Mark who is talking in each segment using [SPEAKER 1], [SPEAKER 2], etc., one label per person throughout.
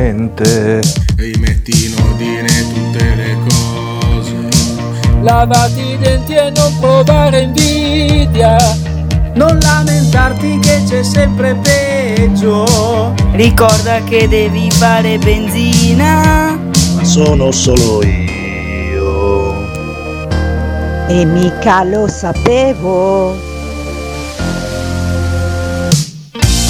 [SPEAKER 1] Probabilmente
[SPEAKER 2] Rimetti in ordine tutte le cose.
[SPEAKER 3] Lavati i denti e non provare invidia.
[SPEAKER 4] Non lamentarti che c'è sempre peggio.
[SPEAKER 5] Ricorda che devi fare benzina.
[SPEAKER 6] Ma sono solo io.
[SPEAKER 7] E mica lo sapevo.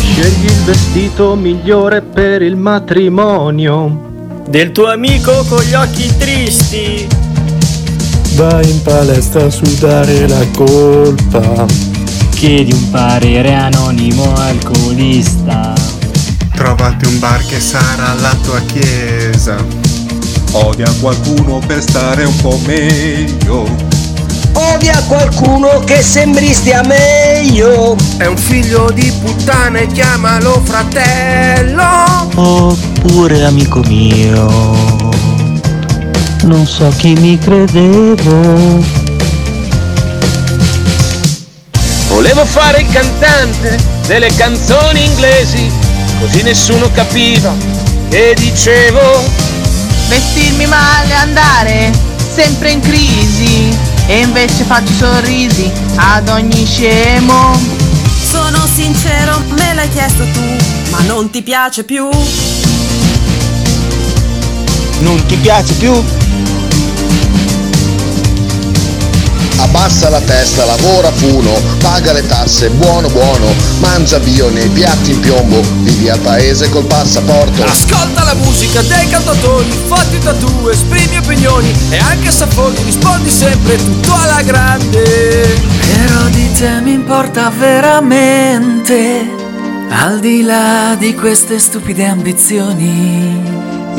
[SPEAKER 8] Scegli il vestito migliore per il matrimonio
[SPEAKER 9] del tuo amico con gli occhi tristi.
[SPEAKER 10] Vai in palestra a sudare la colpa.
[SPEAKER 11] Chiedi un parere anonimo alcolista.
[SPEAKER 12] Trovati un bar che sarà la tua chiesa.
[SPEAKER 13] Odia qualcuno per stare un po' meglio.
[SPEAKER 14] Odia qualcuno che sembri stia meglio.
[SPEAKER 15] È un figlio di puttana e chiamalo fratello.
[SPEAKER 16] Oh oppure amico mio. Non so chi mi credevo.
[SPEAKER 1] Volevo fare il cantante delle canzoni inglesi, così nessuno capiva che dicevo.
[SPEAKER 2] Vestirmi male, andare sempre in crisi, e invece faccio sorrisi ad ogni scemo.
[SPEAKER 17] Sono sincero, me l'hai chiesto tu, ma non ti piace più.
[SPEAKER 6] Non ti piace più?
[SPEAKER 5] Abbassa la testa, lavora funo, paga le tasse, buono buono, mangia bio nei piatti in piombo, vivi al paese col passaporto.
[SPEAKER 1] Ah,
[SPEAKER 18] Eh,
[SPEAKER 12] Ascolta la musica dei cantatori, fatti da due, esprimi opinioni e anche se affoghi rispondi sempre tutto alla grande.
[SPEAKER 19] Però di te mi importa veramente, al di là di queste stupide ambizioni.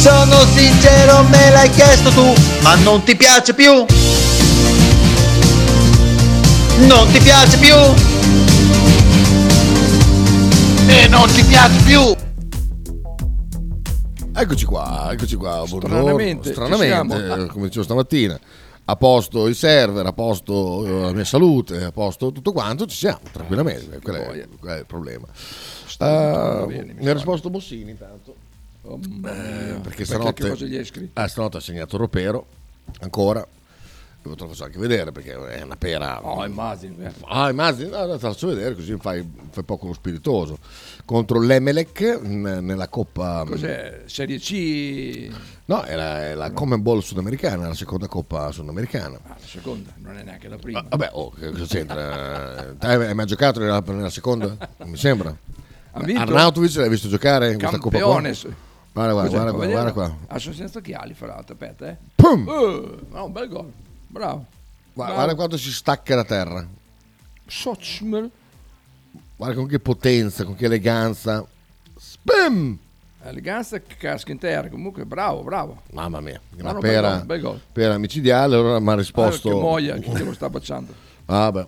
[SPEAKER 20] sono sincero, me l'hai chiesto tu, ma non ti piace più. Non ti piace più. E non ti piace più.
[SPEAKER 18] Eccoci qua, eccoci qua. Buongiorno. Stranamente, Stranamente come dicevo stamattina, a posto il server, a posto eh, la mia salute, a posto tutto quanto, ci siamo tranquillamente. Quello è, quello è il problema. Uh, mi ha risposto Bossini intanto. Oh, eh, perché stanotte, perché ah, stanotte ha segnato Ropero ancora lo faccio anche vedere perché è una pera
[SPEAKER 1] oh immagino eh.
[SPEAKER 18] ah immagino no, no, te la faccio vedere così fai, fai poco lo spiritoso contro l'Emelec n- nella coppa
[SPEAKER 1] cos'è serie C
[SPEAKER 18] no era è la Common Ball sudamericana la seconda coppa sudamericana
[SPEAKER 1] ah, la seconda non è neanche la prima ah,
[SPEAKER 18] vabbè oh, cosa c'entra hai mai giocato nella, nella seconda mi sembra Arnautovic l'hai visto giocare in questa coppa qua? Guarda, guarda, Cos'è, guarda, qua, guarda qua.
[SPEAKER 1] Associazione Chiali, fra l'altro, aperta, eh.
[SPEAKER 18] Pum!
[SPEAKER 1] Uh, no, un bel gol. Bravo.
[SPEAKER 18] Guarda, guarda quanto si stacca da terra.
[SPEAKER 1] Socmer.
[SPEAKER 18] Guarda con che potenza, con che eleganza. Spam!
[SPEAKER 1] Eleganza Eh, che casca in terra, comunque bravo, bravo.
[SPEAKER 18] Mamma mia, una no, no, pera, bel gol, bel gol. Ah, pera micidiale, allora mi ha risposto...
[SPEAKER 1] Allora, che moia, chi te lo sta baciando?
[SPEAKER 18] Vabbè,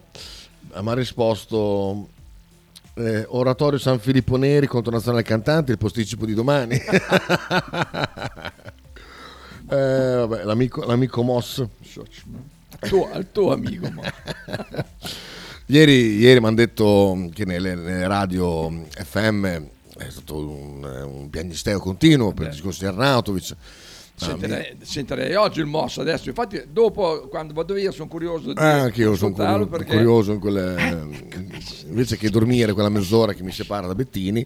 [SPEAKER 18] ah, mi ha risposto... Eh, oratorio San Filippo Neri contro Nazionale Cantante, il posticipo di domani. eh, vabbè, l'amico, l'amico Moss.
[SPEAKER 1] Al tuo, al tuo amico Moss.
[SPEAKER 18] ieri, ieri mi hanno detto che nelle, nelle, radio FM è stato un, un piagnisteo continuo per il discorso di Arnautovic.
[SPEAKER 1] Sentirei, sentirei, oggi il mosso adesso. Infatti, dopo quando vado via sono curioso di
[SPEAKER 18] eh, anche io sono curio- perché... Eh, curioso in quelle, invece che dormire quella mezz'ora che mi separa da Bettini.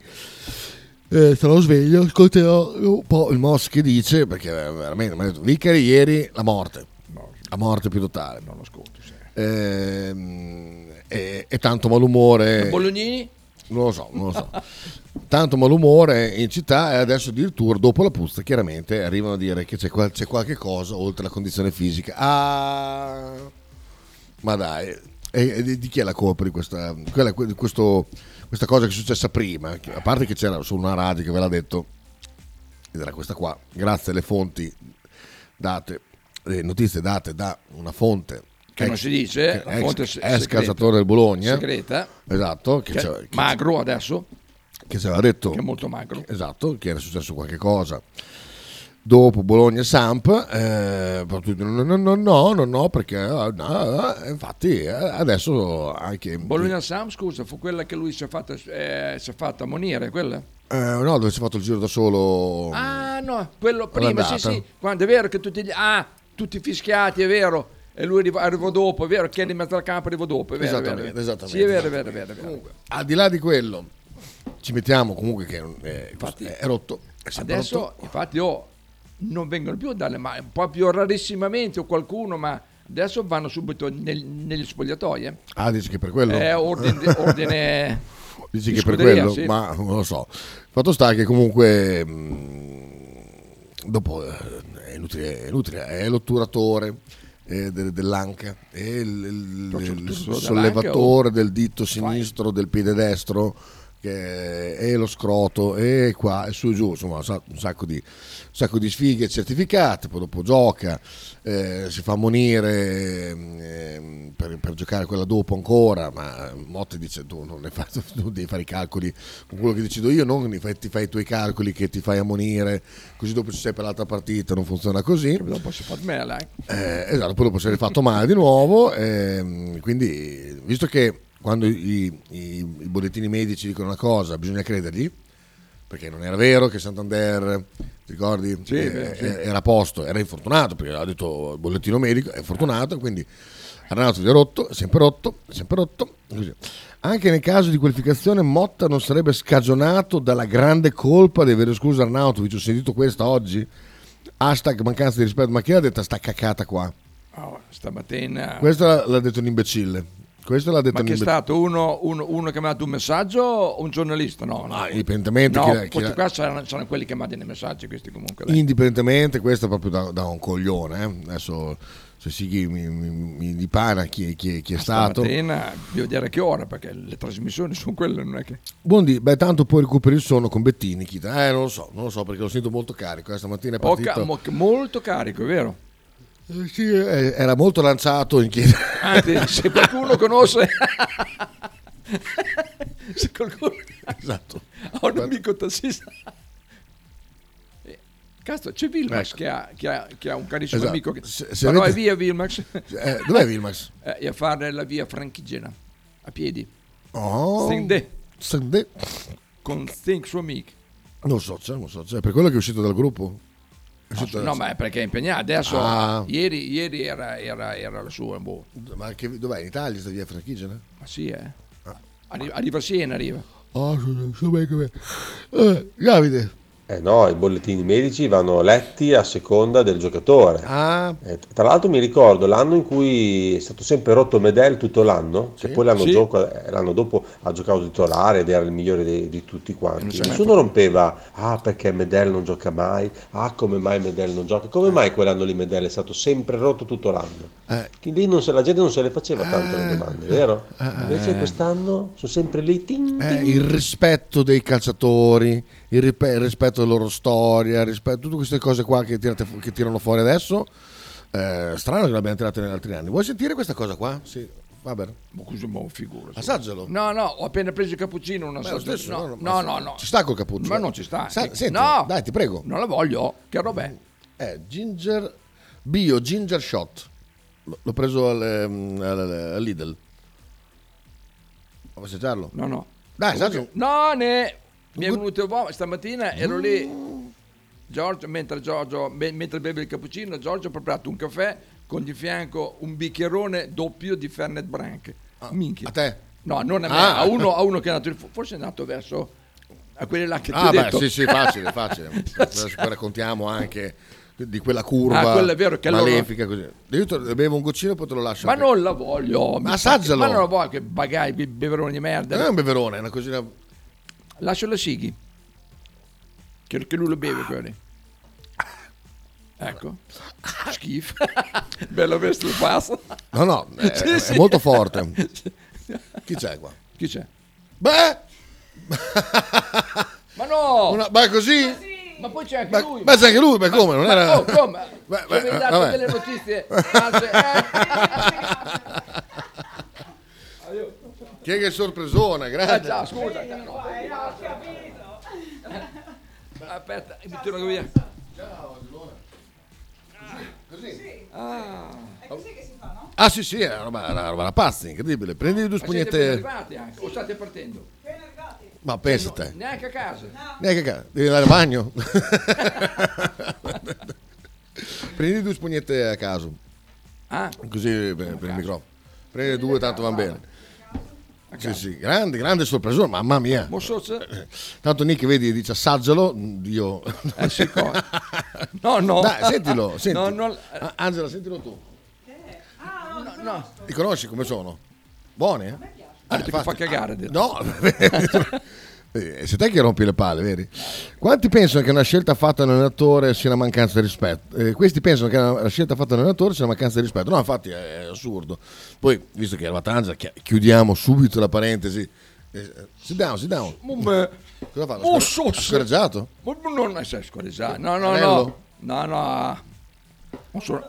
[SPEAKER 18] eh, sarò sveglio, ascolterò un po' il Moss che dice, perché eh, veramente mi ha detto, Vicari ieri la morte, la morte più totale. Non lo ascolto, e, e tanto malumore.
[SPEAKER 1] Bolognini?
[SPEAKER 18] Non lo so, non lo so. Tanto malumore in città e adesso addirittura dopo la puzza chiaramente arrivano a dire che c'è, qual- c'è qualche cosa oltre la condizione fisica. Ah, ma dai, e- e di- di chi è la colpa di questa, quella- que- di questo- questa cosa che è successa prima? Che- a parte che c'era solo una radio che ve l'ha detto, ed era questa qua, grazie alle fonti date, le notizie date da una fonte
[SPEAKER 1] Che non si dice, eh? la
[SPEAKER 18] ex,
[SPEAKER 1] fonte se-
[SPEAKER 18] ex
[SPEAKER 1] segreta.
[SPEAKER 18] calciatore del Bologna,
[SPEAKER 1] Segreta.
[SPEAKER 18] esatto, che,
[SPEAKER 1] Che-
[SPEAKER 18] c'è- che-
[SPEAKER 1] magro adesso,
[SPEAKER 18] che ci aveva detto
[SPEAKER 1] che è molto magro.
[SPEAKER 18] esatto, che era successo qualche cosa. Dopo Bologna e Samp, eh, però tutti, no, no, no, no, no, no, perché ah, no, eh, infatti eh, adesso anche
[SPEAKER 1] Bologna Sam, scusa, fu quella che lui si è fatta, eh, si è fatta ammonire, quella?
[SPEAKER 18] Eh, no, dove si è fatto il giro da solo.
[SPEAKER 1] Ah no, quello prima,
[SPEAKER 18] L'andata.
[SPEAKER 1] sì sì, quando è vero che tutti gli... Ah, tutti fischiati, è vero. E lui arrivò, arrivò dopo, è vero, che in mezzo al campo arrivò dopo, è vero. è vero, è vero.
[SPEAKER 18] Esattamente,
[SPEAKER 1] Sì, è vero, è vero, è vero. È vero.
[SPEAKER 18] Al di là di quello, ci mettiamo comunque che eh, è rotto. È sempre
[SPEAKER 1] Adesso,
[SPEAKER 18] rotto.
[SPEAKER 1] infatti, io non vengono più dalle ma proprio rarissimamente o qualcuno, ma adesso vanno subito nel- negli spogliatoi. eh.
[SPEAKER 18] Ah, dici che per quello?
[SPEAKER 1] È ordine- ordine
[SPEAKER 18] dici
[SPEAKER 1] di
[SPEAKER 18] che per
[SPEAKER 1] scuderia,
[SPEAKER 18] quello?
[SPEAKER 1] sì.
[SPEAKER 18] Ma non lo so. Fatto sta che comunque mh, dopo eh, è inutile, è inutile, è l'otturatore eh, de- dell'anca, è il, il-
[SPEAKER 21] Però c'è
[SPEAKER 18] il
[SPEAKER 21] l'otturatore
[SPEAKER 18] sollevatore
[SPEAKER 21] dell'anca
[SPEAKER 18] del dito sinistro, del piede destro, che è lo scroto, e qua, e su e giù, insomma sa- un sacco di, un sacco di sfighe certificate, poi dopo gioca, eh, si fa monire per, per giocare quella dopo ancora, ma eh, Motti dice tu non ne fai, tu devi fare i calcoli con quello che decido io, non ne fai- ti fai i tuoi calcoli che ti fai ammonire, così dopo ci sei per l'altra partita, non funziona così.
[SPEAKER 1] Dopo si fa mela, eh.
[SPEAKER 18] Eh, esatto, poi dopo si è rifatto male di nuovo. ehm, quindi, visto che quando i, i- i bollettini medici dicono una cosa, bisogna credergli, perché non era vero che Santander, ti ricordi,
[SPEAKER 1] Sì,
[SPEAKER 18] eh,
[SPEAKER 1] beh, sì.
[SPEAKER 18] eh, era a posto, era infortunato, perché ha detto il bollettino medico, è infortunato, quindi Arnautovic è rotto, è sempre rotto, è sempre rotto. così. Anche nel caso di qualificazione Motta non sarebbe scagionato dalla grande colpa di aver escluso Arnautovic, ho sentito questa oggi, hashtag mancanza di rispetto, ma chi l'ha detta sta caccata qua?
[SPEAKER 1] Oh, stamattina...
[SPEAKER 18] Questa l'ha detto un imbecille. Questa l'ha detto
[SPEAKER 1] Ma
[SPEAKER 18] un
[SPEAKER 1] che è
[SPEAKER 18] imbecille.
[SPEAKER 1] stato uno, uno- uno che mi ha dato un messaggio o un giornalista? No, no.
[SPEAKER 18] indipendentemente
[SPEAKER 1] No,
[SPEAKER 18] Ah, chi l'ha- chi
[SPEAKER 1] questi
[SPEAKER 18] l'ha-
[SPEAKER 1] qua saranno, saranno quelli che mandano i messaggi, questi comunque. dai.
[SPEAKER 18] Indipendentemente, questo è proprio da, da un coglione. eh. Adesso se si chi mi, mi, mi dipana chi, chi- chi è stato.
[SPEAKER 1] Stamattina, devo dire a che ora, perché le trasmissioni sono quelle, non è che...
[SPEAKER 18] Bondi, beh, tanto poi recuperi il sonno con Bettini. chi- Eh, non lo so, non lo so perché lo sento molto carico. eh, Stamattina è
[SPEAKER 1] Ho ca-
[SPEAKER 18] partito.
[SPEAKER 1] mo- molto carico, è vero?
[SPEAKER 18] Eh, sì, eh, era molto lanciato in chiesa.
[SPEAKER 1] Anzi, se qualcuno conosce... se qualcuno...
[SPEAKER 18] Esatto.
[SPEAKER 1] Ho un amico tassista... Eh, Cazzo, c'è Vilmax
[SPEAKER 18] Ecco.
[SPEAKER 1] che, ha, che ha- che ha un carissimo
[SPEAKER 18] Esatto.
[SPEAKER 1] amico che...
[SPEAKER 18] Se- se
[SPEAKER 1] Però
[SPEAKER 18] avete-
[SPEAKER 1] è via Vilmax.
[SPEAKER 18] Eh, dov'è Vilmax?
[SPEAKER 1] Eh, è a fare la via Franchigiana, a piedi.
[SPEAKER 18] Oh,
[SPEAKER 1] Stendè.
[SPEAKER 18] Stendè.
[SPEAKER 1] Con Think suo amico.
[SPEAKER 18] Non so, c'è, non so, c'è. Per quello che è uscito dal gruppo. È uscito
[SPEAKER 1] Ah, No,
[SPEAKER 18] adesso.
[SPEAKER 1] ma è perché è impegnato. Adesso,
[SPEAKER 18] Ah.
[SPEAKER 1] ieri, ieri era, era, era la sua. Boh.
[SPEAKER 18] Ma che, dov'è? In Italia sta via Ah. Franchigiana?
[SPEAKER 1] Ma sì, eh. Arri- arriva a Siena, arriva.
[SPEAKER 18] Oh, so- so bene com'è. Eh, Davide.
[SPEAKER 13] Eh no, i bollettini medici vanno letti a seconda del giocatore.
[SPEAKER 18] Ah,
[SPEAKER 13] Eh, tra l'altro mi ricordo l'anno in cui è stato sempre rotto Medel tutto l'anno, che poi l'anno,
[SPEAKER 18] Sì.
[SPEAKER 13] gioco- eh, l'anno dopo ha giocato titolare ed era il migliore di, di tutti quanti.
[SPEAKER 18] se n'è
[SPEAKER 13] Nessuno rompeva, ah perché Medel non gioca mai, ah come mai Medel non gioca, come mai quell'anno lì Medel è stato sempre rotto tutto l'anno?
[SPEAKER 18] Eh.
[SPEAKER 13] Quindi non se- la gente non se le faceva tanto le domande, vero?
[SPEAKER 18] Eh.
[SPEAKER 13] Invece quest'anno sono sempre lì, ting,
[SPEAKER 18] Eh,
[SPEAKER 13] ting.
[SPEAKER 18] il rispetto dei calciatori, il, ripe- il rispetto della loro storia, il rispetto- tutte queste cose qua che, tirate fu- che tirano fuori adesso. eh, strano che l'abbiamo tirate negli altri anni. Vuoi sentire questa cosa qua? Sì, va bene.
[SPEAKER 1] Ma così mo figura.
[SPEAKER 18] Assaggialo.
[SPEAKER 1] No, no, ho appena preso il cappuccino. Una
[SPEAKER 18] Beh, lo
[SPEAKER 1] sorta-
[SPEAKER 18] stesso,
[SPEAKER 1] no,
[SPEAKER 18] no,
[SPEAKER 1] no,
[SPEAKER 18] ma-
[SPEAKER 1] no, no.
[SPEAKER 18] Ci sta col cappuccio.
[SPEAKER 1] Ma non ci sta.
[SPEAKER 18] Sa-
[SPEAKER 1] Sì.
[SPEAKER 18] senti,
[SPEAKER 1] no,
[SPEAKER 18] dai, ti prego.
[SPEAKER 1] non la voglio. Che roba è?
[SPEAKER 18] Eh, ginger bio ginger shot. L- L'ho preso al, ehm, al- al- al Lidl. Vuoi assaggiarlo?
[SPEAKER 1] No, no.
[SPEAKER 18] Dai, esatto. assaggia.
[SPEAKER 1] No, ne. Mi è venuto vomito. Stamattina ero
[SPEAKER 18] Mm.
[SPEAKER 1] lì. Giorgio, mentre, Giorgio, me- mentre beve il cappuccino, Giorgio ha preparato un caffè con di fianco un bicchierone doppio di Fernet Branc. Minchia.
[SPEAKER 18] Ah, A te?
[SPEAKER 1] No, non a me,
[SPEAKER 18] Ah.
[SPEAKER 1] a, uno, a uno che è andato, in- forse è andato verso a quelle là che ti
[SPEAKER 18] Ah,
[SPEAKER 1] ho
[SPEAKER 18] beh,
[SPEAKER 1] detto.
[SPEAKER 18] sì, sì, facile, facile. Adesso poi raccontiamo anche di quella curva
[SPEAKER 1] Ah, quello è vero, che allora-
[SPEAKER 18] malefica. Così. Io te- bevo un goccino e poi te lo lascio.
[SPEAKER 1] Ma
[SPEAKER 18] anche-
[SPEAKER 1] non la voglio.
[SPEAKER 18] Ma
[SPEAKER 1] mi-
[SPEAKER 18] assaggialo.
[SPEAKER 1] Ma non la voglio, che bagai, be- beverone di merda.
[SPEAKER 18] Non è un beverone, è una cosina.
[SPEAKER 1] Lascio la Sighi. Che, che lui lo beve quello lì. Ecco. Schifo. Bello aver stufato.
[SPEAKER 18] No, no, è,
[SPEAKER 1] Sì,
[SPEAKER 18] è
[SPEAKER 1] sì.
[SPEAKER 18] molto forte. Chi c'è qua?
[SPEAKER 1] Chi c'è?
[SPEAKER 18] Beh!
[SPEAKER 1] Ma no!
[SPEAKER 18] Una- ma è così?
[SPEAKER 1] Ma poi c'è anche lui.
[SPEAKER 18] Ma c'è anche lui, ma come? Non
[SPEAKER 1] Ma
[SPEAKER 18] era...
[SPEAKER 1] oh, come?
[SPEAKER 18] Beh,
[SPEAKER 1] Ci avevi
[SPEAKER 18] beh,
[SPEAKER 1] dato
[SPEAKER 18] vabbè.
[SPEAKER 1] delle notizie false.
[SPEAKER 18] Chi è che è sorpresona,
[SPEAKER 1] Ah,
[SPEAKER 18] grazie.
[SPEAKER 1] già, scusa. già, no. Aspetta, mi tiro via. Ah.
[SPEAKER 18] Ah sì sì, è una roba, una roba da pazzi, incredibile. Prendi due
[SPEAKER 1] Ma siete appena
[SPEAKER 18] spugnette...
[SPEAKER 1] arrivati anche, o state partendo?
[SPEAKER 18] Ma pensa te.
[SPEAKER 1] Eh, Neanche a casa.
[SPEAKER 18] Neanche ca- devi andare a bagno. Prendi due spugnette a caso.
[SPEAKER 1] Ah.
[SPEAKER 18] Così per, per il microfono. Prendi due, tanto va bene. Sì, sì, grande, grande sorpresa, mamma mia.
[SPEAKER 1] Mo so se-
[SPEAKER 18] Tanto Nick, vedi, dice assaggialo, io...
[SPEAKER 1] Eh, No, no.
[SPEAKER 18] Dai, sentilo, senti.
[SPEAKER 1] No, no.
[SPEAKER 18] Ah, Angela, sentilo tu.
[SPEAKER 1] No, no.
[SPEAKER 18] Li conosci come sono? Buone? eh?
[SPEAKER 1] Ha detto che Ah, fa cagare. ha detto.
[SPEAKER 18] No, Eh, sei te che rompi le palle, vedi? Quanti pensano che una scelta fatta da un allenatore sia una mancanza di rispetto? Eh, questi pensano che una scelta fatta da un allenatore sia una mancanza di rispetto. No, infatti è, è assurdo. Poi, visto che è arrivata Angela, chi- chiudiamo subito la parentesi. Eh, sit down, sit down.
[SPEAKER 1] Come?
[SPEAKER 18] Cosa fa? L'ha
[SPEAKER 1] Oh,
[SPEAKER 18] scorre-
[SPEAKER 1] so
[SPEAKER 18] l'ha
[SPEAKER 1] se-
[SPEAKER 18] scorreggiato?
[SPEAKER 1] Ma non è sei scorreggiato. No, no, no.
[SPEAKER 18] Anello?
[SPEAKER 1] No, no. Non so- Ha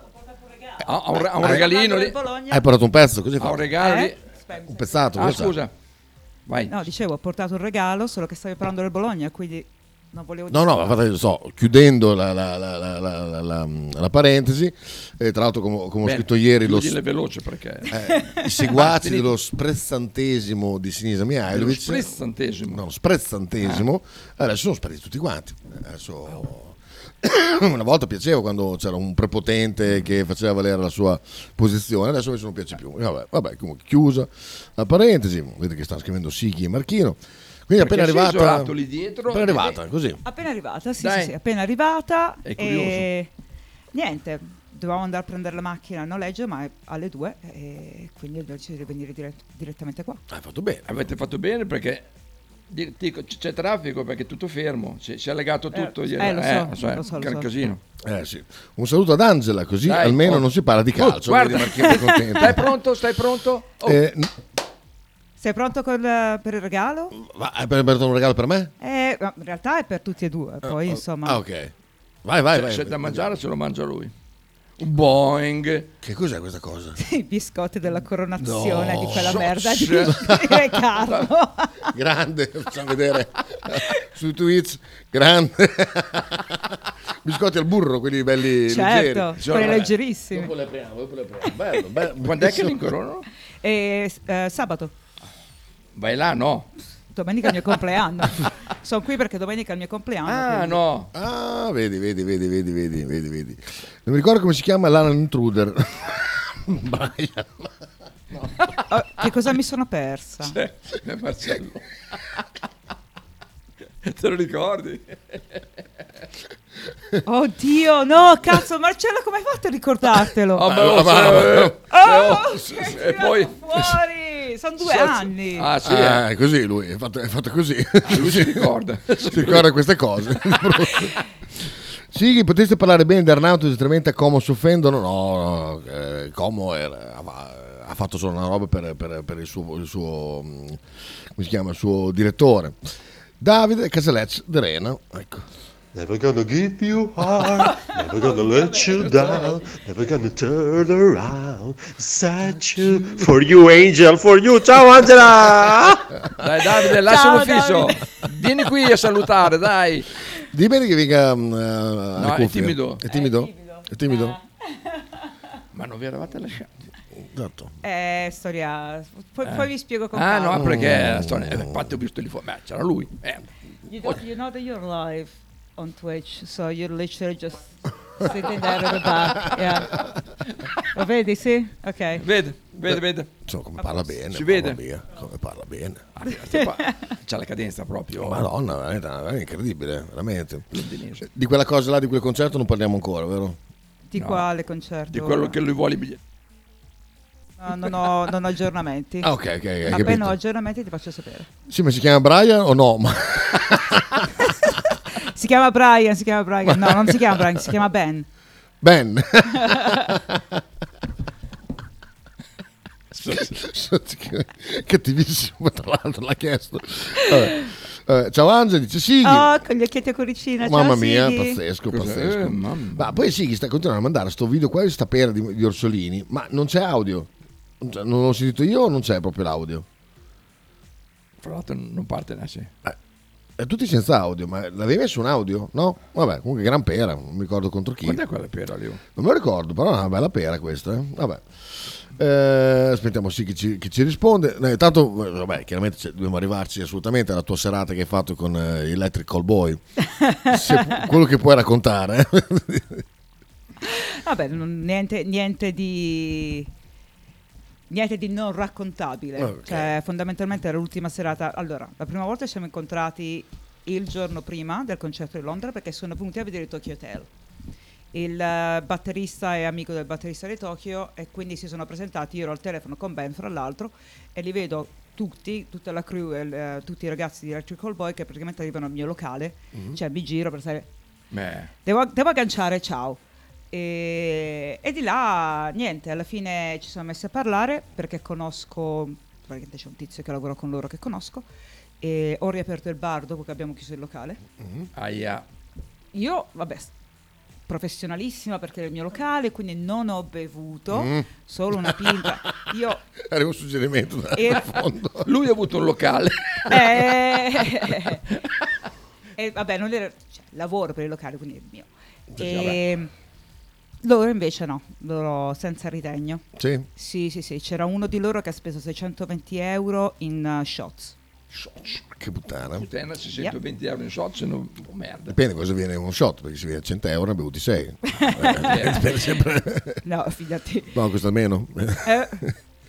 [SPEAKER 1] ha un, ha un
[SPEAKER 18] Eh.
[SPEAKER 1] regalino lì.
[SPEAKER 18] Hai portato un pezzo, così
[SPEAKER 1] Ha
[SPEAKER 18] fa.
[SPEAKER 1] un regalo lì.
[SPEAKER 22] Eh? Aspetta.
[SPEAKER 18] Un pezzato,
[SPEAKER 1] Ah,
[SPEAKER 18] cosa?
[SPEAKER 1] scusa. Vai.
[SPEAKER 22] No, dicevo, ho portato un regalo, solo che stavi parlando del Bologna, quindi non volevo
[SPEAKER 18] No, no, ma fate- so, chiudendo la, la- la- la- la- la- la- la parentesi, eh, tra l'altro come, come ho
[SPEAKER 1] Bene,
[SPEAKER 18] scritto ieri, lo,
[SPEAKER 1] chiudile
[SPEAKER 18] s-
[SPEAKER 1] veloce perché-
[SPEAKER 18] eh, i seguaci dello eh, sprezzantesimo di Sinisa Mihailovic,
[SPEAKER 1] Dello sprezzantesimo.
[SPEAKER 18] no, sprezzantesimo, Eh, adesso sono spariti tutti quanti. Adesso- Una volta piaceva quando c'era un prepotente che faceva valere la sua posizione, adesso invece non piace più. Eh, Vabbè, vabbè, comunque chiusa la parentesi, vedete che stanno scrivendo Sighi e Marchino. Quindi
[SPEAKER 1] Perché
[SPEAKER 18] appena
[SPEAKER 1] si è
[SPEAKER 18] arrivata,
[SPEAKER 1] isolato lì dietro
[SPEAKER 18] appena
[SPEAKER 1] ed è-
[SPEAKER 18] arrivata, così.
[SPEAKER 22] Appena arrivata, sì,
[SPEAKER 1] Dai.
[SPEAKER 22] sì, sì, appena arrivata.
[SPEAKER 18] È
[SPEAKER 22] e niente, dovevamo andare a prendere la macchina a noleggio, ma è alle due, e quindi ho deciso di venire dirett- direttamente qua.
[SPEAKER 18] Hai fatto bene.
[SPEAKER 1] Avete fatto bene perché di- dico, c- c'è traffico perché è tutto fermo. Si, si è legato tutto.
[SPEAKER 22] Eh,
[SPEAKER 1] ieri.
[SPEAKER 22] eh, lo so,
[SPEAKER 1] è
[SPEAKER 22] lo so, lo
[SPEAKER 1] un
[SPEAKER 22] so.
[SPEAKER 1] casino.
[SPEAKER 18] Eh, sì. Un saluto ad Angela, così
[SPEAKER 1] Dai,
[SPEAKER 18] almeno
[SPEAKER 1] oh.
[SPEAKER 18] non si parla di
[SPEAKER 1] Oh,
[SPEAKER 18] calcio.
[SPEAKER 1] guarda.
[SPEAKER 18] vedi Marchino è contento.
[SPEAKER 1] Stai pronto? Stai pronto? Oh,
[SPEAKER 18] Eh, n-
[SPEAKER 22] Sei pronto col, eh, per il regalo?
[SPEAKER 18] va- hai preparato un regalo per me?
[SPEAKER 22] Eh, ma in realtà è per tutti e due, poi insomma...
[SPEAKER 18] Ah, ok. Vai, vai,
[SPEAKER 1] se-
[SPEAKER 18] vai.
[SPEAKER 1] Se da mangiare se lo mangia lui. Un Boeing.
[SPEAKER 18] Che cos'è questa cosa?
[SPEAKER 22] I biscotti della coronazione
[SPEAKER 1] No.
[SPEAKER 22] di quella
[SPEAKER 1] So-
[SPEAKER 22] merda di,
[SPEAKER 1] sì.
[SPEAKER 22] di Carlo.
[SPEAKER 18] Grande, facciamo vedere su Twitch. Grande. Biscotti al burro, quelli belli
[SPEAKER 22] certo,
[SPEAKER 18] leggeri.
[SPEAKER 22] quelli leggerissimi.
[SPEAKER 18] Dopo le apriamo, dopo le apriamo. Bello, bello.
[SPEAKER 1] Quando è che li incoronano?
[SPEAKER 22] E, eh, sabato.
[SPEAKER 1] Vai là, no.
[SPEAKER 22] Domenica è il mio compleanno. Sono qui perché domenica è il mio compleanno. quindi-
[SPEAKER 18] Ah, vedi, vedi, vedi, vedi, vedi, vedi, vedi. Non mi ricordo come si chiama l'Alan Intruder. Brian.
[SPEAKER 22] Oh, che cosa mi sono persa?
[SPEAKER 1] Cioè, eh, Marcello. Te lo ricordi?
[SPEAKER 22] Oddio, no, cazzo, Marcello, come hai fatto a ricordartelo?
[SPEAKER 1] Ah, ma lo
[SPEAKER 18] ma-
[SPEAKER 1] so.
[SPEAKER 22] Oh,
[SPEAKER 1] Eh, oh,
[SPEAKER 22] sì,
[SPEAKER 1] e
[SPEAKER 22] sì,
[SPEAKER 1] poi-
[SPEAKER 22] fuori! Sono due
[SPEAKER 1] Sì, sì.
[SPEAKER 22] anni.
[SPEAKER 1] Ah, sì,
[SPEAKER 18] Ah,
[SPEAKER 1] eh. Ah,
[SPEAKER 18] è così lui, è fatto, è fatto così.
[SPEAKER 1] lui si ricorda.
[SPEAKER 18] si ricorda queste cose. Sighi, potreste parlare bene di Arnauto esattamente a Como si offendono? No, no, eh, Como era- ha, ha fatto solo una roba per, per- per il, suo, il suo, mm, come si chiama, il suo direttore. Davide Casalec De Rena, ecco.
[SPEAKER 13] Never gonna give you high, never gonna let you down, never gonna turn around, set you for you angel, for you, ciao Angela!
[SPEAKER 1] Dai Davide, lascialo fisso.
[SPEAKER 13] Ciao,
[SPEAKER 1] Vieni qui a salutare, dai.
[SPEAKER 18] Di bene che venga... mm, eh, alle
[SPEAKER 1] è
[SPEAKER 18] cuffie.
[SPEAKER 1] timido.
[SPEAKER 18] È timido? È timido?
[SPEAKER 1] Ma non vi eravate lasciati.
[SPEAKER 18] Esatto.
[SPEAKER 22] Eh, storia. Poi,
[SPEAKER 1] Eh.
[SPEAKER 22] poi vi spiego con
[SPEAKER 1] Ah,
[SPEAKER 22] calma.
[SPEAKER 1] no, perché
[SPEAKER 18] Oh.
[SPEAKER 1] eh, sono- eh, infatti ho visto il fuoco. Beh, c'era lui. Eh,
[SPEAKER 22] You, don't, you know that you're live on Twitch, so you're literally just sitting there at the back. Yeah. Lo Oh, vedi, sì? Ok.
[SPEAKER 1] Vedi? Vede, vede.
[SPEAKER 18] Insomma, come parla bene.
[SPEAKER 1] Si
[SPEAKER 18] mamma
[SPEAKER 1] vede?
[SPEAKER 18] mia, come parla bene.
[SPEAKER 1] C'ha la cadenza proprio.
[SPEAKER 18] Madonna, veramente, è incredibile, veramente. Di quella cosa là, di quel concerto non parliamo ancora, vero?
[SPEAKER 22] Di
[SPEAKER 18] No.
[SPEAKER 22] quale concerto?
[SPEAKER 18] Di quello che
[SPEAKER 1] lui vuole i biglietti.
[SPEAKER 22] No, non, ho, non ho aggiornamenti.
[SPEAKER 18] Ah, ok, ok, hai capito.
[SPEAKER 22] Appena ho aggiornamenti ti faccio sapere.
[SPEAKER 18] Sì, ma si chiama Brian o no? Ma-
[SPEAKER 22] Si chiama Brian, si chiama Brian. No, non si chiama Brian, si chiama Ben.
[SPEAKER 18] Ben. Cattivissimo, tra l'altro, l'ha chiesto. Vabbè. Eh, ciao Angela, dice Sighi.
[SPEAKER 22] Oh, con gli occhietti a coricina. ciao,
[SPEAKER 18] Mamma mia,
[SPEAKER 22] Sighi.
[SPEAKER 18] pazzesco,
[SPEAKER 1] Cos'è?
[SPEAKER 18] pazzesco.
[SPEAKER 1] Eh, mamma.
[SPEAKER 18] Ma poi sì, sta continuando a mandare sto video qua di sta pera di, di Orsolini, ma non c'è audio. Non c'è- Non l'ho sentito io o non c'è proprio l'audio?
[SPEAKER 1] Fra l'altro non parte eh, nasce.
[SPEAKER 18] Eh, È tutti senza audio, ma l'avevi messo un audio? No? Vabbè, comunque gran pera, non mi ricordo contro chi.
[SPEAKER 1] Quando è quella pera lì? oh.
[SPEAKER 18] Non me lo ricordo, però è una bella pera questa. eh. Vabbè. Eh, aspettiamo sì che ci, chi ci risponde. Eh, tanto, vabbè, chiaramente c'è- dobbiamo arrivarci assolutamente alla tua serata che hai fatto con eh, Electric Callboy. Se- quello che puoi raccontare. eh.
[SPEAKER 22] Vabbè, non- niente, niente di. Niente di non raccontabile.
[SPEAKER 18] Ok.
[SPEAKER 22] Cioè, fondamentalmente era l'ultima serata. Allora, la prima volta ci siamo incontrati il giorno prima del concerto di Londra perché sono venuti a vedere il Tokyo Hotel. Il eh, batterista è amico del batterista di Tokyo e quindi si sono presentati. Io ero al telefono con Ben, fra l'altro, e li vedo tutti, tutta la crew, e il, eh, tutti i ragazzi di Electrical Boy che praticamente arrivano al mio locale.
[SPEAKER 1] Mhm.
[SPEAKER 22] Cioè, mi giro per stare.
[SPEAKER 1] Beh,
[SPEAKER 22] Devo, devo agganciare, ciao. E, e di là, niente, alla fine ci siamo messi a parlare perché conosco, praticamente c'è un tizio che lavora con loro che conosco, e ho riaperto il bar dopo che abbiamo chiuso il locale.
[SPEAKER 1] Mm-hmm. aia.
[SPEAKER 22] Io, vabbè, s- professionalissima perché era il mio locale, quindi non ho bevuto,
[SPEAKER 18] Mm.
[SPEAKER 22] solo una pinta. Io...
[SPEAKER 18] Era un suggerimento da,
[SPEAKER 22] Era-
[SPEAKER 18] dal fondo.
[SPEAKER 1] Lui ha avuto un locale.
[SPEAKER 22] Eh, e vabbè, non era, cioè, lavoro per il locale, quindi è mio.
[SPEAKER 18] Sì,
[SPEAKER 22] E loro invece no, loro senza ritegno.
[SPEAKER 18] Sì.
[SPEAKER 22] Sì, sì, sì, c'era uno di loro che ha speso 620 euro in eh, shots.
[SPEAKER 18] Che puttana.
[SPEAKER 1] Putena 620 euro in shot, se no... oh, merda.
[SPEAKER 18] Dipende cosa viene un shot, perché se viene a 100 euro ne ha bevuti 6. Dipende sempre.
[SPEAKER 22] No, fidati.
[SPEAKER 18] No, questo almeno.
[SPEAKER 22] Eh,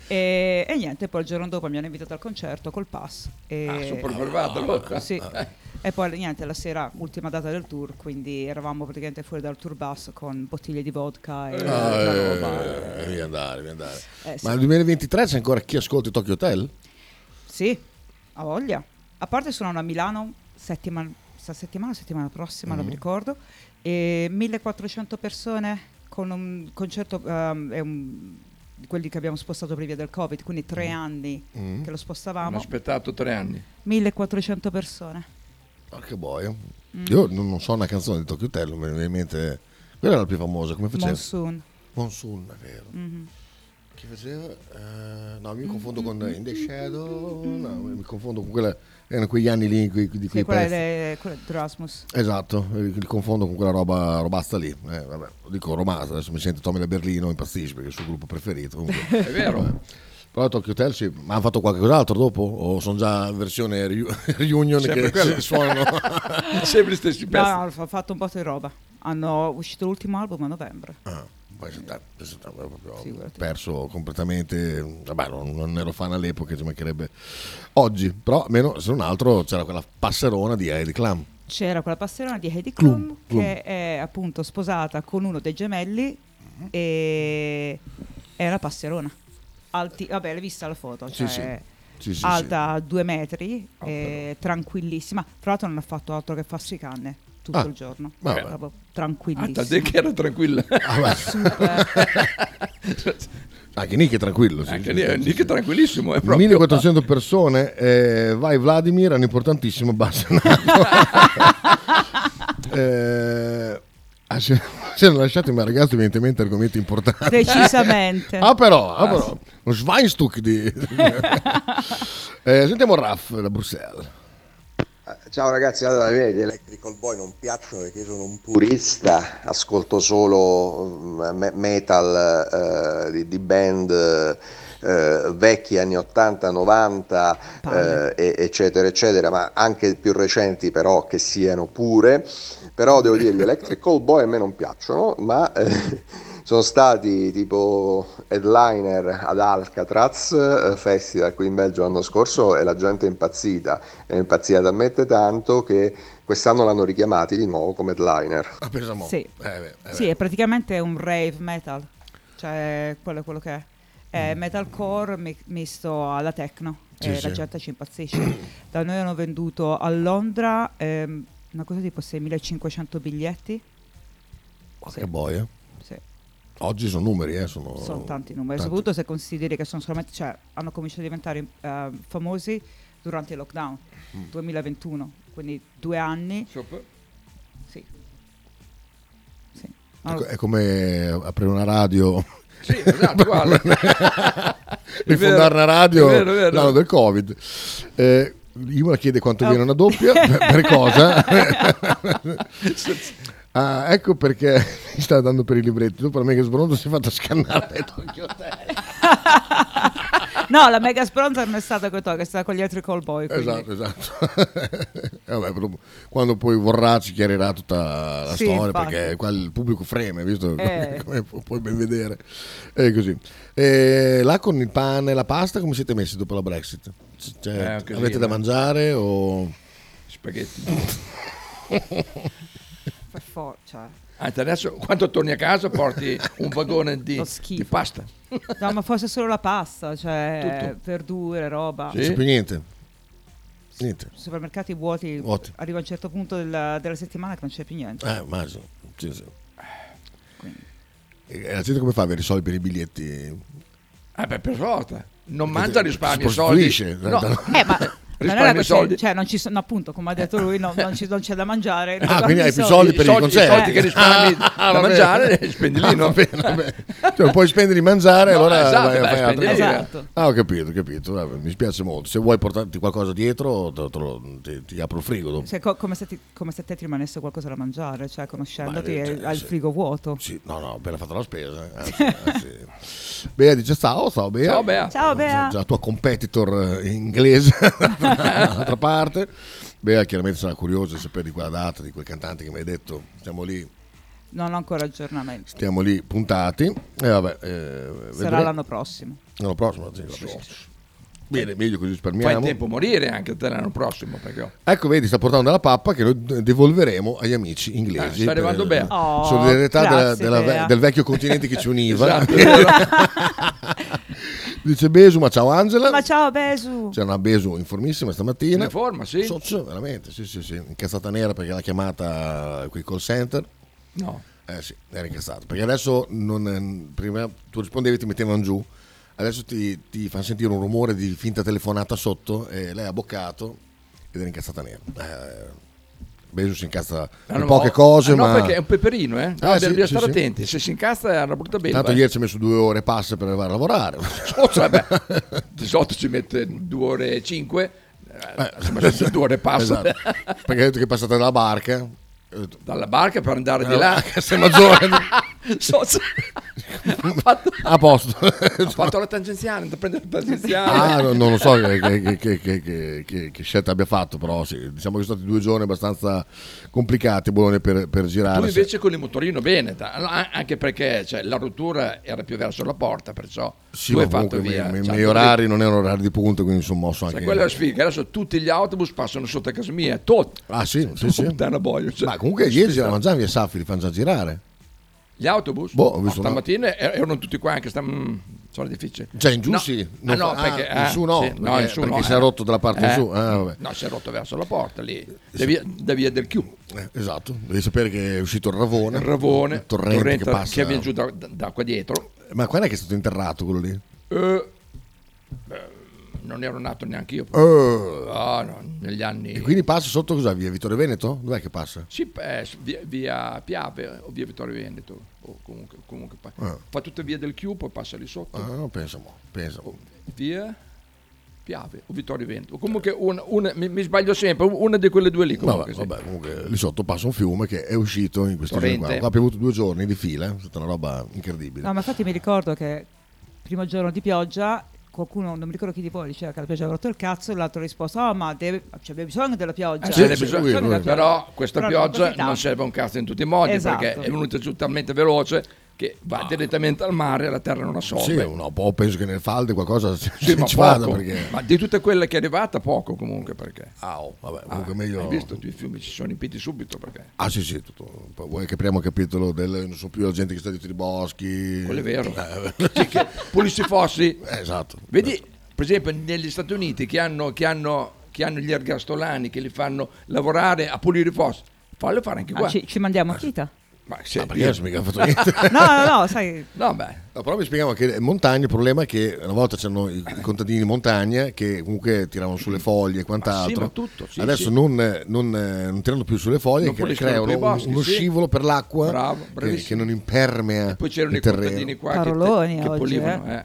[SPEAKER 22] e, e niente, poi il giorno dopo mi hanno invitato al concerto col pass. E,
[SPEAKER 1] Ah, super privato, allora.
[SPEAKER 22] Sì.
[SPEAKER 18] Ah.
[SPEAKER 22] E poi niente, la sera, ultima data del tour, quindi eravamo praticamente fuori dal tour bus con bottiglie di vodka e
[SPEAKER 18] Ah,
[SPEAKER 22] una roba.
[SPEAKER 18] eh, via andare, via andare.
[SPEAKER 22] Eh, sì.
[SPEAKER 18] Ma nel 2023 c'è ancora chi ascolta il Tokyo Hotel?
[SPEAKER 22] Sì, ha voglia. A parte suonano a Milano settimana, sta settimana, settimana prossima, non mi
[SPEAKER 1] Mm.
[SPEAKER 18] Mhm.
[SPEAKER 22] ricordo. E 1400 persone con un concerto ehm, è un- di quelli che abbiamo spostato per via del Covid, quindi tre anni che
[SPEAKER 1] Mm.
[SPEAKER 22] lo
[SPEAKER 1] Hanno
[SPEAKER 22] spostavamo.
[SPEAKER 1] aspettato tre anni.
[SPEAKER 22] 1400 persone.
[SPEAKER 18] Ah, che boia.
[SPEAKER 22] Mm.
[SPEAKER 18] Io non, non so una canzone di Tokyo Hotel, non mi viene in mente. Quella era la più famosa, come faceva?
[SPEAKER 22] Monsoon.
[SPEAKER 18] Monsoon, è vero.
[SPEAKER 22] Mhm.
[SPEAKER 18] Che faceva? Eh, no, mi confondo con In the Shadow. No, mi confondo con quella. Erano quegli anni lì in cui- di
[SPEAKER 22] Sì,
[SPEAKER 18] quei
[SPEAKER 22] quella
[SPEAKER 18] pezzi.
[SPEAKER 22] è quella di Rasmus.
[SPEAKER 18] Esatto, eh, li confondo con quella roba robasta lì. Eh, vabbè, lo dico romasta, adesso mi sente Tommy da Berlino, impazzisce perché è il suo gruppo preferito. comunque. Eh,
[SPEAKER 1] È vero.
[SPEAKER 18] Però Tokyo Hotel sì, ma hanno fatto qualche cos'altro dopo? O sono già in versione riu- reunion
[SPEAKER 1] Sempre
[SPEAKER 18] che
[SPEAKER 1] quello.
[SPEAKER 18] si suonano?
[SPEAKER 1] Sempre gli stessi
[SPEAKER 22] No,
[SPEAKER 1] pezzi.
[SPEAKER 22] no, ho fatto un po' di roba. Hanno uscito l'ultimo album a novembre.
[SPEAKER 18] Ah, poi si sta- si sta proprio perso completamente. Vabbè, non, non ero fan all'epoca, ci mancherebbe oggi. Però almeno se non altro c'era quella passerona di Heidi Klum.
[SPEAKER 22] C'era quella passerona di Heidi
[SPEAKER 18] Klum,
[SPEAKER 22] Klum
[SPEAKER 18] Klum.
[SPEAKER 22] che è appunto sposata con uno dei gemelli
[SPEAKER 18] Mm-hmm.
[SPEAKER 22] e è una passerona. Alti- vabbè, l'hai vista la foto?
[SPEAKER 18] Sì,
[SPEAKER 22] Cioè,
[SPEAKER 18] sì. Sì, Ah, sì,
[SPEAKER 22] alta due metri, eh, tranquillissima. Tra l'altro non ha fatto altro che farsi canne tutto
[SPEAKER 1] Ah,
[SPEAKER 22] il giorno. Cioè,
[SPEAKER 1] vabbè.
[SPEAKER 22] Proprio
[SPEAKER 1] Ah,
[SPEAKER 22] tranquillissima. Ah,
[SPEAKER 1] tant'è che era tranquilla.
[SPEAKER 18] Anche Nick è tranquillo. Sì,
[SPEAKER 1] Anche lì,
[SPEAKER 18] sì, sì,
[SPEAKER 1] Nick
[SPEAKER 18] sì.
[SPEAKER 1] è tranquillissimo. eh. È proprio...
[SPEAKER 18] 1400 persone, eh, vai Vladimir, è un importantissimo bassonato. eh, ah, se, se non lasciate ma ragazzi evidentemente argomenti importanti.
[SPEAKER 22] Decisamente.
[SPEAKER 18] ah però, ah,
[SPEAKER 22] Ah,
[SPEAKER 18] però, uno Schweinstuck di... Eh, sentiamo Raff da Bruxelles.
[SPEAKER 23] Ciao ragazzi, allora a me gli Electrical Boy non piacciono perché io sono un purista, ascolto solo mm, me- metal eh, di, di band eh, vecchi anni 80, 90, eh, e- eccetera, eccetera, ma anche più recenti però che siano pure, però devo dire gli Electrical Boy a me non piacciono, ma eh, sono stati tipo headliner ad Alcatraz eh, Festival qui in Belgio l'anno scorso e la gente è impazzita, è impazzita talmente tanto che quest'anno l'hanno richiamati di nuovo come headliner.
[SPEAKER 18] Ah, pensa mo'.
[SPEAKER 22] Sì.
[SPEAKER 18] Eh, beh, eh,
[SPEAKER 22] Sì,
[SPEAKER 18] beh.
[SPEAKER 22] è praticamente un rave metal, cioè quello è quello che è. È metalcore mi- misto alla techno
[SPEAKER 18] Mm. Sì,
[SPEAKER 22] e
[SPEAKER 18] sì.
[SPEAKER 22] la gente ci impazzisce. Da noi hanno venduto a Londra ehm, una cosa tipo 6500 biglietti.
[SPEAKER 18] Che boia.
[SPEAKER 22] Sì.
[SPEAKER 18] Oggi sono numeri, eh, sono,
[SPEAKER 22] Sono tanti numeri,
[SPEAKER 18] tanti.
[SPEAKER 22] soprattutto se consideri che sono solamente, cioè, hanno cominciato a diventare eh, famosi durante il lockdown
[SPEAKER 18] Mm.
[SPEAKER 22] 2021, quindi due anni. Sì.
[SPEAKER 18] È
[SPEAKER 1] Ah.
[SPEAKER 18] co- Ecco, È come aprire una radio.
[SPEAKER 22] Sì, esatto, uguale. È vero,
[SPEAKER 18] Rifondare una radio
[SPEAKER 1] è vero, è vero. Ah.
[SPEAKER 18] l'anno del Covid. Eh, Imola chiede quanto viene una doppia, per, per cosa? Ah, ecco perché mi sta dando per i libretti. Dopo la mega sbronzo si è fatta scannare.
[SPEAKER 22] No, la Mega Spronza non è stata con Tokyo, è stata con gli altri callboy. quindi.
[SPEAKER 18] esatto, esatto. Eh, vabbè, però quando poi vorrà ci chiarirà tutta la
[SPEAKER 22] Sì,
[SPEAKER 18] storia
[SPEAKER 22] infatti.
[SPEAKER 18] perché qua il pubblico freme, visto
[SPEAKER 22] Eh.
[SPEAKER 18] come pu- puoi ben vedere. E così. Eh, là con il pane e la pasta come siete messi dopo la Brexit? C- cioè,
[SPEAKER 1] Eh, un casino,
[SPEAKER 18] avete da
[SPEAKER 1] eh.
[SPEAKER 18] mangiare o...
[SPEAKER 1] Spaghetti.
[SPEAKER 22] Per forza.
[SPEAKER 1] Anzi, adesso quando torni a casa porti un vagone di, di pasta.
[SPEAKER 22] No, ma fosse solo la pasta, cioè
[SPEAKER 1] Tutto.
[SPEAKER 22] verdure, roba.
[SPEAKER 18] Non c'è più niente? Niente.
[SPEAKER 22] Supermercati vuoti,
[SPEAKER 18] Vuoti.
[SPEAKER 22] arriva a un certo punto della, della settimana che non c'è più niente.
[SPEAKER 18] Eh, immagino. Sì, sì. E la gente come fa a avere i soldi per i biglietti?
[SPEAKER 1] Eh beh, per forza. Non
[SPEAKER 18] Perché
[SPEAKER 1] mangia
[SPEAKER 18] si
[SPEAKER 1] risparmio soldi.
[SPEAKER 18] prostituisce,
[SPEAKER 1] No.
[SPEAKER 18] tanto. Eh, ma-
[SPEAKER 22] Ma non è
[SPEAKER 1] Risparmia i
[SPEAKER 22] perché-
[SPEAKER 1] soldi.
[SPEAKER 22] cioè, non ci sono, no, appunto, come ha detto lui, no, non, ci- non c'è da mangiare.
[SPEAKER 18] Ah,
[SPEAKER 22] non
[SPEAKER 18] quindi
[SPEAKER 22] ci
[SPEAKER 18] hai più
[SPEAKER 22] sono.
[SPEAKER 18] soldi per i concerti.
[SPEAKER 1] Eh, soldi che risparmi da
[SPEAKER 18] va bene.
[SPEAKER 1] mangiare,
[SPEAKER 22] eh,
[SPEAKER 1] li spendi lì,
[SPEAKER 18] Ah,
[SPEAKER 1] no?
[SPEAKER 18] va bene, va bene. Cioè, puoi spendere di mangiare,
[SPEAKER 1] No,
[SPEAKER 18] allora
[SPEAKER 1] esatto,
[SPEAKER 18] vai
[SPEAKER 1] dai,
[SPEAKER 18] a fare
[SPEAKER 1] spendi
[SPEAKER 18] altre
[SPEAKER 1] lì,
[SPEAKER 18] cose.
[SPEAKER 1] esatto.
[SPEAKER 18] Ah, ho capito, ho capito. Vabbè, mi spiace molto. Se vuoi portarti qualcosa dietro, te- te lo- ti, ti apro il frigo dopo.
[SPEAKER 22] Cioè, co- come, se ti, come se a te ti rimanesse qualcosa da mangiare, cioè conoscendoti
[SPEAKER 18] Ma, cioè,
[SPEAKER 22] hai- hai il
[SPEAKER 18] sì.
[SPEAKER 22] frigo vuoto.
[SPEAKER 18] Sì, no, no, appena fatta la spesa. eh, Anzi, anzi. Bea dice ciao, ciao Bea.
[SPEAKER 22] Ciao, Bea. Ciao, Bea.
[SPEAKER 18] Già la tua competitor eh, inglese dall'altra parte. Bea chiaramente sarà curiosa di sapere di quella data, di quel cantante che mi hai detto. Siamo lì,
[SPEAKER 22] Non ho ancora aggiornamenti.
[SPEAKER 18] stiamo lì puntati. E vabbè, eh,
[SPEAKER 22] Sarà
[SPEAKER 18] vedremo.
[SPEAKER 22] l'anno prossimo.
[SPEAKER 18] L'anno prossimo, sì, vabbè, sì. Bene, meglio così risparmiamo.
[SPEAKER 1] Fai in tempo a morire anche te l'anno prossimo. Perché oh,
[SPEAKER 18] Ecco, vedi, sta portando la pappa che noi de- devolveremo agli amici inglesi. Eh,
[SPEAKER 1] Ah, sta arrivando
[SPEAKER 18] per-
[SPEAKER 1] Bea. Oh,
[SPEAKER 18] solidarietà della-
[SPEAKER 1] grazie,
[SPEAKER 18] della ve-
[SPEAKER 1] Bea.
[SPEAKER 18] del vecchio continente che ci univa.
[SPEAKER 1] Esatto, è vero. Esatto.
[SPEAKER 18] Dice Besu, ma ciao Angela.
[SPEAKER 22] Ma ciao Besu!
[SPEAKER 18] C'è una Besu informissima stamattina.
[SPEAKER 1] in forma, sì.
[SPEAKER 18] Sozzo, veramente, sì, sì, sì. Incazzata nera perché l'ha chiamata qui call center.
[SPEAKER 1] No.
[SPEAKER 18] Eh sì, era incazzato. Perché adesso non- prima tu rispondevi e ti mettevano giù. Adesso ti, ti fanno sentire un rumore di finta telefonata sotto e lei ha boccato ed era incazzata nera. Eh, Bezos si incazza
[SPEAKER 1] Ah,
[SPEAKER 18] in
[SPEAKER 1] no,
[SPEAKER 18] poche
[SPEAKER 1] oh,
[SPEAKER 18] cose,
[SPEAKER 1] ah, no,
[SPEAKER 18] ma...
[SPEAKER 1] perché è un peperino, eh. No,
[SPEAKER 18] Ah, sì,
[SPEAKER 1] bisogna
[SPEAKER 18] sì,
[SPEAKER 1] stare
[SPEAKER 18] sì.
[SPEAKER 1] attenti. Se si incasta è una brutta bella.
[SPEAKER 18] Tanto
[SPEAKER 1] eh.
[SPEAKER 18] ieri ci ha messo due ore e passa per arrivare a lavorare.
[SPEAKER 1] Vabbè, di solito ci mette 2 ore e 5. Insomma, sono due ore e passa.
[SPEAKER 18] Esatto. Perché ha detto che è passata dalla barca.
[SPEAKER 1] Dalla barca per andare di là.
[SPEAKER 18] Sei maggiore.
[SPEAKER 1] So- so- ha fatto,
[SPEAKER 18] A posto.
[SPEAKER 1] ha fatto la tangenziale, da prendere la tangenziale.
[SPEAKER 18] Ah, no, non lo so che, che- che- che- che- che- che scelta abbia fatto, però sì, diciamo che sono stati due giorni abbastanza complicati a Bologna per, per girare.
[SPEAKER 1] Tu invece con il motorino bene, ta- a- anche perché cioè, la rottura era più verso la porta, perciò
[SPEAKER 18] Sì,
[SPEAKER 1] tu
[SPEAKER 18] ma
[SPEAKER 1] hai fatto
[SPEAKER 18] comunque i
[SPEAKER 1] via.
[SPEAKER 18] miei- i
[SPEAKER 1] Cioè,
[SPEAKER 18] miei orari non erano orari di punto, quindi mi sono mosso
[SPEAKER 1] Cioè,
[SPEAKER 18] anche...
[SPEAKER 1] quella è la sfiga, adesso tutti gli autobus passano sotto a casa mia, tutti.
[SPEAKER 18] Ah sì, sì, sì.
[SPEAKER 1] Puttana boia, cioè.
[SPEAKER 18] Ma comunque ieri giravano già via Saffi, li fanno già girare.
[SPEAKER 1] Gli autobus?
[SPEAKER 18] Boh, ho visto
[SPEAKER 1] Oh, stamattina er- erano tutti qua, anche sta... mm, sono difficile.
[SPEAKER 18] Cioè in giù
[SPEAKER 1] No.
[SPEAKER 18] sì.
[SPEAKER 1] Ah, no,
[SPEAKER 18] fa-
[SPEAKER 1] perché,
[SPEAKER 18] in
[SPEAKER 1] eh,
[SPEAKER 18] su no,
[SPEAKER 1] sì,
[SPEAKER 18] perché,
[SPEAKER 1] no, in su
[SPEAKER 18] perché
[SPEAKER 1] no,
[SPEAKER 18] si è
[SPEAKER 1] eh.
[SPEAKER 18] rotto dalla parte in
[SPEAKER 1] Eh.
[SPEAKER 18] su. Ah, vabbè.
[SPEAKER 1] No, si è rotto verso la porta lì, da via, da via del Chiù.
[SPEAKER 18] Eh, Esatto, devi sapere che è uscito il Ravone.
[SPEAKER 1] Il Ravone,
[SPEAKER 18] il torrente, che passa.
[SPEAKER 1] viene giù da, da- da qua dietro.
[SPEAKER 18] Ma quando è che è stato interrato quello lì?
[SPEAKER 1] Eh, beh, non ero nato neanche io. Ah, no, negli anni...
[SPEAKER 18] Eh. E quindi passa sotto cosa? Via Vittorio Veneto? Dov'è che passa?
[SPEAKER 1] Sì, eh, via, via Piave o via Vittorio Veneto, o comunque, comunque pa-
[SPEAKER 18] Ah.
[SPEAKER 1] fa tutta via del Chiù, poi passa lì sotto,
[SPEAKER 18] Ah, no, pensa mo, pensa mo.
[SPEAKER 1] via Piave o Vittorio Veneto. Comunque un- un- mi, mi sbaglio sempre, una di quelle due lì. Comunque,
[SPEAKER 18] Vabbè,
[SPEAKER 1] sì.
[SPEAKER 18] vabbè, comunque lì sotto passa un fiume che è uscito in questi giorni
[SPEAKER 1] Torrente.
[SPEAKER 18] qua. Qua ha piovuto due giorni di fila, è stata una roba incredibile.
[SPEAKER 22] No, ma infatti mi ricordo che il primo giorno di pioggia qualcuno, non mi ricordo chi di voi, diceva che la pioggia aveva rotto il cazzo e l'altro ha risposto, oh ma deve- cioè, abbiamo bisogno della pioggia.
[SPEAKER 1] Eh, ce n'è
[SPEAKER 22] Abbiamo
[SPEAKER 1] bisogno-
[SPEAKER 22] bisogno della pioggia."
[SPEAKER 1] Però questa
[SPEAKER 22] Però
[SPEAKER 1] pioggia
[SPEAKER 22] così tanto.
[SPEAKER 1] non serve un cazzo in tutti i modi
[SPEAKER 22] Esatto.
[SPEAKER 1] perché è venuta giù talmente veloce che va direttamente al mare e la terra non
[SPEAKER 18] Ah. Sì,
[SPEAKER 1] assorbe.
[SPEAKER 18] no, poi penso che nel falde qualcosa ci
[SPEAKER 1] Sì, ma
[SPEAKER 18] ci vada
[SPEAKER 1] poco.
[SPEAKER 18] perché...
[SPEAKER 1] Ma di tutte quelle che è arrivata, poco comunque perché.
[SPEAKER 18] Ah, vabbè, comunque meglio-
[SPEAKER 1] Hai visto, i fiumi si sono riempiti subito perché.
[SPEAKER 18] Ah sì sì, tutto. Poi vuoi che apriamo il capitolo del non so più la gente che sta dietro i boschi.
[SPEAKER 1] Quello è vero.
[SPEAKER 18] Eh,
[SPEAKER 1] Sì, che pulissi fossi.
[SPEAKER 18] esatto.
[SPEAKER 1] Vedi, per esempio, negli Stati Uniti che hanno, che hanno, che hanno gli ergastolani che li fanno lavorare a pulire i fossi, fallo fare anche
[SPEAKER 22] Ah,
[SPEAKER 1] qua.
[SPEAKER 22] ci, ci mandiamo a Chita.
[SPEAKER 1] Ma sì,
[SPEAKER 18] Ah, perché adesso mica ho fatto niente.
[SPEAKER 22] no, no, no, sai.
[SPEAKER 1] No, beh.
[SPEAKER 18] No, però mi spiegavo che in montagna il problema è che una volta c'erano i i contadini in montagna che comunque tiravano sulle foglie e quant'altro.
[SPEAKER 1] Ah, ma tutto, sì,
[SPEAKER 18] Adesso
[SPEAKER 1] sì.
[SPEAKER 18] Non, non, eh, non tirano più sulle foglie
[SPEAKER 1] Non
[SPEAKER 18] che
[SPEAKER 1] puliscono più
[SPEAKER 18] creano
[SPEAKER 1] i boschi,
[SPEAKER 18] uno
[SPEAKER 1] sì.
[SPEAKER 18] scivolo per l'acqua
[SPEAKER 1] Bravo,
[SPEAKER 18] che- che,
[SPEAKER 1] bravissimo.
[SPEAKER 18] non impermea
[SPEAKER 1] Poi c'erano
[SPEAKER 18] il
[SPEAKER 1] i
[SPEAKER 18] terreno.
[SPEAKER 1] contadini qua
[SPEAKER 22] Paroloni
[SPEAKER 1] che, te- che
[SPEAKER 22] oggi,
[SPEAKER 1] pulivano. eh.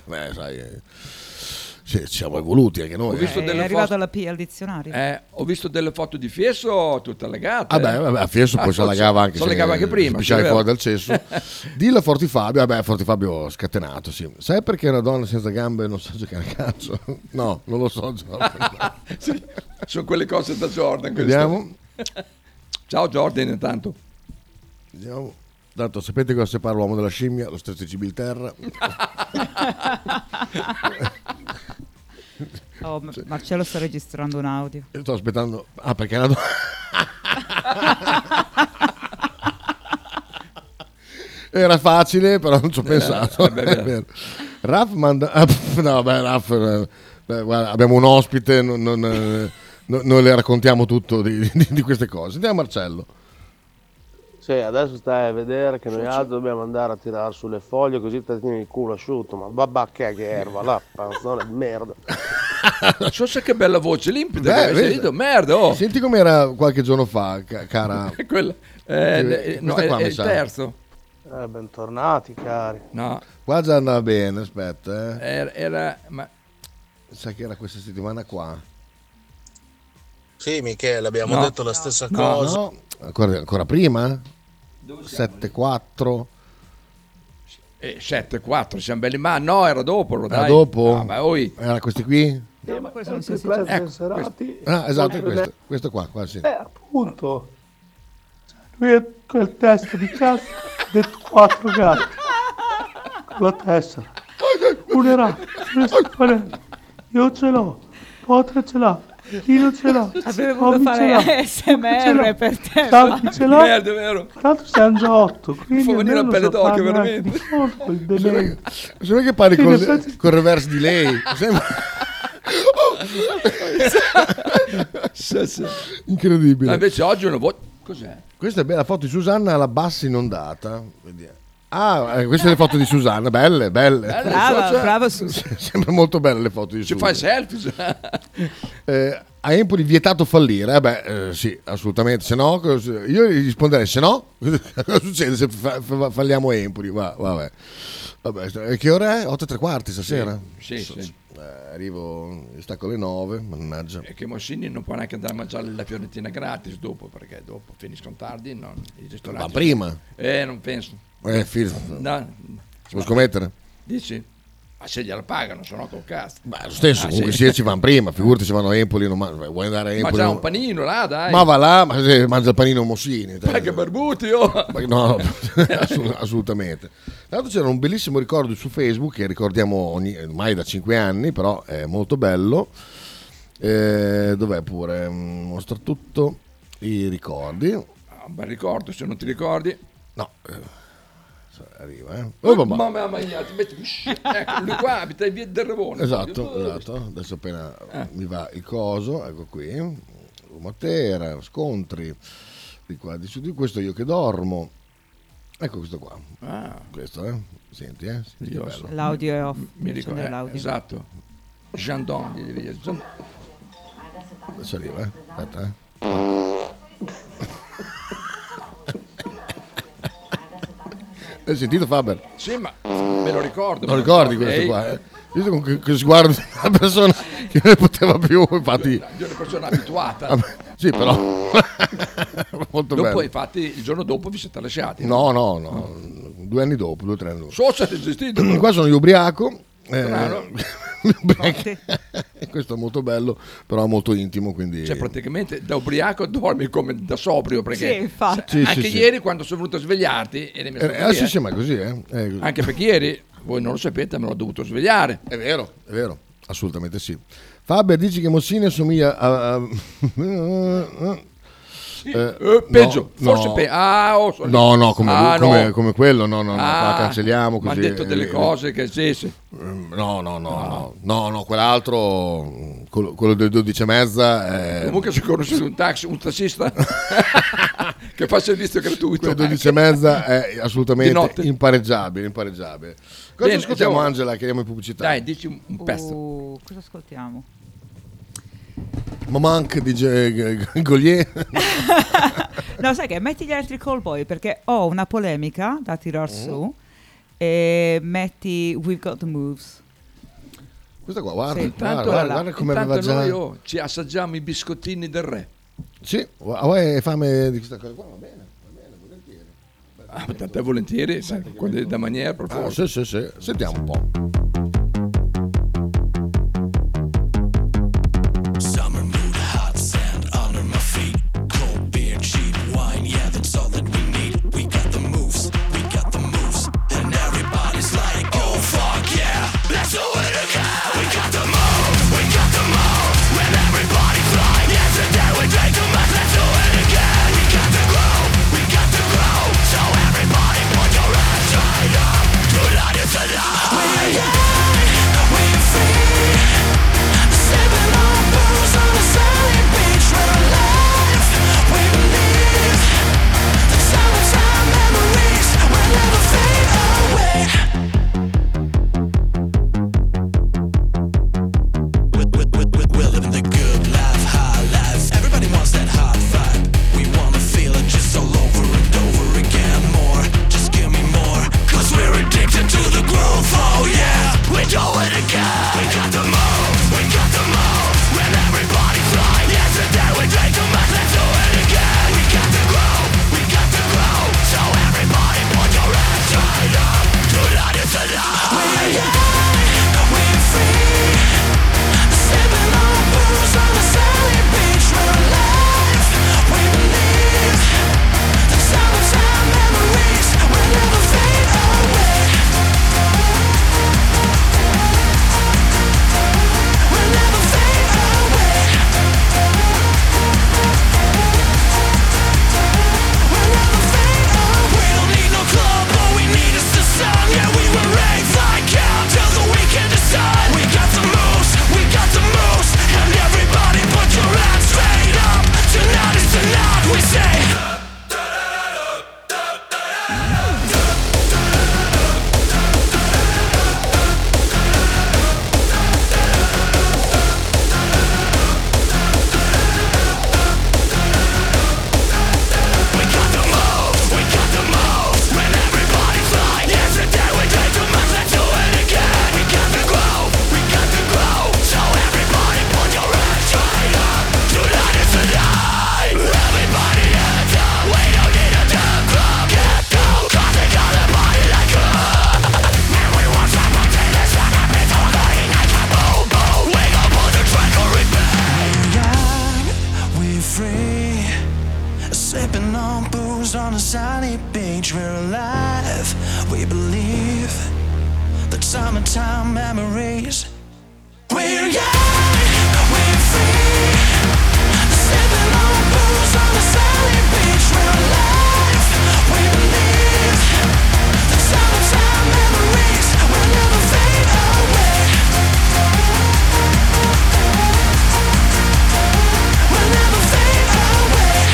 [SPEAKER 18] Beh, sai, eh, sì, ci siamo evoluti anche noi.
[SPEAKER 1] Ho visto
[SPEAKER 22] Eh,
[SPEAKER 1] delle
[SPEAKER 22] è arrivato
[SPEAKER 1] foto-
[SPEAKER 22] alla P al dizionario.
[SPEAKER 1] Eh, ho visto delle foto di Fieso tutte allagate.
[SPEAKER 18] Ah beh, vabbè, a Fieso poi si allagava anche,
[SPEAKER 1] si allagava anche prima. sì,
[SPEAKER 18] Pisciare
[SPEAKER 1] vero.
[SPEAKER 18] fuori dal cesso. Dillo a Fortifabio, vabbè, Fortifabio scatenato, sì. Sai perché una donna senza gambe non sa giocare a calcio? No, non lo so. Giorgio.
[SPEAKER 1] Sì, sono quelle cose da Jordan. queste.
[SPEAKER 18] Vediamo.
[SPEAKER 1] Ciao Jordan intanto.
[SPEAKER 18] Vediamo. Tanto sapete cosa separa l'uomo dalla scimmia? Lo stretto di Gibilterra.
[SPEAKER 1] eh.
[SPEAKER 22] Oh, ma- Marcello sta registrando un audio.
[SPEAKER 18] Io sto aspettando... Ah, perché è una donna... Era facile, però non ci ho pensato.
[SPEAKER 1] Eh, vabbè,
[SPEAKER 18] È
[SPEAKER 1] vero.
[SPEAKER 18] vero. Raff manda... ah, pff, no, beh, Raff... eh, beh, guarda, abbiamo un ospite, non, non, eh, no- non le raccontiamo tutto di, di- di queste cose. Andiamo a Marcello.
[SPEAKER 24] Cioè, adesso stai a vedere che noi altri dobbiamo andare a tirare sulle foglie così ti tieni il culo asciutto. Ma babà che è che erba, la panzone di merda.
[SPEAKER 1] So se che bella voce limpida.
[SPEAKER 18] Beh,
[SPEAKER 1] che
[SPEAKER 18] vedi.
[SPEAKER 1] avete detto, merda, oh.
[SPEAKER 18] Senti com'era qualche giorno fa, ca- cara...
[SPEAKER 1] Quella- eh, no, è- è il terzo.
[SPEAKER 24] Eh, bentornati, cari.
[SPEAKER 1] No,
[SPEAKER 18] Qua già andava bene, aspetta. Eh.
[SPEAKER 1] era, Er, era- ma
[SPEAKER 18] Sai che era questa settimana qua?
[SPEAKER 25] Sì, Michele, abbiamo
[SPEAKER 18] No.
[SPEAKER 25] detto la stessa
[SPEAKER 18] No,
[SPEAKER 25] cosa.
[SPEAKER 18] no. Ancora, ancora prima? 7-4.
[SPEAKER 1] eh, 7-4, siamo belli, ma no, era dopo. Era
[SPEAKER 18] Era dopo?
[SPEAKER 1] ma oi.
[SPEAKER 18] Era questi qui?
[SPEAKER 24] ma questo non si
[SPEAKER 1] Ecco,
[SPEAKER 18] Ah, esatto, è questo. Questo qua, qua sì.
[SPEAKER 24] appunto. Lui è quel testo di cazzo del quattro gatti. Con la tessera. Unerà. Io ce l'ho. Potre ce l'ha. Chino ce l'ha.
[SPEAKER 22] Avrei voluto fare ASMR per te.
[SPEAKER 24] Tanti
[SPEAKER 22] ma-
[SPEAKER 24] ce l'ha.
[SPEAKER 1] Merda, è vero.
[SPEAKER 24] Tanto sei un giotto, quindi
[SPEAKER 1] fa venire la
[SPEAKER 24] almeno
[SPEAKER 1] pelle
[SPEAKER 24] so
[SPEAKER 1] d'occhio,
[SPEAKER 24] farne anche
[SPEAKER 1] veramente.
[SPEAKER 24] un colpo, il demente.
[SPEAKER 18] Sembra che parli
[SPEAKER 24] Sì,
[SPEAKER 18] col,
[SPEAKER 24] in effetti-
[SPEAKER 18] col reverse di lei. Sembra
[SPEAKER 1] Sì, sì. Ma
[SPEAKER 18] incredibile.
[SPEAKER 1] invece oggi è una voce. Cos'è?
[SPEAKER 18] Questa è bella foto di Susanna alla bassa inondata. Vediamo. Ah, eh, queste sono le foto di Susanna, belle, belle.
[SPEAKER 1] Belle, Brava, Susanna. brava Susanna.
[SPEAKER 18] Sempre molto belle le foto di
[SPEAKER 1] Ci
[SPEAKER 18] Susanna.
[SPEAKER 1] fai selfie?
[SPEAKER 18] Eh, a Empoli vietato fallire, eh beh, eh, sì, assolutamente. Se no, cosa- io gli risponderei: se no, cosa succede se fa- fa- falliamo Empoli? Va- vabbè. Vabbè, sta- eh, che ora è? 8 e tre quarti stasera?
[SPEAKER 1] Sì, sì.
[SPEAKER 18] Eh, arrivo, stacco alle 9. Mannaggia,
[SPEAKER 1] E che Mossini non può neanche andare a mangiare la fiorentina gratis dopo, perché dopo finiscono tardi. Non, i ristoranti-
[SPEAKER 18] Ma prima?
[SPEAKER 1] Eh, non penso.
[SPEAKER 18] eh, Phil,
[SPEAKER 1] No,
[SPEAKER 18] si può scommettere?
[SPEAKER 1] dici? Ma se gliela pagano, sennò col cazzo.
[SPEAKER 18] Ma Lo stesso, comunque,
[SPEAKER 1] Ah, sì.
[SPEAKER 18] se ci vanno prima, figurati, ci vanno a Empoli. Non ma- vuoi andare a
[SPEAKER 1] Ma
[SPEAKER 18] Empoli?
[SPEAKER 1] già
[SPEAKER 18] non-
[SPEAKER 1] un panino là, dai.
[SPEAKER 18] ma va là, ma se mangia il panino Mossini. te-
[SPEAKER 1] Ma che barbuti, oh.
[SPEAKER 18] Ma- No, assu- assolutamente. Tra l'altro c'era un bellissimo ricordo su Facebook che ricordiamo ogni- ormai da 5 anni, però è molto bello. Eh, dov'è pure? Mm, Mostra tutto i ricordi.
[SPEAKER 1] Ah, Un bel ricordo, se non ti ricordi.
[SPEAKER 18] No. eh, Arriva, eh. Oh, mamma.
[SPEAKER 1] Mamma mia, ti metti... Ecco, lui qua abita in via del Oh. Revone.
[SPEAKER 18] Esatto,
[SPEAKER 1] proprio.
[SPEAKER 18] esatto. Adesso appena
[SPEAKER 1] Eh.
[SPEAKER 18] mi va il coso, ecco qui. Matera, scontri di qua, di su di questo io che dormo. Ecco questo qua.
[SPEAKER 1] Ah.
[SPEAKER 18] Questo, eh. Senti, eh. Senti che
[SPEAKER 1] Io
[SPEAKER 18] bello.
[SPEAKER 1] so-
[SPEAKER 22] L'audio è off,
[SPEAKER 1] Mi
[SPEAKER 22] devi
[SPEAKER 1] ricordo,
[SPEAKER 22] accendere
[SPEAKER 1] eh,
[SPEAKER 22] l'audio.
[SPEAKER 1] esatto. Jandon, gli devi dire. Jean-
[SPEAKER 18] Adesso arriva, eh. Aspetta, eh. Hai sentito Faber?
[SPEAKER 1] Sì, ma me lo ricordo.
[SPEAKER 18] Non ricordi questo
[SPEAKER 1] Ehi,
[SPEAKER 18] qua? Eh? Io sono con che, che sguardo di una persona che non ne poteva Eh, più, infatti...
[SPEAKER 1] Io ero persona abituata.
[SPEAKER 18] Vabbè, sì, però... Molto
[SPEAKER 1] dopo,
[SPEAKER 18] bello.
[SPEAKER 1] infatti, il giorno dopo vi siete lasciati.
[SPEAKER 18] No, no, no. Due anni dopo, due o tre anni dopo.
[SPEAKER 1] So se siete esistito.
[SPEAKER 18] Qua sono io ubriaco. eh,
[SPEAKER 1] Strano.
[SPEAKER 18] Perché- questo è molto bello, però molto intimo. Quindi...
[SPEAKER 1] Cioè, praticamente da ubriaco dormi come da sobrio. Perché
[SPEAKER 22] Sì, infatti.
[SPEAKER 1] eh,
[SPEAKER 18] Sì, sì,
[SPEAKER 1] anche
[SPEAKER 18] sì.
[SPEAKER 1] ieri, quando sono venuto a svegliarti, e ne mi sono
[SPEAKER 18] Eh,
[SPEAKER 1] via,
[SPEAKER 18] ah, sì, sì, ma è così, eh. È così.
[SPEAKER 1] anche perché ieri, voi non lo sapete, me l'ho dovuto svegliare.
[SPEAKER 18] È vero, è vero, assolutamente sì. Faber dice che Mossini assomiglia a. a- Eh,
[SPEAKER 1] Eh, peggio,
[SPEAKER 18] no,
[SPEAKER 1] forse
[SPEAKER 18] no.
[SPEAKER 1] pe- ah, oh, sono-
[SPEAKER 18] No, no, come,
[SPEAKER 1] Ah, no.
[SPEAKER 18] come- come quello, no, no, no,
[SPEAKER 1] Ah,
[SPEAKER 18] la cancelliamo
[SPEAKER 1] Ma ha
[SPEAKER 18] così.
[SPEAKER 1] detto delle
[SPEAKER 18] eh,
[SPEAKER 1] cose che sì, sì.
[SPEAKER 18] No, no, no, no, no, no, quell'altro, mh, quello, quello del 12 e mezza, eh,
[SPEAKER 1] Comunque si è conosciuto un, tax, un tassista che fa servizio gratuito.
[SPEAKER 18] quello del 12 e mezza è
[SPEAKER 1] eh, Di
[SPEAKER 18] assolutamente
[SPEAKER 1] notte.
[SPEAKER 18] impareggiabile, impareggiabile. Cosa
[SPEAKER 1] Bene,
[SPEAKER 18] ascoltiamo
[SPEAKER 1] andiamo-
[SPEAKER 18] Angela, che andiamo in pubblicità?
[SPEAKER 1] Dai, dici un, un pezzo.
[SPEAKER 22] Uh, cosa ascoltiamo?
[SPEAKER 18] Ma manca di G- Golier.
[SPEAKER 22] No, sai che metti gli Electrical Boy perché ho una polemica da tirar
[SPEAKER 18] Mm.
[SPEAKER 22] su e metti We've Got the Moves.
[SPEAKER 18] Questa qua, guarda,
[SPEAKER 22] Sì.
[SPEAKER 18] guarda,
[SPEAKER 1] Intanto,
[SPEAKER 18] guarda, guarda come
[SPEAKER 1] intanto
[SPEAKER 18] aveva già...
[SPEAKER 1] noi oh, ci assaggiamo i biscottini del re.
[SPEAKER 18] Sì, gu- a voi hai fame di questa cosa qua, va bene.
[SPEAKER 1] Ah, tant'è volentieri, sai, quando è da maniera proprio.
[SPEAKER 18] Ah, sì, sì, sì, sentiamo un po'.
[SPEAKER 26] Summer mood, hot sand under my feet. Cold beer, cheap wine, yeah, that's all that we need. We got the moves, we got the moves. And everybody's like, oh fuck yeah, let's do it again. We got the moves, we got the moves. When everybody's like, yesterday we drank too much, let's do it again. We got the groove, we got the groove. So everybody put your hands right up. Tonight is the night. We're young, we're free. Sipping on booze on a sunny beach. We're alive, we believe. The summertime memories will never fade away. We're, we're, we're, we're living the good life, high life. Everybody wants that hot vibe. We wanna feel it just all over and over again. More, just give me more. Cause we're addicted to the groove, oh yeah. We do it again. We got the move, we got the move. When everybody's like, yesterday we drank too much, let's do it again. We got the groove, we got the groove. So everybody put your hands right up. Tonight is the night. We're young, we're free. Sipping on booze on a sunny beach. We're alive, we believe. The summertime memories will never fade away. Will never fade away. Will never fade away. We don't need no club, all we need is the sun. Yeah, we will rave like hell till the weekend is done. We got the moves, we got the moves, and everybody put your hands straight up. Tonight is the night we say. We're free, sipping on booze on a sunny beach. We're alive, we believe that summertime memories. We're young, we're free, sipping on booze on a sunny beach. We're alive, we believe that summertime memories will never fade away. Will never fade away.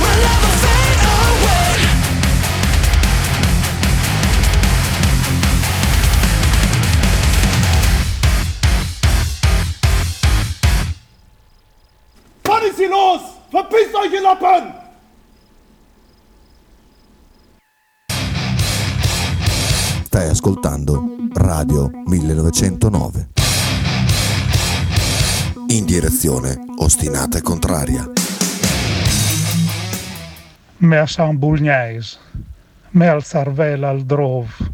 [SPEAKER 26] Will never fade away.
[SPEAKER 24] Wann ist hier los? Verpisst euch, ihr Lappen!
[SPEAKER 5] Stai ascoltando Radio 1909. In direzione ostinata e contraria.
[SPEAKER 10] me a San Bulgnais, me al Sarvel al Drov,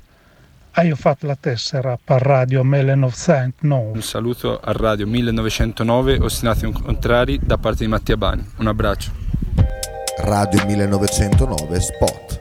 [SPEAKER 24] Ah, io ho fatto la tessera per Radio 1909.
[SPEAKER 27] Un saluto a Radio 1909, ostinati contrari, da parte di Mattia Bani. Un abbraccio.
[SPEAKER 5] Radio 1909 Spot.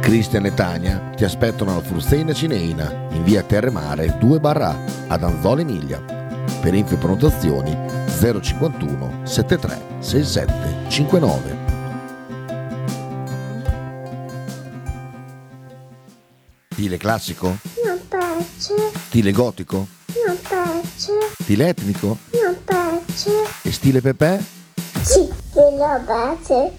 [SPEAKER 5] Cristian e Tania ti aspettano alla Fruzeina Cineina in via Terremare 2 barra ad Anzola Emilia. Per info e prenotazioni 051 73 67 59. Stile classico?
[SPEAKER 11] Non piace,
[SPEAKER 5] Stile gotico?
[SPEAKER 11] non piace,
[SPEAKER 5] Stile etnico?
[SPEAKER 11] non piace.
[SPEAKER 5] E stile Pepe?
[SPEAKER 11] Sì, quello piace.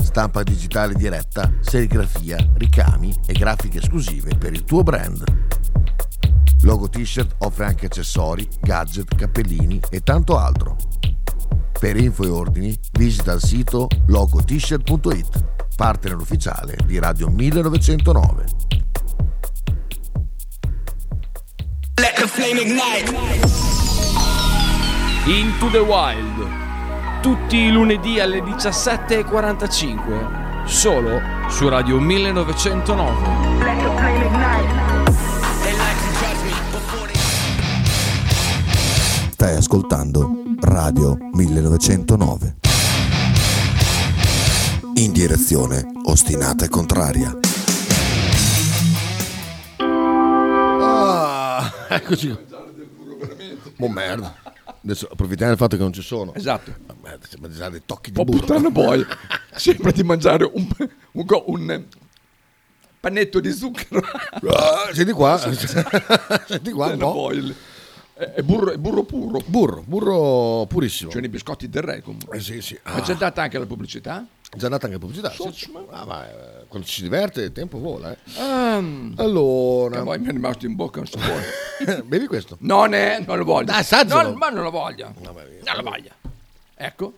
[SPEAKER 5] Stampa digitale diretta, serigrafia, ricami e grafiche esclusive per il tuo brand. Logo T-shirt offre anche accessori, gadget, cappellini e tanto altro. Per info e ordini visita il sito logotshirt.it, partner ufficiale di Radio 1909.
[SPEAKER 12] Let the flame ignite.
[SPEAKER 20] Into the Wild. Tutti i lunedì alle 17.45, solo su Radio 1909.
[SPEAKER 5] Stai ascoltando Radio 1909. In direzione ostinata e contraria.
[SPEAKER 18] Ah, eccoci. Oh merda. Adesso approfittiamo del fatto che non ci sono.
[SPEAKER 1] Esatto.
[SPEAKER 18] Merda, sembra di dare tocchi di
[SPEAKER 1] Oh
[SPEAKER 18] burro.
[SPEAKER 1] puttana poi, sembra di mangiare un, un co- un eh, panetto di zucchero.
[SPEAKER 18] Ah, Senti qua. Senti qua un
[SPEAKER 1] Puttana
[SPEAKER 18] po'.
[SPEAKER 1] boil. È è burro, è burro puro.
[SPEAKER 18] Burro, burro purissimo.
[SPEAKER 1] Cioè nei biscotti del re comunque.
[SPEAKER 18] Eh sì, sì.
[SPEAKER 1] Ma
[SPEAKER 18] Ah,
[SPEAKER 1] c'è andata anche la pubblicità?
[SPEAKER 18] già andata anche la pubblicità. sì, sì. Ah, ma, eh, quando ci si diverte il tempo vola. Eh.
[SPEAKER 1] allora... Che poi mi è rimasto in Ehm, bocca un sapore.
[SPEAKER 18] Bevi questo.
[SPEAKER 1] Non è, non lo voglio.
[SPEAKER 18] Dai, assaggialo.
[SPEAKER 1] Non- ma non lo voglio. non lo voglio. Ecco,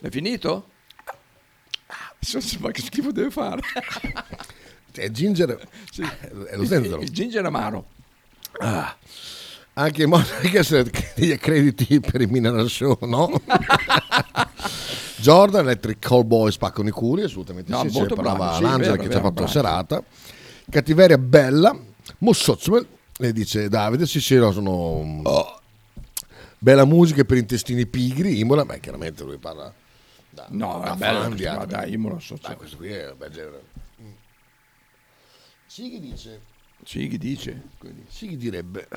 [SPEAKER 1] è finito? Ah, non so ma che schifo deve fare.
[SPEAKER 18] È ginger. È Ah, eh, lo zenzero.
[SPEAKER 1] Il, il ginger amaro.
[SPEAKER 18] Ah. Anche in Monaco degli accrediti per il Milan Show, no? Jordan, Electric Callboy spaccano i culi, assolutamente
[SPEAKER 1] No,
[SPEAKER 18] sì,
[SPEAKER 1] molto
[SPEAKER 18] ce ne parlava
[SPEAKER 1] bravo, sì,
[SPEAKER 18] l'Angela
[SPEAKER 1] vero,
[SPEAKER 18] che ci ha
[SPEAKER 1] vero,
[SPEAKER 18] fatto
[SPEAKER 1] bravo.
[SPEAKER 18] serata. Cattiveria bella, Mossozmel, le dice Davide, sì sì, no, sono... mm,
[SPEAKER 1] Oh.
[SPEAKER 18] Bella musica per intestini pigri, Imola, ma chiaramente lui parla da,
[SPEAKER 1] No,
[SPEAKER 18] da
[SPEAKER 1] è bello,
[SPEAKER 18] fan di
[SPEAKER 1] ma
[SPEAKER 18] Adam.
[SPEAKER 1] Ah, dai, io me lo so. certo.
[SPEAKER 18] Dai, questo qui è un bel genere. Mm. Sighi dice...
[SPEAKER 1] Sì, chi dice?
[SPEAKER 18] Sighi direbbe...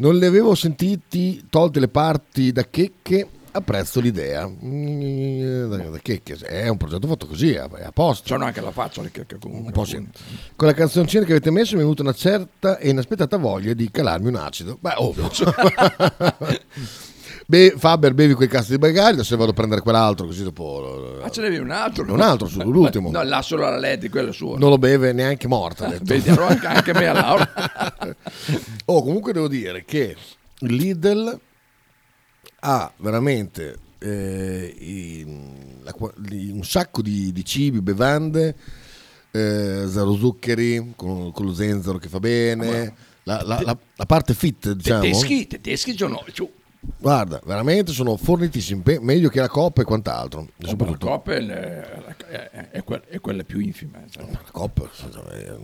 [SPEAKER 18] Non le avevo sentiti, tolte le parti da checche, apprezzo l'idea. Mm, Da da checche, è un progetto fatto così, è apposta.
[SPEAKER 1] C'hanno Cioè, anche la faccia le checche comunque.
[SPEAKER 18] Un po' sì. Con la canzoncina che avete messo mi è venuta una certa e inaspettata voglia di calarmi un acido. Beh, ovvio. Be- Faber, bevi quei cazzo di bagagli, adesso vado a prendere quell'altro così dopo...
[SPEAKER 1] Ah, ce n'avevi un altro?
[SPEAKER 18] Un altro, su- l'ultimo.
[SPEAKER 1] No, là solo la LED, quello suo.
[SPEAKER 18] Non lo beve neanche morta. ha detto.
[SPEAKER 1] Vederò anche, anche me a Laura.
[SPEAKER 18] Oh, comunque devo dire che il Lidl ha veramente eh, i- la qua- li- un sacco di, di cibi, bevande, eh, zero zuccheri con, con lo zenzero che fa
[SPEAKER 1] Ah,
[SPEAKER 18] bene, la, la- la- la parte fit diciamo.
[SPEAKER 1] Tedeschi, tedeschi, giorno, giù.
[SPEAKER 18] Guarda, veramente sono fornitissimi, pe- meglio che la coppa e quant'altro. E
[SPEAKER 1] La
[SPEAKER 18] soprattutto
[SPEAKER 1] coppa è, eh, è- è quella- è quella più infima. insomma.
[SPEAKER 18] la coppa.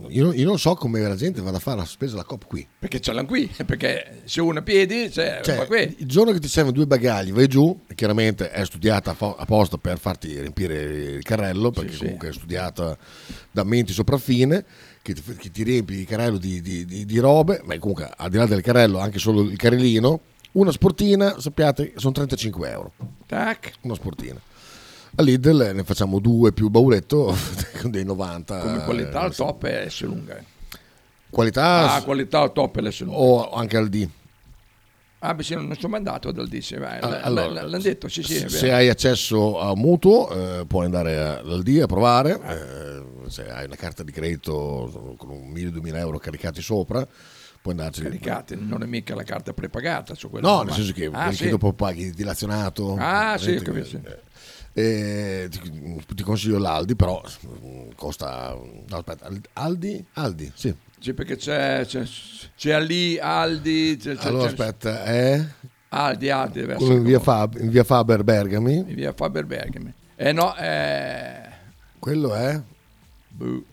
[SPEAKER 18] Io, io non so come la gente vada a fare la spesa la coppa qui.
[SPEAKER 1] Perché ce l'hanno qui, perché se uno a piedi, c'è
[SPEAKER 18] Cioè,
[SPEAKER 1] qua qui.
[SPEAKER 18] il giorno che ti servono due bagagli, vai giù, e chiaramente è studiata a fo- apposta per farti riempire il carrello, perché
[SPEAKER 1] sì.
[SPEAKER 18] comunque è studiata da menti sopraffine, che ti, che ti riempi il carrello di, di- di- di robe, ma comunque al di là del carrello anche solo il carrellino, Una sportina, sappiate, sono 35 euro.
[SPEAKER 1] Tac.
[SPEAKER 18] Una sportina. A Lidl eh, ne facciamo due più bauletto con dei 90.
[SPEAKER 1] Come qualità al top è S lunga. eh.
[SPEAKER 18] Qualità
[SPEAKER 1] Ah, qualità al top è l'S lunga.
[SPEAKER 18] o anche al D.
[SPEAKER 1] Ah, beh, sì, non sono mandato dal DC, ma
[SPEAKER 18] Ah,
[SPEAKER 1] l-
[SPEAKER 18] allora,
[SPEAKER 1] l- l'hanno detto, sì, sì, è
[SPEAKER 18] se
[SPEAKER 1] vero.
[SPEAKER 18] hai accesso a un mutuo eh, puoi andare a- al D a provare, eh, se hai una carta di credito con un 1000-2000 euro caricati sopra puoi andarci.
[SPEAKER 1] Caricate, non è mica la carta prepagata su quello.
[SPEAKER 18] No,
[SPEAKER 1] ormai.
[SPEAKER 18] nel senso che
[SPEAKER 1] Ah,
[SPEAKER 18] quelli
[SPEAKER 1] sì.
[SPEAKER 18] che dopo paghi il dilazionato.
[SPEAKER 1] Ah, sì,
[SPEAKER 18] eh,
[SPEAKER 1] ho capito.
[SPEAKER 18] eh, ti, ti consiglio l'Aldi, però mm, costa... No, aspetta, Al- Aldi? Aldi, sì.
[SPEAKER 1] Sì, perché c'è, c'è, c'è Ali, Aldi, c'è, c'è-
[SPEAKER 18] Allora
[SPEAKER 1] c'è-
[SPEAKER 18] aspetta, è
[SPEAKER 1] Aldi, Aldi, deve
[SPEAKER 18] quello in
[SPEAKER 1] essere
[SPEAKER 18] via, Fab- in via Faber Bergami.
[SPEAKER 1] in via Faber Bergami. Eh no, eh...
[SPEAKER 18] Quello è...
[SPEAKER 1] Buh.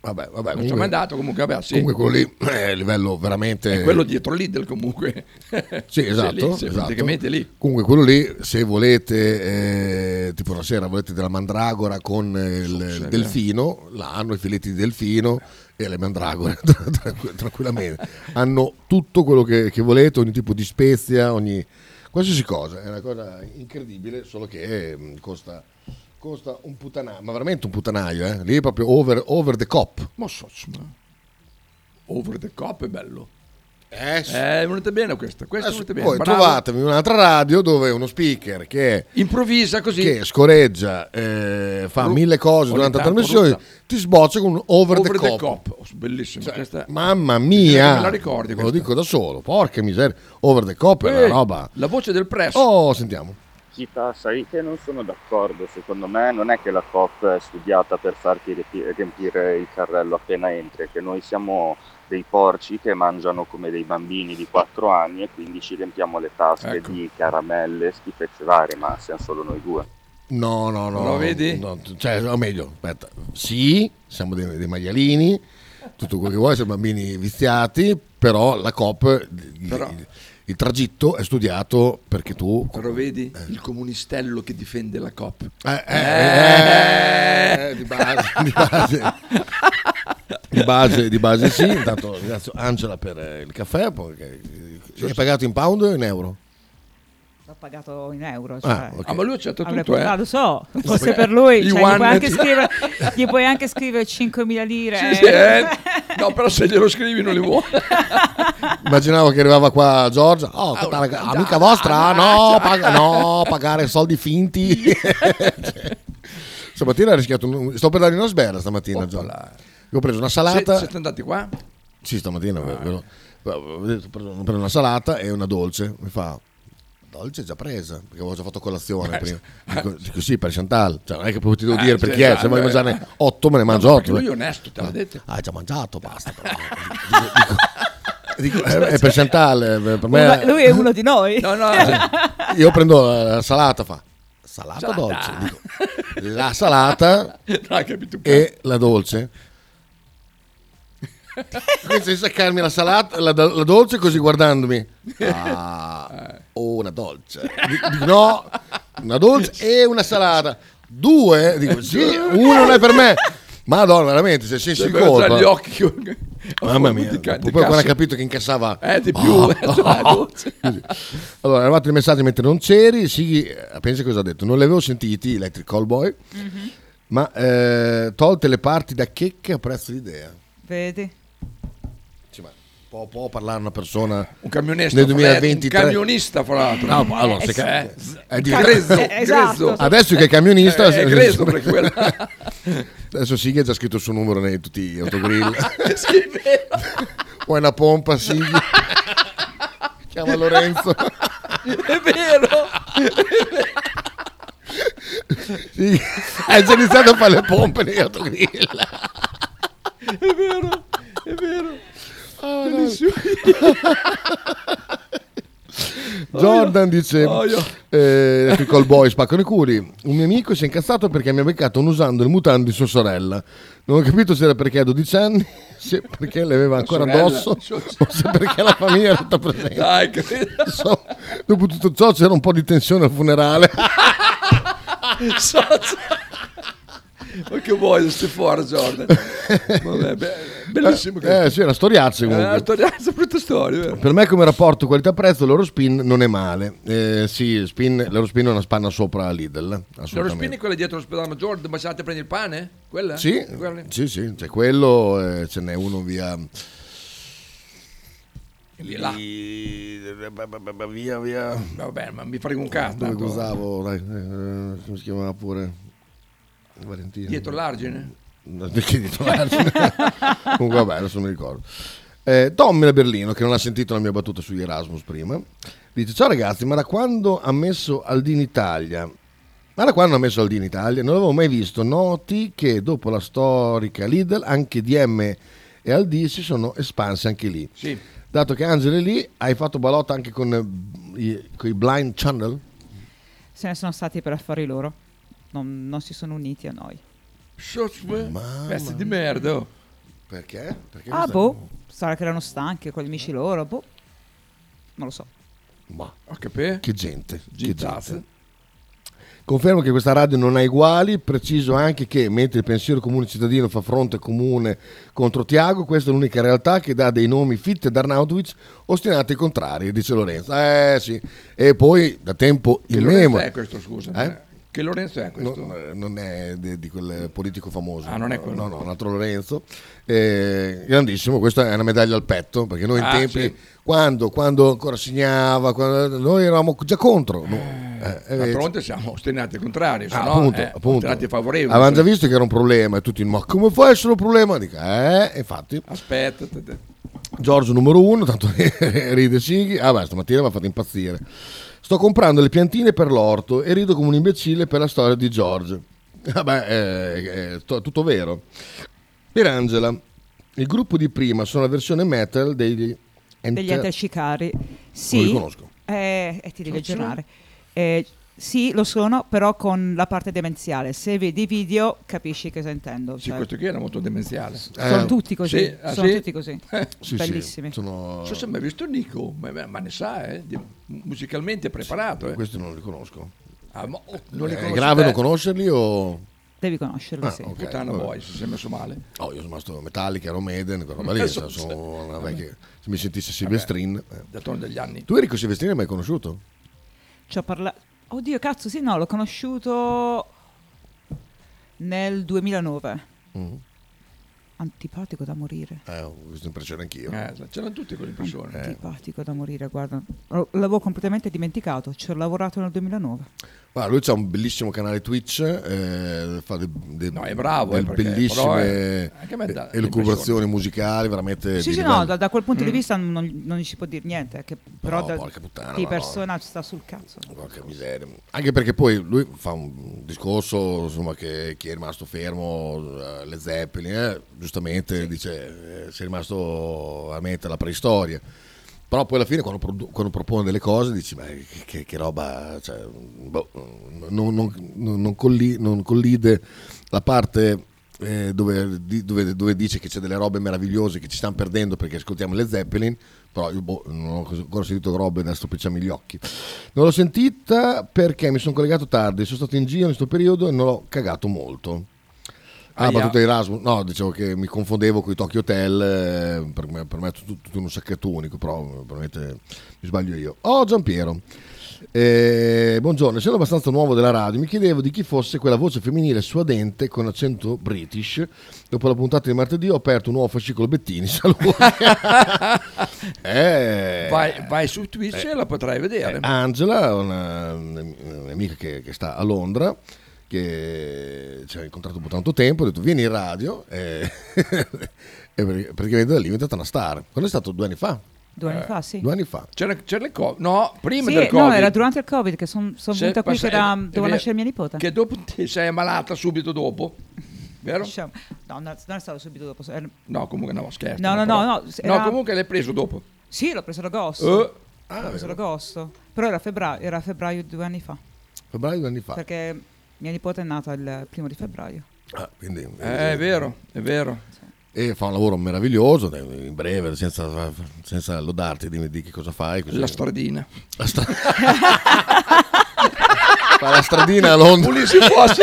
[SPEAKER 18] Vabbè, vabbè.
[SPEAKER 1] Non ci ho mai andato, comunque, vabbè, sì.
[SPEAKER 18] Comunque quello lì è livello veramente...
[SPEAKER 1] È quello dietro Lidl comunque.
[SPEAKER 18] Eh. Sì,
[SPEAKER 1] Cioè,
[SPEAKER 18] esatto,
[SPEAKER 1] lì, sì,
[SPEAKER 18] esatto.
[SPEAKER 1] Praticamente lì.
[SPEAKER 18] Comunque quello lì, se volete, eh, tipo una sera volete della mandragora con eh, il, il
[SPEAKER 1] vero.
[SPEAKER 18] delfino, là hanno i filetti di delfino e le mandragore tra- tra- tranquillamente. hanno tutto quello che, che volete, ogni tipo di spezia, ogni... qualsiasi cosa. È una cosa incredibile, solo che eh, costa, costa un putanaio, ma veramente un putanaio, eh? lì è proprio over, over the cop.
[SPEAKER 1] Ma so, insomma, over the cop è bello.
[SPEAKER 18] Eh,
[SPEAKER 1] è venuta bene questa, questa è
[SPEAKER 18] Adesso
[SPEAKER 1] venuta bene.
[SPEAKER 18] Poi
[SPEAKER 1] bravo.
[SPEAKER 18] trovatevi un'altra radio dove uno speaker che
[SPEAKER 1] improvvisa così
[SPEAKER 18] che scoreggia, eh, fa
[SPEAKER 1] Ru-
[SPEAKER 18] mille cose
[SPEAKER 1] ogni
[SPEAKER 18] durante la
[SPEAKER 1] tanto
[SPEAKER 18] trasmissione,
[SPEAKER 1] ruzza.
[SPEAKER 18] ti sboccia con un over,
[SPEAKER 1] Over the
[SPEAKER 18] the cop. Cioè,
[SPEAKER 1] cop. oh, Bellissimo. questa-
[SPEAKER 18] Mamma
[SPEAKER 1] Bisogna
[SPEAKER 18] mia,
[SPEAKER 1] che me la ricordi
[SPEAKER 18] ve lo
[SPEAKER 1] questa.
[SPEAKER 18] dico da solo. Porca miseria, over the cop è
[SPEAKER 28] Eh,
[SPEAKER 18] una roba.
[SPEAKER 1] La voce del press.
[SPEAKER 18] Oh, sentiamo.
[SPEAKER 28] Chita, sai che non sono d'accordo, secondo me non è che la COP è studiata per farti ripi- riempire il carrello appena entri, è che noi siamo dei porci che mangiano come dei bambini di 4 anni e quindi ci riempiamo le tasche di caramelle, schifezze varie, ma siamo solo noi due.
[SPEAKER 18] No, no, no.
[SPEAKER 28] Lo vedi?
[SPEAKER 18] no, cioè, o meglio, aspetta. Sì, siamo dei, dei maialini, tutto quello che vuoi, siamo bambini viziati, però la cop, il, il- il tragitto è studiato perché tu...
[SPEAKER 1] Però vedi il comunistello che difende la COP.
[SPEAKER 18] Eh, eh, eh, eh, di base, di base. Di base, di base sì, intanto ringrazio Angela per eh, il caffè, poi che- che- hai pagato in pound o in euro?
[SPEAKER 22] L'ho pagato in euro. Cioè.
[SPEAKER 18] Ah, ok. Ah, ma lui accetta
[SPEAKER 22] Avrei
[SPEAKER 18] tutto, eh.
[SPEAKER 22] portato- Lo so,
[SPEAKER 18] No,
[SPEAKER 22] forse
[SPEAKER 18] beh,
[SPEAKER 22] per lui.
[SPEAKER 18] gli
[SPEAKER 22] Cioè, gli,
[SPEAKER 18] one-
[SPEAKER 22] puoi anche scrivere, gli puoi anche scrivere 5.000 lire.
[SPEAKER 1] Sì, sì, eh. No, però se glielo scrivi non li vuole.
[SPEAKER 18] Immaginavo che arrivava qua Giorgia, oh,
[SPEAKER 1] Ah,
[SPEAKER 18] che tale- amica vostra, no, paga- no, pagare soldi finti. Cioè, stamattina ho rischiato, un- sto per dare una sberla stamattina Giorgia. Io Ho preso una salata.
[SPEAKER 1] Se- Ah. Siete andati qua?
[SPEAKER 18] Sì, stamattina ve- ve lo- ve- ho detto, prendo prendo una salata e una dolce. Mi fa dolce già presa perché avevo già fatto colazione
[SPEAKER 1] Eh,
[SPEAKER 18] prima.
[SPEAKER 1] sì.
[SPEAKER 18] Dico, dico, sì, per Chantal. Cioè, non è che poi ti devo
[SPEAKER 1] Eh,
[SPEAKER 18] dire
[SPEAKER 1] sì,
[SPEAKER 18] perché è.
[SPEAKER 1] esatto,
[SPEAKER 18] Se vuoi
[SPEAKER 1] eh.
[SPEAKER 18] mangiare 8, me ne mangio eh.
[SPEAKER 1] No,
[SPEAKER 18] 8.
[SPEAKER 1] perché lui è onesto, te l'ha detto.
[SPEAKER 18] Ah, hai già mangiato, basta. però. Dico, eh, è per Chantal. eh, Per me,
[SPEAKER 22] Uno- lui è uno di noi.
[SPEAKER 1] No, no,
[SPEAKER 18] Io prendo la salata, fa salata,
[SPEAKER 1] Salata.
[SPEAKER 18] dolce. Dico, la salata
[SPEAKER 1] No, hai capito.
[SPEAKER 18] e la dolce. Pensa di saccarmi la salata, la, la dolce così guardandomi.
[SPEAKER 1] Eh,
[SPEAKER 18] Ah, oh, una dolce. Dico, dico, no, una dolce e una salata. Due, dico sì, una non è per me. Madonna, veramente, se sei in
[SPEAKER 1] Cioè, aveva già
[SPEAKER 18] colpa.
[SPEAKER 1] gli occhi
[SPEAKER 18] Mamma mia,
[SPEAKER 1] di ca- di
[SPEAKER 18] poi quando ha
[SPEAKER 1] cassa.
[SPEAKER 18] capito che incassava...
[SPEAKER 1] Eh, di più,
[SPEAKER 18] Ah,
[SPEAKER 1] eh, la dolce.
[SPEAKER 18] Così. Allora, è arrivato il messaggio mentre non c'eri, sì, eh, pensa cosa ha detto, non li avevo sentiti, Electric Callboy, ma eh, tolte le parti da checche a prezzo di idea.
[SPEAKER 22] Vedi?
[SPEAKER 18] Può, può parlare una persona
[SPEAKER 1] Un camionista,
[SPEAKER 18] nel
[SPEAKER 1] fra-
[SPEAKER 18] 2023
[SPEAKER 1] un camionista, fra l'altro.
[SPEAKER 18] No, ma allora, se
[SPEAKER 1] Eh,
[SPEAKER 18] ca-
[SPEAKER 1] eh,
[SPEAKER 18] è di-
[SPEAKER 1] ca- grezzo, eh, esatto. grezzo.
[SPEAKER 18] adesso che è camionista
[SPEAKER 1] Eh, è grezzo perché quella-
[SPEAKER 18] adesso Sighi ha già scritto il suo numero nei tutti gli autogrill
[SPEAKER 1] Sì, è vero.
[SPEAKER 18] vuoi una pompa Sighi chiama Lorenzo
[SPEAKER 1] È vero.
[SPEAKER 18] Sighi ha già iniziato a fare le pompe negli autogrill
[SPEAKER 1] È vero. È vero. Bellissimo.
[SPEAKER 18] Jordan dice
[SPEAKER 1] Oio.
[SPEAKER 18] eh, il call boy spaccano i culi un mio amico si è incazzato perché mi ha beccato non usando il mutante di sua sorella non ho capito se era perché a 12 anni se perché le aveva ancora
[SPEAKER 1] sorella,
[SPEAKER 18] addosso
[SPEAKER 1] sua-
[SPEAKER 18] o se perché la famiglia era tutta presente
[SPEAKER 1] Dai, credo.
[SPEAKER 18] So- dopo tutto ciò c'era un po' di tensione al funerale
[SPEAKER 1] So- Ma che vuoi, se fuori Jordan? Vabbè, beh, Bellissimo.
[SPEAKER 18] Eh, eh, sì, è una storiaccia
[SPEAKER 1] È una
[SPEAKER 18] comunque.
[SPEAKER 1] storiaccia, brutta storia. eh. vero?
[SPEAKER 18] Per me come rapporto qualità-prezzo l'Eurospin non è male. Eh, sì, spin, l'Eurospin è una spanna sopra la Lidl, eh,
[SPEAKER 1] Loro spini
[SPEAKER 18] assolutamente.
[SPEAKER 1] quella dietro l'ospedale Maggiore, dove siete a prendere il pane? Quella?
[SPEAKER 18] Sì,
[SPEAKER 1] Quella?
[SPEAKER 18] sì, sì, c'è quello, eh, ce n'è uno via...
[SPEAKER 1] Lì, là.
[SPEAKER 18] Via, via. Eh,
[SPEAKER 1] Vabbè, ma mi frega un cazzo.
[SPEAKER 18] Dove
[SPEAKER 1] tanto.
[SPEAKER 18] usavo, dai, eh, come si chiamava pure? Valentina.
[SPEAKER 1] Dietro l'argine?
[SPEAKER 18] No, Perché dietro l'argine? Comunque vabbè, adesso non mi ricordo. Eh, Tommy da Berlino, che non ha sentito la mia battuta sugli Erasmus prima, dice ciao ragazzi, ma da quando ha messo Aldini Italia? Ma da quando ha messo Aldini Italia? Non l'avevo mai visto. Noti che dopo la storica Lidl anche DM e Aldi si sono espanse anche lì.
[SPEAKER 1] Sì.
[SPEAKER 18] Dato che Angela è lì, hai fatto balotta anche con eh, i coi blind channel?
[SPEAKER 22] Se ne sono stati per affari loro. Non, non si sono uniti a noi.
[SPEAKER 1] Pezzi eh? di merda. oh.
[SPEAKER 18] Perché? Perché
[SPEAKER 22] ah,
[SPEAKER 18] questa-
[SPEAKER 22] boh. Sarà che erano stanchi con gli amici loro. Boh. Non lo so.
[SPEAKER 18] Ma
[SPEAKER 1] ho capito.
[SPEAKER 18] Che gente, che
[SPEAKER 1] Gittazze.
[SPEAKER 18] gente. Confermo che questa radio non ha uguali, preciso anche che mentre il pensiero comune cittadino fa fronte comune contro Tiago, questa è l'unica realtà che dà dei nomi fitte ad Arnautovic ostinati ai contrari, dice Lorenzo. Eh sì, e poi da tempo
[SPEAKER 1] Che
[SPEAKER 18] il
[SPEAKER 1] Lorenzo
[SPEAKER 18] memo.
[SPEAKER 1] è questo, scusa.
[SPEAKER 18] Eh?
[SPEAKER 1] Che Lorenzo è questo?
[SPEAKER 18] Non, eh, non è di, di quel politico famoso.
[SPEAKER 1] Ah, non è quello.
[SPEAKER 18] No, no, un altro Lorenzo. Eh, grandissimo, questa è una medaglia al petto, perché noi in
[SPEAKER 1] Ah,
[SPEAKER 18] tempi,
[SPEAKER 1] sì.
[SPEAKER 18] quando, quando ancora segnava, quando- noi eravamo già contro. no? Eh, eh,
[SPEAKER 1] Ma pronti siamo ostinati al contrario, se
[SPEAKER 18] Ah,
[SPEAKER 1] no,
[SPEAKER 18] appunto,
[SPEAKER 1] eh,
[SPEAKER 18] appunto.
[SPEAKER 1] ostinati favorevoli.
[SPEAKER 18] Avevamo già visto che era un problema e tutti, ma come fa a essere un problema? Dica, eh, infatti.
[SPEAKER 1] Aspetta, te- te-
[SPEAKER 18] Giorgio numero uno, tanto ride Sighi. Ah beh, stamattina mi ha fatto impazzire. Sto comprando le piantine per l'orto e rido come un imbecille per la storia di Giorgio. Ah, Vabbè, è, eh, tutto vero. Per Angela, il gruppo di prima sono la versione metal degli...
[SPEAKER 22] degli
[SPEAKER 18] Enter-
[SPEAKER 22] Antecicari.
[SPEAKER 18] Non
[SPEAKER 22] Sì.
[SPEAKER 18] li conosco.
[SPEAKER 22] Eh, eh, ti devi
[SPEAKER 18] Lo sono?
[SPEAKER 22] aggiornare. Eh, sì, lo sono, però con la parte demenziale. Se vedi i video capisci cosa intendo.
[SPEAKER 1] Sì,
[SPEAKER 22] cioè-
[SPEAKER 1] questo qui era molto demenziale.
[SPEAKER 18] Eh,
[SPEAKER 22] Sono tutti così.
[SPEAKER 1] Sì, ah,
[SPEAKER 22] sono
[SPEAKER 1] sì?
[SPEAKER 22] tutti così. Bellissimi.
[SPEAKER 1] Non so se hai mai visto Nico, ma, ma ne sa, eh, di- musicalmente è preparato. eh.
[SPEAKER 18] Questi non li conosco.
[SPEAKER 1] Ah, ma- oh, non li
[SPEAKER 18] Eh, è
[SPEAKER 1] conosci
[SPEAKER 18] grave
[SPEAKER 1] te?
[SPEAKER 18] non conoscerli o...
[SPEAKER 22] Eh, Devi conoscerli,
[SPEAKER 18] Ah,
[SPEAKER 22] sì.
[SPEAKER 18] ok,
[SPEAKER 1] Puttana
[SPEAKER 18] vabbè.
[SPEAKER 1] boy, se sei messo male.
[SPEAKER 18] Oh, io sono rimasto Metallica, Iron Maiden, quella roba
[SPEAKER 1] Eh,
[SPEAKER 18] lì,
[SPEAKER 1] so-
[SPEAKER 18] cioè, sono una vecchia- Se mi sentisse Silvestrin... eh.
[SPEAKER 1] Da torno degli anni.
[SPEAKER 18] Tu Enrico Silvestrin l'hai mai conosciuto?
[SPEAKER 22] Ci ho parlato. Oddio, cazzo, sì, no, l'ho conosciuto nel 2009.
[SPEAKER 18] Mhm.
[SPEAKER 22] Antipatico da morire.
[SPEAKER 18] Eh, ho questa impressione anch'io.
[SPEAKER 1] Eh, esatto, c'erano tutti quelle impressioni.
[SPEAKER 22] Antipatico da morire, guarda. Lo- L'avevo completamente dimenticato. Ci ho lavorato nel 2009.
[SPEAKER 18] Guarda, lui c'ha un bellissimo canale Twitch, eh, fa de- de-
[SPEAKER 1] è bravo, eh,
[SPEAKER 18] del-
[SPEAKER 1] perché- però è-
[SPEAKER 18] bellissime
[SPEAKER 1] anche a me dà
[SPEAKER 18] eh, elucubrazioni musicali,
[SPEAKER 22] sì,
[SPEAKER 18] veramente... Eh, di
[SPEAKER 22] sì,
[SPEAKER 18] livello.
[SPEAKER 22] no, da, da quel punto di
[SPEAKER 18] Mm.
[SPEAKER 22] vista non, non gli si può dire niente. eh, Che però
[SPEAKER 18] No,
[SPEAKER 22] da-
[SPEAKER 18] porca puttana,
[SPEAKER 22] di
[SPEAKER 18] ma no.
[SPEAKER 22] persona sta sul cazzo.
[SPEAKER 18] Porca miseria. Anche perché poi lui fa un discorso, insomma, che chi è rimasto fermo, eh, le Zeppelin, eh, giustamente dice, eh, sei rimasto veramente alla preistoria. Però poi alla fine quando, produ- quando propone delle cose dici, ma che, che- che roba, cioè, boh, non, non- non- non colli- non collide la parte eh, dove, di- dove- dove dice che c'è delle robe meravigliose che ci stanno perdendo perché ascoltiamo le Zeppelin, però io boh, non ho ancora sentito robe da stropicciarmi gli occhi. Non l'ho sentita perché mi sono collegato tardi, sono stato in giro in questo periodo e non l'ho cagato molto. Ah,
[SPEAKER 1] Aia.
[SPEAKER 18] battuta di Erasmus? No, dicevo che mi confondevo con i Tokyo Hotel, eh, per me, per me è tutto, tutto in un sacchetto unico, però eh, probabilmente mi sbaglio io. Oh, Giampiero, eh, buongiorno, essendo abbastanza nuovo della radio, mi chiedevo di chi fosse quella voce femminile suadente con accento british. Dopo la puntata di martedì ho aperto un nuovo fascicolo Bettini, saluti. eh,
[SPEAKER 1] Vai, vai su Twitch
[SPEAKER 18] eh,
[SPEAKER 1] e la potrai vedere.
[SPEAKER 18] eh, Angela, una, un'amica che, che sta a Londra, che ci ha incontrato dopo tanto tempo, ha detto vieni in radio e, e pr- praticamente da lì è diventata una star. Quando è stato? Due anni fa?
[SPEAKER 22] Due anni fa, sì.
[SPEAKER 18] Eh, Due anni fa.
[SPEAKER 1] Eh. C'era, c'era il Covid? No, prima
[SPEAKER 22] Sì,
[SPEAKER 1] del Covid.
[SPEAKER 22] no, era durante il Covid che sono
[SPEAKER 1] C'è-
[SPEAKER 22] venuta qui
[SPEAKER 1] passa-
[SPEAKER 22] che era-
[SPEAKER 1] eh,
[SPEAKER 22] dovevo
[SPEAKER 1] eh,
[SPEAKER 22] nascere mia nipote.
[SPEAKER 1] Che dopo ti sei ammalata subito dopo, vero?
[SPEAKER 22] Diciamo- No, no, non è stato subito dopo. era-
[SPEAKER 1] No, comunque no, scherzo.
[SPEAKER 22] No, no,
[SPEAKER 1] però-
[SPEAKER 22] no, no, era-
[SPEAKER 1] comunque l'hai preso dopo.
[SPEAKER 22] Sì, l'ho preso ad
[SPEAKER 1] Eh.
[SPEAKER 22] agosto.
[SPEAKER 18] Ah,
[SPEAKER 22] l'ho preso ad agosto. Però era febbraio, era febbraio due anni fa.
[SPEAKER 18] Febbraio due anni fa.
[SPEAKER 22] Perché mia nipote è nata il primo di febbraio.
[SPEAKER 18] Ah, quindi-
[SPEAKER 1] Eh, è vero, è vero.
[SPEAKER 18] E fa un lavoro meraviglioso, eh, in breve, senza, senza lodarti, dimmi di che cosa fai. così.
[SPEAKER 1] La stradina.
[SPEAKER 18] La stra- fa la stradina a Londra.
[SPEAKER 1] Pulirsi un po', sì.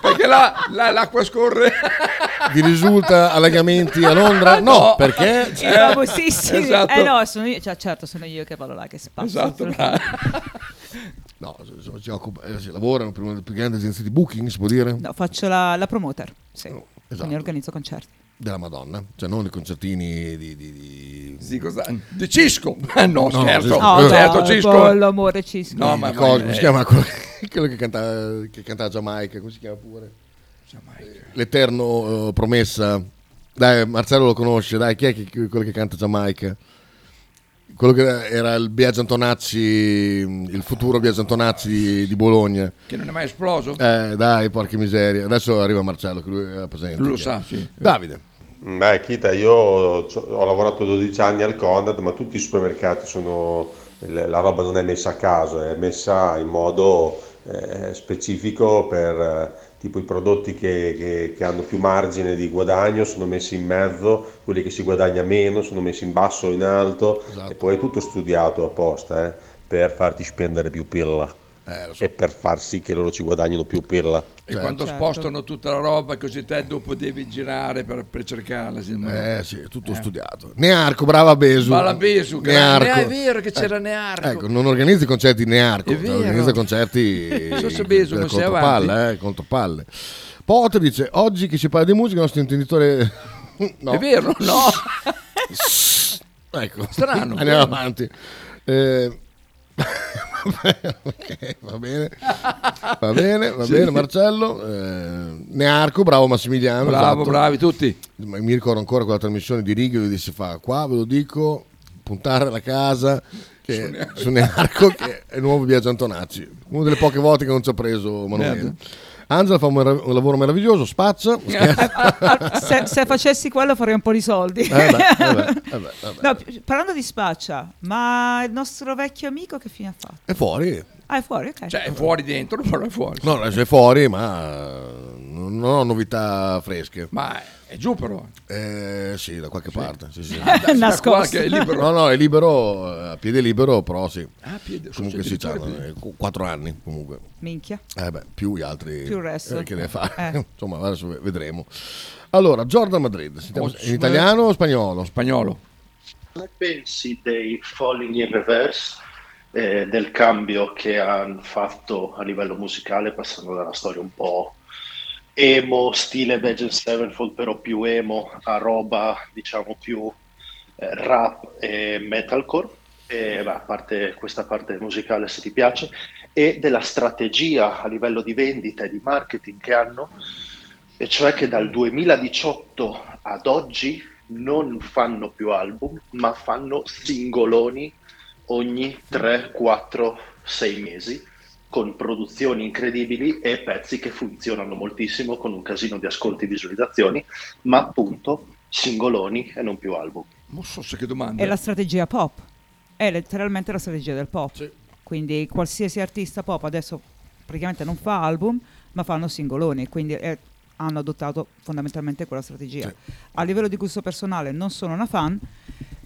[SPEAKER 1] Perché là, là l'acqua scorre.
[SPEAKER 18] Vi risulta allagamenti a Londra? No,
[SPEAKER 1] Oh.
[SPEAKER 22] No.
[SPEAKER 18] perché...
[SPEAKER 1] Cioè,
[SPEAKER 22] Il babbo, sì, sì.
[SPEAKER 18] Esatto.
[SPEAKER 22] Eh no, sono io, cioè, certo, sono io che vado là che spazio.
[SPEAKER 18] Esatto, bravo. No, so- so- si, occupa- eh, si lavorano per una delle più grandi agenzie di booking, si può dire?
[SPEAKER 22] No, faccio la, la promoter, sì. Quindi
[SPEAKER 18] esatto.
[SPEAKER 22] organizzo concerti.
[SPEAKER 18] Della Madonna, cioè non i concertini di... di, di...
[SPEAKER 1] Sì, cosa? Di Cisco!
[SPEAKER 18] Eh,
[SPEAKER 1] Ah, no, scherzo,
[SPEAKER 18] Cisco.
[SPEAKER 1] No, certo, no, Cisco. boh,
[SPEAKER 22] l'amore Cisco.
[SPEAKER 1] No, ma-
[SPEAKER 18] Di cosa-
[SPEAKER 1] ma-
[SPEAKER 18] come si
[SPEAKER 1] eh.
[SPEAKER 18] chiama quello, quello che canta che canta Giamaica, come si chiama pure? L'eterno eh, promessa. Dai, Marcello lo conosce, dai, chi è che- quello che canta Giamaica? Quello che era- era il Biagio Antonacci, il futuro Biagio Antonacci di, di Bologna.
[SPEAKER 1] Che non è mai esploso?
[SPEAKER 18] Eh, dai, porca miseria. Adesso arriva Marcello, che lui era presente.
[SPEAKER 1] Lo sa, sì.
[SPEAKER 18] Davide.
[SPEAKER 29] Mm, Beh, Chita, io ho lavorato 12 anni al Conad, ma tutti i supermercati sono, la roba non è messa a caso, è messa in modo eh, specifico per eh, tipo i prodotti che, che- che hanno più margine di guadagno sono messi in mezzo, quelli che si guadagna meno sono messi in basso o in alto e poi è tutto studiato apposta eh, per farti spendere più pirla e per far sì che loro ci guadagnino più pirla.
[SPEAKER 1] E quando
[SPEAKER 18] certo.
[SPEAKER 1] spostano tutta la roba così te dopo devi girare per, per cercarla. sì, ma-
[SPEAKER 18] Eh sì, è tutto studiato. Nearco, brava Besu.
[SPEAKER 1] Balabesu, grande. Ah, è vero che c'era Nearco.
[SPEAKER 18] Ecco, non organizzi concerti Nearco,
[SPEAKER 1] È vero.
[SPEAKER 18] organizza concerti
[SPEAKER 1] So se Besu,
[SPEAKER 18] della
[SPEAKER 1] ma sei
[SPEAKER 18] contropalle, eh, contropalle. Potter dice, oggi che si parla di musica il nostro intenditore... No.
[SPEAKER 1] È vero, no.
[SPEAKER 18] Ecco,
[SPEAKER 1] Strano.
[SPEAKER 18] andiamo avanti. Eh, ok, va bene, va bene, va
[SPEAKER 1] Sì.
[SPEAKER 18] bene Marcello. eh, Nearco, bravo Massimiliano.
[SPEAKER 1] Bravo,
[SPEAKER 18] esatto.
[SPEAKER 1] bravi tutti.
[SPEAKER 18] Ma Mi ricordo ancora quella trasmissione di Righi dove si fa qua, ve lo dico, puntare la casa che-
[SPEAKER 1] Su Nearco.
[SPEAKER 18] su Nearco che è il nuovo Biagio Antonacci. Una delle poche volte che non ci ha preso Manuela.
[SPEAKER 1] Certo.
[SPEAKER 18] Angela fa un, merav- un lavoro meraviglioso, spaccia.
[SPEAKER 22] Ah, se, se facessi quello farei un po' di soldi.
[SPEAKER 18] Eh beh, eh beh, eh beh, eh
[SPEAKER 22] No, pi- parlando di spaccia, ma il nostro vecchio amico che fine ha fatto?
[SPEAKER 18] È fuori.
[SPEAKER 22] Ah, è fuori, ok.
[SPEAKER 1] Cioè, è fuori dentro, però è fuori.
[SPEAKER 18] No, adesso è fuori, ma non ho novità fresche.
[SPEAKER 1] Ma è giù però?
[SPEAKER 18] Eh, sì, da qualche parte. Sì, sì.
[SPEAKER 1] Ah, dai, Nascosto. da qua che è libero.
[SPEAKER 18] No, no, è libero, eh, a piede libero, però sì.
[SPEAKER 1] Ah, a piede-
[SPEAKER 18] comunque
[SPEAKER 1] forse
[SPEAKER 18] sì,
[SPEAKER 1] addirittura
[SPEAKER 18] c'hanno,
[SPEAKER 1] a
[SPEAKER 18] eh, qu- quattro anni comunque.
[SPEAKER 22] Minchia.
[SPEAKER 18] Eh beh, più gli altri
[SPEAKER 22] Più il resto.
[SPEAKER 18] eh, che ne fa.
[SPEAKER 22] Eh.
[SPEAKER 18] Insomma, adesso ve- vedremo. Allora, Jordan Madrid, sentiamo
[SPEAKER 6] Oh,
[SPEAKER 18] se- in italiano o spagnolo?
[SPEAKER 1] Spagnolo.
[SPEAKER 6] Cosa pensi dei Falling in Reverse, eh, del cambio che hanno fatto a livello musicale, passando dalla storia un po' emo, stile Legend Sevenfold, però più emo, a roba diciamo più eh, rap e metalcore, e, beh, a parte questa parte musicale se ti piace, e della strategia a livello di vendita e di marketing che hanno e cioè che dal 2018 ad oggi non fanno più album, ma fanno singoloni ogni 3, 4, 6 mesi con produzioni incredibili e pezzi che funzionano moltissimo con un casino di ascolti e visualizzazioni, ma appunto singoloni e non più album.
[SPEAKER 1] Non so se che domanda.
[SPEAKER 22] È la strategia pop. È letteralmente la strategia del pop. Quindi qualsiasi artista pop adesso praticamente non fa album, ma fanno singoloni, quindi eh, hanno adottato fondamentalmente quella strategia. A livello di gusto personale non sono una fan,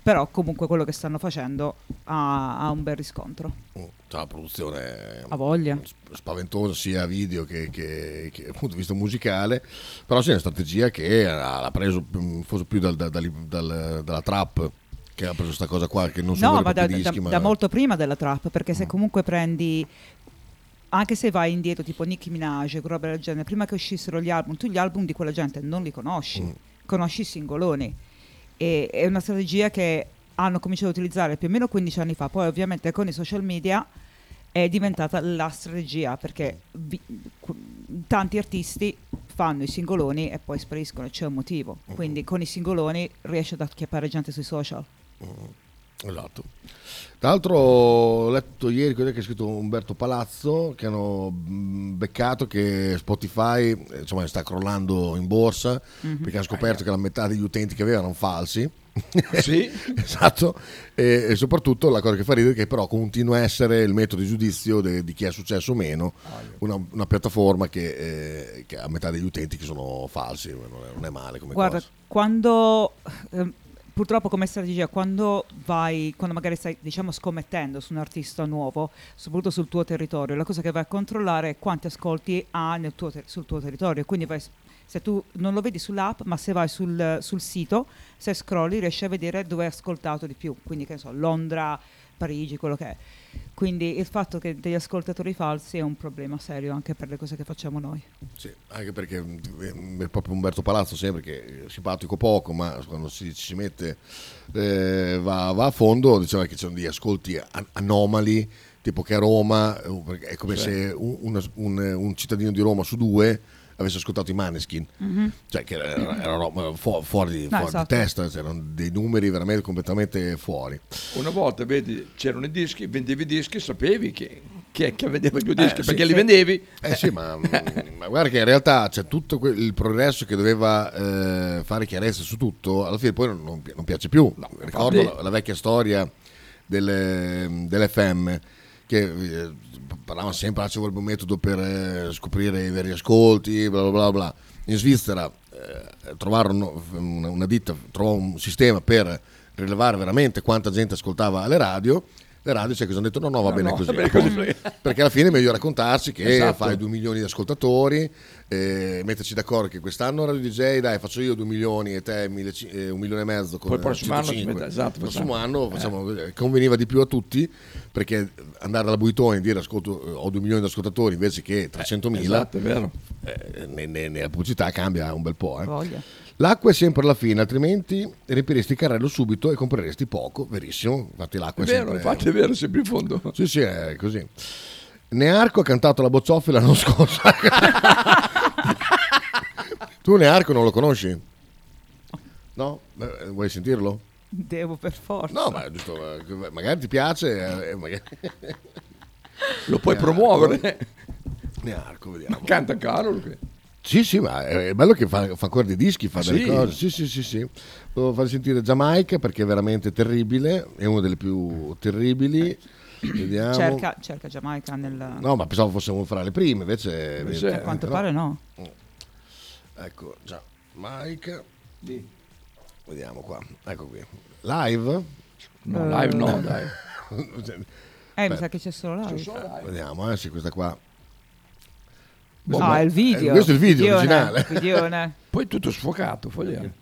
[SPEAKER 22] però comunque quello che stanno facendo ha, ha un bel riscontro.
[SPEAKER 18] Oh, c'ha una produzione
[SPEAKER 22] Ha voglia.
[SPEAKER 18] sp- spaventosa sia video che, che, che dal punto di vista musicale però sì è una strategia che ha- l'ha preso mm, forse più dal- dal- dal- dal- dalla trap che ha preso questa cosa qua che non sono
[SPEAKER 22] No,
[SPEAKER 18] i
[SPEAKER 22] ma da,
[SPEAKER 18] propri
[SPEAKER 22] da-
[SPEAKER 18] dischi ma Mm.
[SPEAKER 22] da molto prima della trap, perché se comunque prendi, anche se vai indietro, tipo Nicki Minaj, roba del genere, prima che uscissero gli album, tu gli album di quella gente non li conosci,
[SPEAKER 18] Mm.
[SPEAKER 22] conosci i singoloni. E, è una strategia che hanno cominciato a utilizzare più o meno 15 anni fa, poi ovviamente con i social media è diventata la strategia, perché vi- qu- tanti artisti fanno i singoloni e poi spariscono, c'è un motivo.
[SPEAKER 18] Mm.
[SPEAKER 22] Quindi con i singoloni riesci ad acchiappare gente sui social.
[SPEAKER 18] esatto tra l'altro ho letto ieri quello che ha scritto Umberto Palazzo che hanno mm, beccato che Spotify eh, insomma sta crollando in borsa
[SPEAKER 17] Mhm.
[SPEAKER 18] perché hanno scoperto che la metà degli utenti che aveva erano falsi
[SPEAKER 1] sì
[SPEAKER 18] esatto e, e soprattutto la cosa che fa ridere è che però continua a essere il metodo di giudizio de- di chi è successo o meno una, una piattaforma che, eh, che ha metà degli utenti che sono falsi non è, non è male come
[SPEAKER 22] Guarda,
[SPEAKER 18] cosa
[SPEAKER 22] quando ehm, purtroppo come strategia, quando vai, quando magari stai diciamo scommettendo su un artista nuovo, soprattutto sul tuo territorio, la cosa che vai a controllare è quanti ascolti ha nel tuo ter- sul tuo territorio, quindi vai s- Se tu non lo vedi sull'app, ma se vai sul, sul sito, se scrolli riesci a vedere dove hai ascoltato di più. Quindi, che ne so, Londra, Parigi, quello che è. Quindi il fatto che degli ascoltatori falsi è un problema serio anche per le cose che facciamo noi.
[SPEAKER 18] Sì, anche perché mm, è proprio Umberto Palazzo sempre che è simpatico poco, ma quando si, ci si mette eh, va, va a fondo, diceva che ci sono degli ascolti an- anomali, tipo che a Roma eh, perché è come
[SPEAKER 17] Sì.
[SPEAKER 18] se un, un- un- un cittadino di Roma su due avesse ascoltato i Maneskin,
[SPEAKER 17] Mhm.
[SPEAKER 18] cioè che era, era roba eh, fu- fuori,
[SPEAKER 1] No,
[SPEAKER 18] fuori
[SPEAKER 1] esatto.
[SPEAKER 18] di testa, c'erano dei numeri veramente completamente fuori.
[SPEAKER 1] Una volta vedi, c'erano i dischi, vendevi i dischi, sapevi che, che, che vendeva più
[SPEAKER 18] Eh,
[SPEAKER 1] dischi
[SPEAKER 18] sì,
[SPEAKER 1] perché
[SPEAKER 18] sì.
[SPEAKER 1] li vendevi.
[SPEAKER 18] Eh sì, ma, ma guarda che in realtà c'è tutto que- il progresso che doveva eh, fare chiarezza su tutto, alla fine poi non, non pi- non piace più. Ricordo
[SPEAKER 17] infatti.
[SPEAKER 18] la, la vecchia storia delle- dell'FM che eh, parlavano sempre, ah, ci vorrebbe un metodo per eh, scoprire i veri ascolti, bla bla bla. bla. In Svizzera eh, trovarono una, una ditta, trovò un sistema per rilevare veramente quanta gente ascoltava alle radio. Le radio cioè, cosa hanno detto no, no, va bene
[SPEAKER 1] Eh, no,
[SPEAKER 18] così.
[SPEAKER 1] va bene così.
[SPEAKER 18] Perché alla fine è meglio raccontarsi che
[SPEAKER 1] Esatto.
[SPEAKER 18] fai 2 milioni di ascoltatori, eh, metterci d'accordo che quest'anno Radio DJ, dai, faccio io 2 milioni e te 1 milione e mezzo. Con
[SPEAKER 1] Poi il prossimo anno ci
[SPEAKER 18] 105.
[SPEAKER 1] mette- esatto,
[SPEAKER 18] Il prossimo
[SPEAKER 1] facciamo.
[SPEAKER 18] anno facciamo, eh, conveniva di più a tutti perché andare alla Buitoni e dire ascolto, eh, ho 2 milioni di ascoltatori invece che 300.000
[SPEAKER 1] esatto, è vero.
[SPEAKER 18] eh, ne- ne- nella pubblicità cambia un bel po'. eh.
[SPEAKER 22] Voglia.
[SPEAKER 18] L'acqua è sempre alla fine, altrimenti riempiresti il carrello subito e compreresti poco, verissimo. Infatti, l'acqua
[SPEAKER 1] È
[SPEAKER 18] è,
[SPEAKER 1] vero,
[SPEAKER 18] sempre.
[SPEAKER 1] infatti è vero, è sempre in fondo.
[SPEAKER 18] Sì, sì, è così. Nearco ha cantato la Boccioffi l'anno scorso. tu Nearco non lo conosci? No? Beh, vuoi sentirlo?
[SPEAKER 22] Devo per forza.
[SPEAKER 18] No, ma giusto, eh, magari ti piace. eh, magari-
[SPEAKER 1] Lo puoi
[SPEAKER 18] Nearco.
[SPEAKER 1] promuovere.
[SPEAKER 18] Nearco, vediamo.
[SPEAKER 1] Canta caro.
[SPEAKER 18] Sì, sì, ma è bello che fa, fa ancora dei dischi, fa
[SPEAKER 1] Ah,
[SPEAKER 18] delle
[SPEAKER 1] sì?
[SPEAKER 18] cose. Sì, sì, sì, sì. Volevo far sentire Jamaica perché è veramente terribile, è una delle più terribili. Vediamo.
[SPEAKER 22] Cerca, cerca Giamaica nel...
[SPEAKER 18] No, ma pensavo fossimo fra le prime, invece...
[SPEAKER 22] Invece- A quanto pare no.
[SPEAKER 18] Ecco, già, Mike. Vediamo qua, ecco qui.
[SPEAKER 1] Ah,
[SPEAKER 18] Live?
[SPEAKER 1] No, live no, dai.
[SPEAKER 22] Eh, mi
[SPEAKER 18] Aspetta,
[SPEAKER 22] sa che c'è solo live.
[SPEAKER 18] Vediamo, eh, se questa qua...
[SPEAKER 22] Boh, ah,
[SPEAKER 18] ma-
[SPEAKER 22] il video.
[SPEAKER 18] eh, questo è il video eh.
[SPEAKER 22] Videone,
[SPEAKER 18] originale.
[SPEAKER 22] Videone.
[SPEAKER 1] Poi è tutto sfocato, fogliare.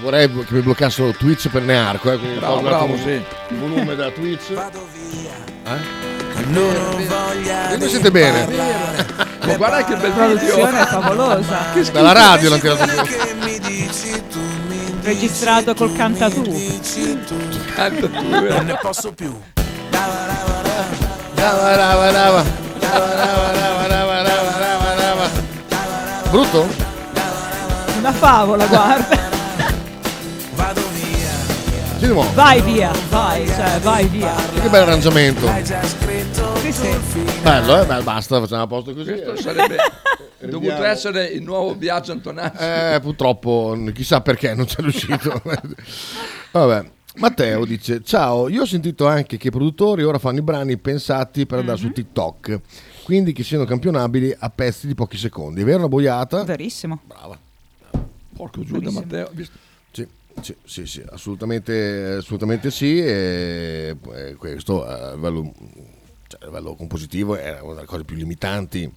[SPEAKER 18] Vorrei che mi bloccassero Twitch per Nearco, eh, quindi
[SPEAKER 1] Bravo,
[SPEAKER 18] tolgo un attimo
[SPEAKER 1] bravo, sì.
[SPEAKER 18] il volume da Twitch. Eh? Voi mi
[SPEAKER 12] di
[SPEAKER 18] sente bene?
[SPEAKER 1] Ma guarda che bel video.
[SPEAKER 22] Produzione favolosa.
[SPEAKER 1] Che
[SPEAKER 18] Dalla radio l'hanno tirato giù.
[SPEAKER 22] Registrato col canta tu.
[SPEAKER 12] Non ne posso più.
[SPEAKER 18] Brava, brava, brava. Brava, brava, brava, brava, brava, brava, brava. Brutto?
[SPEAKER 22] Una favola, guarda.
[SPEAKER 18] Sì, di nuovo.
[SPEAKER 22] Vai via, vai, cioè, vai via.
[SPEAKER 18] Che bel arrangiamento.
[SPEAKER 22] Sì, sì.
[SPEAKER 18] Bello, eh? Beh, basta, facciamo a posto così.
[SPEAKER 1] Questo
[SPEAKER 18] eh.
[SPEAKER 1] sarebbe dovuto essere il nuovo viaggio Antonacci.
[SPEAKER 18] Eh, purtroppo, chissà perché non c'è riuscito. Vabbè. Matteo dice: Ciao, io ho sentito anche che i produttori ora fanno i brani pensati per andare su TikTok, quindi che siano campionabili a pezzi di pochi secondi. È vero una boiata?
[SPEAKER 22] Verissimo.
[SPEAKER 18] Brava.
[SPEAKER 1] Porco Giuda
[SPEAKER 18] Bellissimo.
[SPEAKER 1] Matteo. visto-
[SPEAKER 18] Sì, sì, sì, sì, assolutamente, assolutamente sì. E eh, questo eh, a livello, cioè, a livello compositivo è una delle cose più limitanti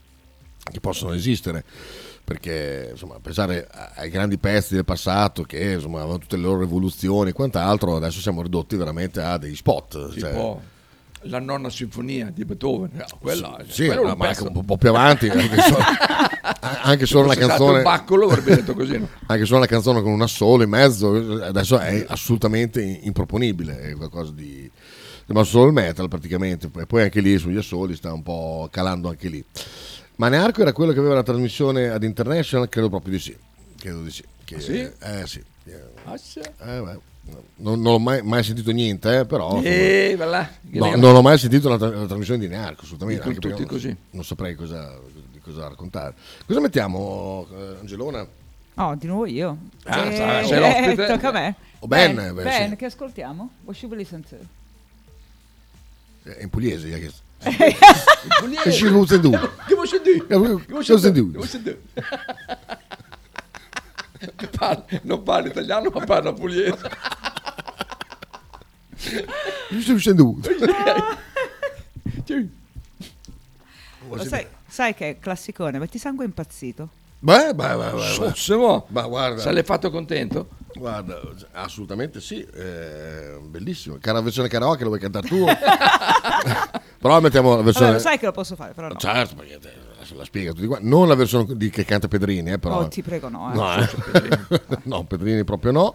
[SPEAKER 18] che possono esistere. Perché insomma, pensare a- ai grandi pezzi del passato che insomma, avevano tutte le loro evoluzioni e quant'altro, adesso siamo ridotti veramente a dei spot. cioè-
[SPEAKER 1] Tipo Oh, la nonna sinfonia di Beethoven. Ah, Quella,
[SPEAKER 18] sì,
[SPEAKER 1] quello è
[SPEAKER 18] ma
[SPEAKER 1] un pezzo.
[SPEAKER 18] anche un po' più avanti, anche solo, anche solo una
[SPEAKER 1] Se fosse stato
[SPEAKER 18] canzone.
[SPEAKER 1] un baccolo avrebbe detto così, no?
[SPEAKER 18] anche solo una canzone con un assolo in mezzo adesso è assolutamente improponibile è qualcosa di ma solo il metal praticamente poi poi anche lì sugli assoli sta un po' calando anche lì ma Nearco era quello che aveva la trasmissione ad International credo proprio di sì credo di sì Che-
[SPEAKER 1] Ah, sì?
[SPEAKER 18] eh sì Eh,
[SPEAKER 1] Ah, sì.
[SPEAKER 18] beh, non, non ho mai, mai sentito niente eh, però
[SPEAKER 1] Eh, va là.
[SPEAKER 18] No, non ho mai sentito la, tra- la trasmissione di Nearco assolutamente
[SPEAKER 1] Dicono
[SPEAKER 18] anche perché
[SPEAKER 1] tutti
[SPEAKER 18] non, non saprei cosa, di cosa raccontare cosa mettiamo eh, Angelona?
[SPEAKER 22] Oh, di nuovo io.
[SPEAKER 18] Ah,
[SPEAKER 22] Eh,
[SPEAKER 18] sai, sei l'ospite.
[SPEAKER 22] eh, tocca a me.
[SPEAKER 18] O Ben,
[SPEAKER 22] ben,
[SPEAKER 18] beh,
[SPEAKER 22] Ben,
[SPEAKER 18] sì.
[SPEAKER 22] che ascoltiamo? What should we listen to?
[SPEAKER 18] È in pugliese, gli ha chiesto.
[SPEAKER 22] Eh,
[SPEAKER 1] pugliese?
[SPEAKER 18] Che ci vuol sentire?
[SPEAKER 1] Che vuoi sentire?
[SPEAKER 18] Eh, Che vuoi-
[SPEAKER 1] Che vuoi
[SPEAKER 18] che vuoi
[SPEAKER 1] sentire?
[SPEAKER 18] sentire?
[SPEAKER 1] Che vuoi sentire? Parla- non parla italiano ma parla pugliese.
[SPEAKER 18] Che ci vuol sentire? Cioè.
[SPEAKER 22] Lo sai, sai che è classicone, metti sangue impazzito.
[SPEAKER 18] Beh, beh, beh, beh.
[SPEAKER 1] Sossimo.
[SPEAKER 18] Ma guarda.
[SPEAKER 1] Se l'è fatto contento?
[SPEAKER 18] Guarda, assolutamente sì. eh, bellissimo. Cara versione karaoke, lo vuoi cantare tu? Però mettiamo la versione...
[SPEAKER 22] Vabbè, lo sai che lo posso fare, però no.
[SPEAKER 18] Certo, perché te- adesso la spiega tutti quanti. Non la versione di- che canta Pedrini, eh, però.
[SPEAKER 22] Oh, ti prego, no, eh.
[SPEAKER 18] No, eh. No, Pedrini proprio no.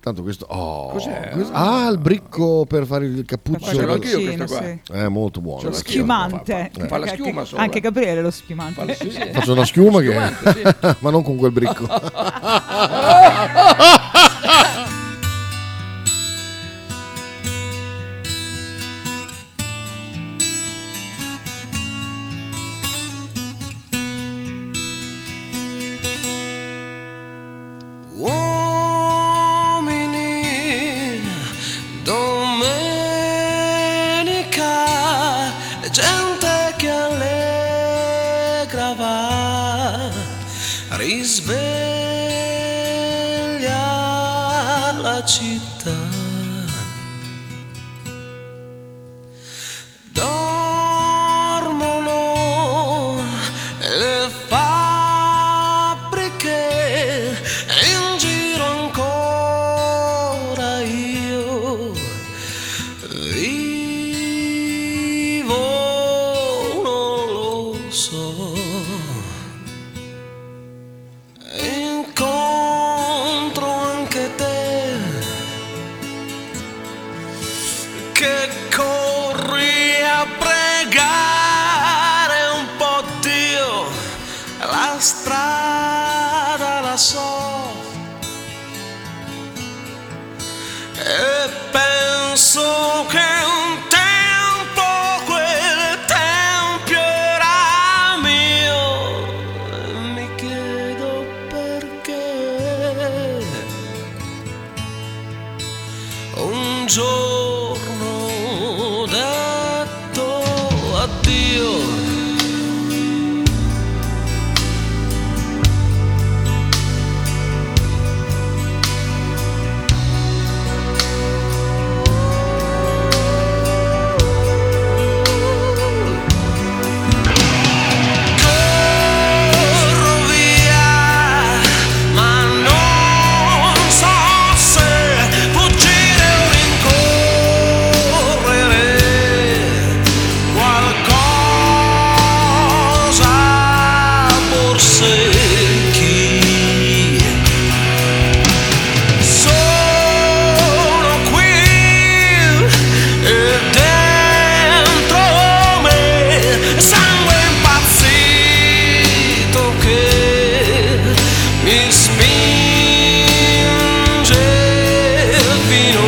[SPEAKER 18] Tanto questo... Oh,
[SPEAKER 22] Cos'è?
[SPEAKER 18] questo- Ah, il bricco per fare il cappuccio.
[SPEAKER 22] Per fare il cappuccino, sì.
[SPEAKER 18] È Eh, molto buono.
[SPEAKER 22] Lo schiumante.
[SPEAKER 18] Fa- fa la schiuma sopra.
[SPEAKER 22] Anche Gabriele lo schiumante.
[SPEAKER 18] Faccio una schiuma che...
[SPEAKER 22] Schiumante, sì.
[SPEAKER 18] Ma non con quel bricco.
[SPEAKER 12] uomini domenica gente che allegra va risveglia la città dormono le fabbriche in giro ancora io vivo non lo so incontro anche te che corri a pregare un po' Dio la strada la so e penso che un tempo quel tempio era mio E mi chiedo perché un giorno ho detto addio Corro via, ma non so se fuggire o rincorrere qualcosa forse chi sono qui e dentro me sangue impazzito che mi spinge fino a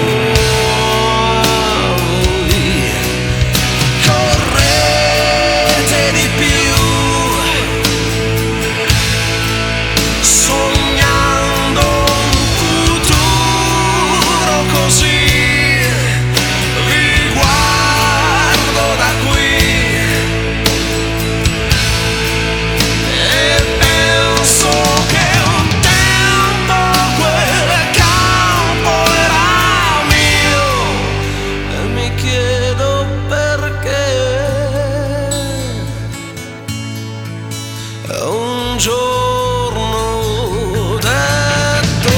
[SPEAKER 12] voi correte di più sognando un futuro così vi guardo da qui e penso che un tempo quel campo era mio e mi chiedo perché un giorno ho detto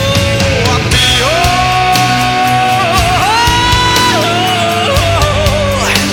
[SPEAKER 12] addio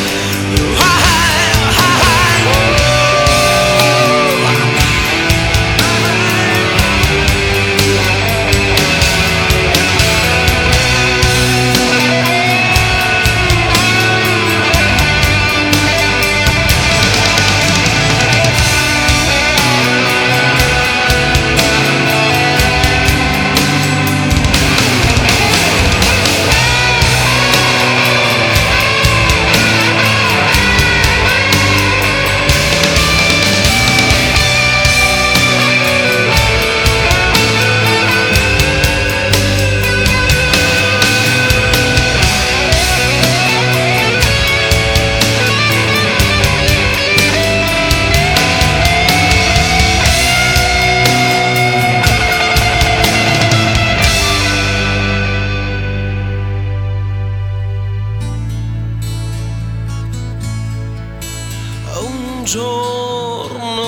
[SPEAKER 12] un giorno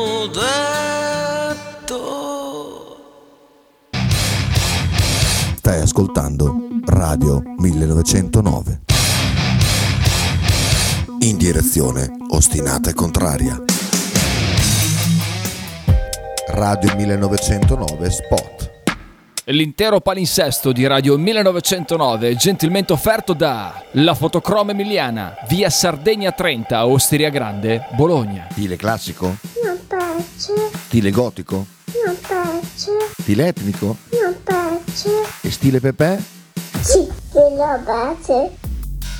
[SPEAKER 12] ho detto
[SPEAKER 17] ascoltando Radio 1909. In direzione ostinata e contraria.
[SPEAKER 5] Radio 1909 Spot.
[SPEAKER 20] L'intero palinsesto di Radio 1909 gentilmente offerto da La Fotocroma Emiliana, via Sardegna 30, Osteria Grande, Bologna.
[SPEAKER 5] Stile classico?
[SPEAKER 11] non piace,
[SPEAKER 5] Stile gotico?
[SPEAKER 11] non piace,
[SPEAKER 5] Stile etnico?
[SPEAKER 11] non piace,
[SPEAKER 5] E stile Pepe?
[SPEAKER 11] sì, ve lo bacio,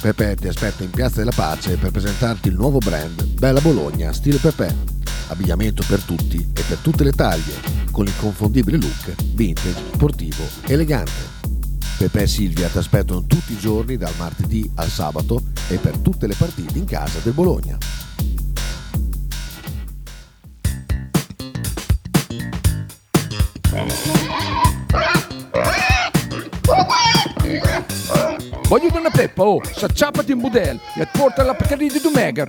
[SPEAKER 5] Pepe ti aspetta in Piazza della Pace per presentarti il nuovo brand Bella Bologna Stile Pepe. Abbigliamento per tutti e per tutte le taglie, con l'inconfondibile look vintage, sportivo, elegante. Pepe e Silvia ti aspettano tutti i giorni dal martedì al sabato e per tutte le partite in casa del Bologna.
[SPEAKER 1] Voglio una peppa, oh, s'acciappati in budel e porta la Pcaridi di Dumegar.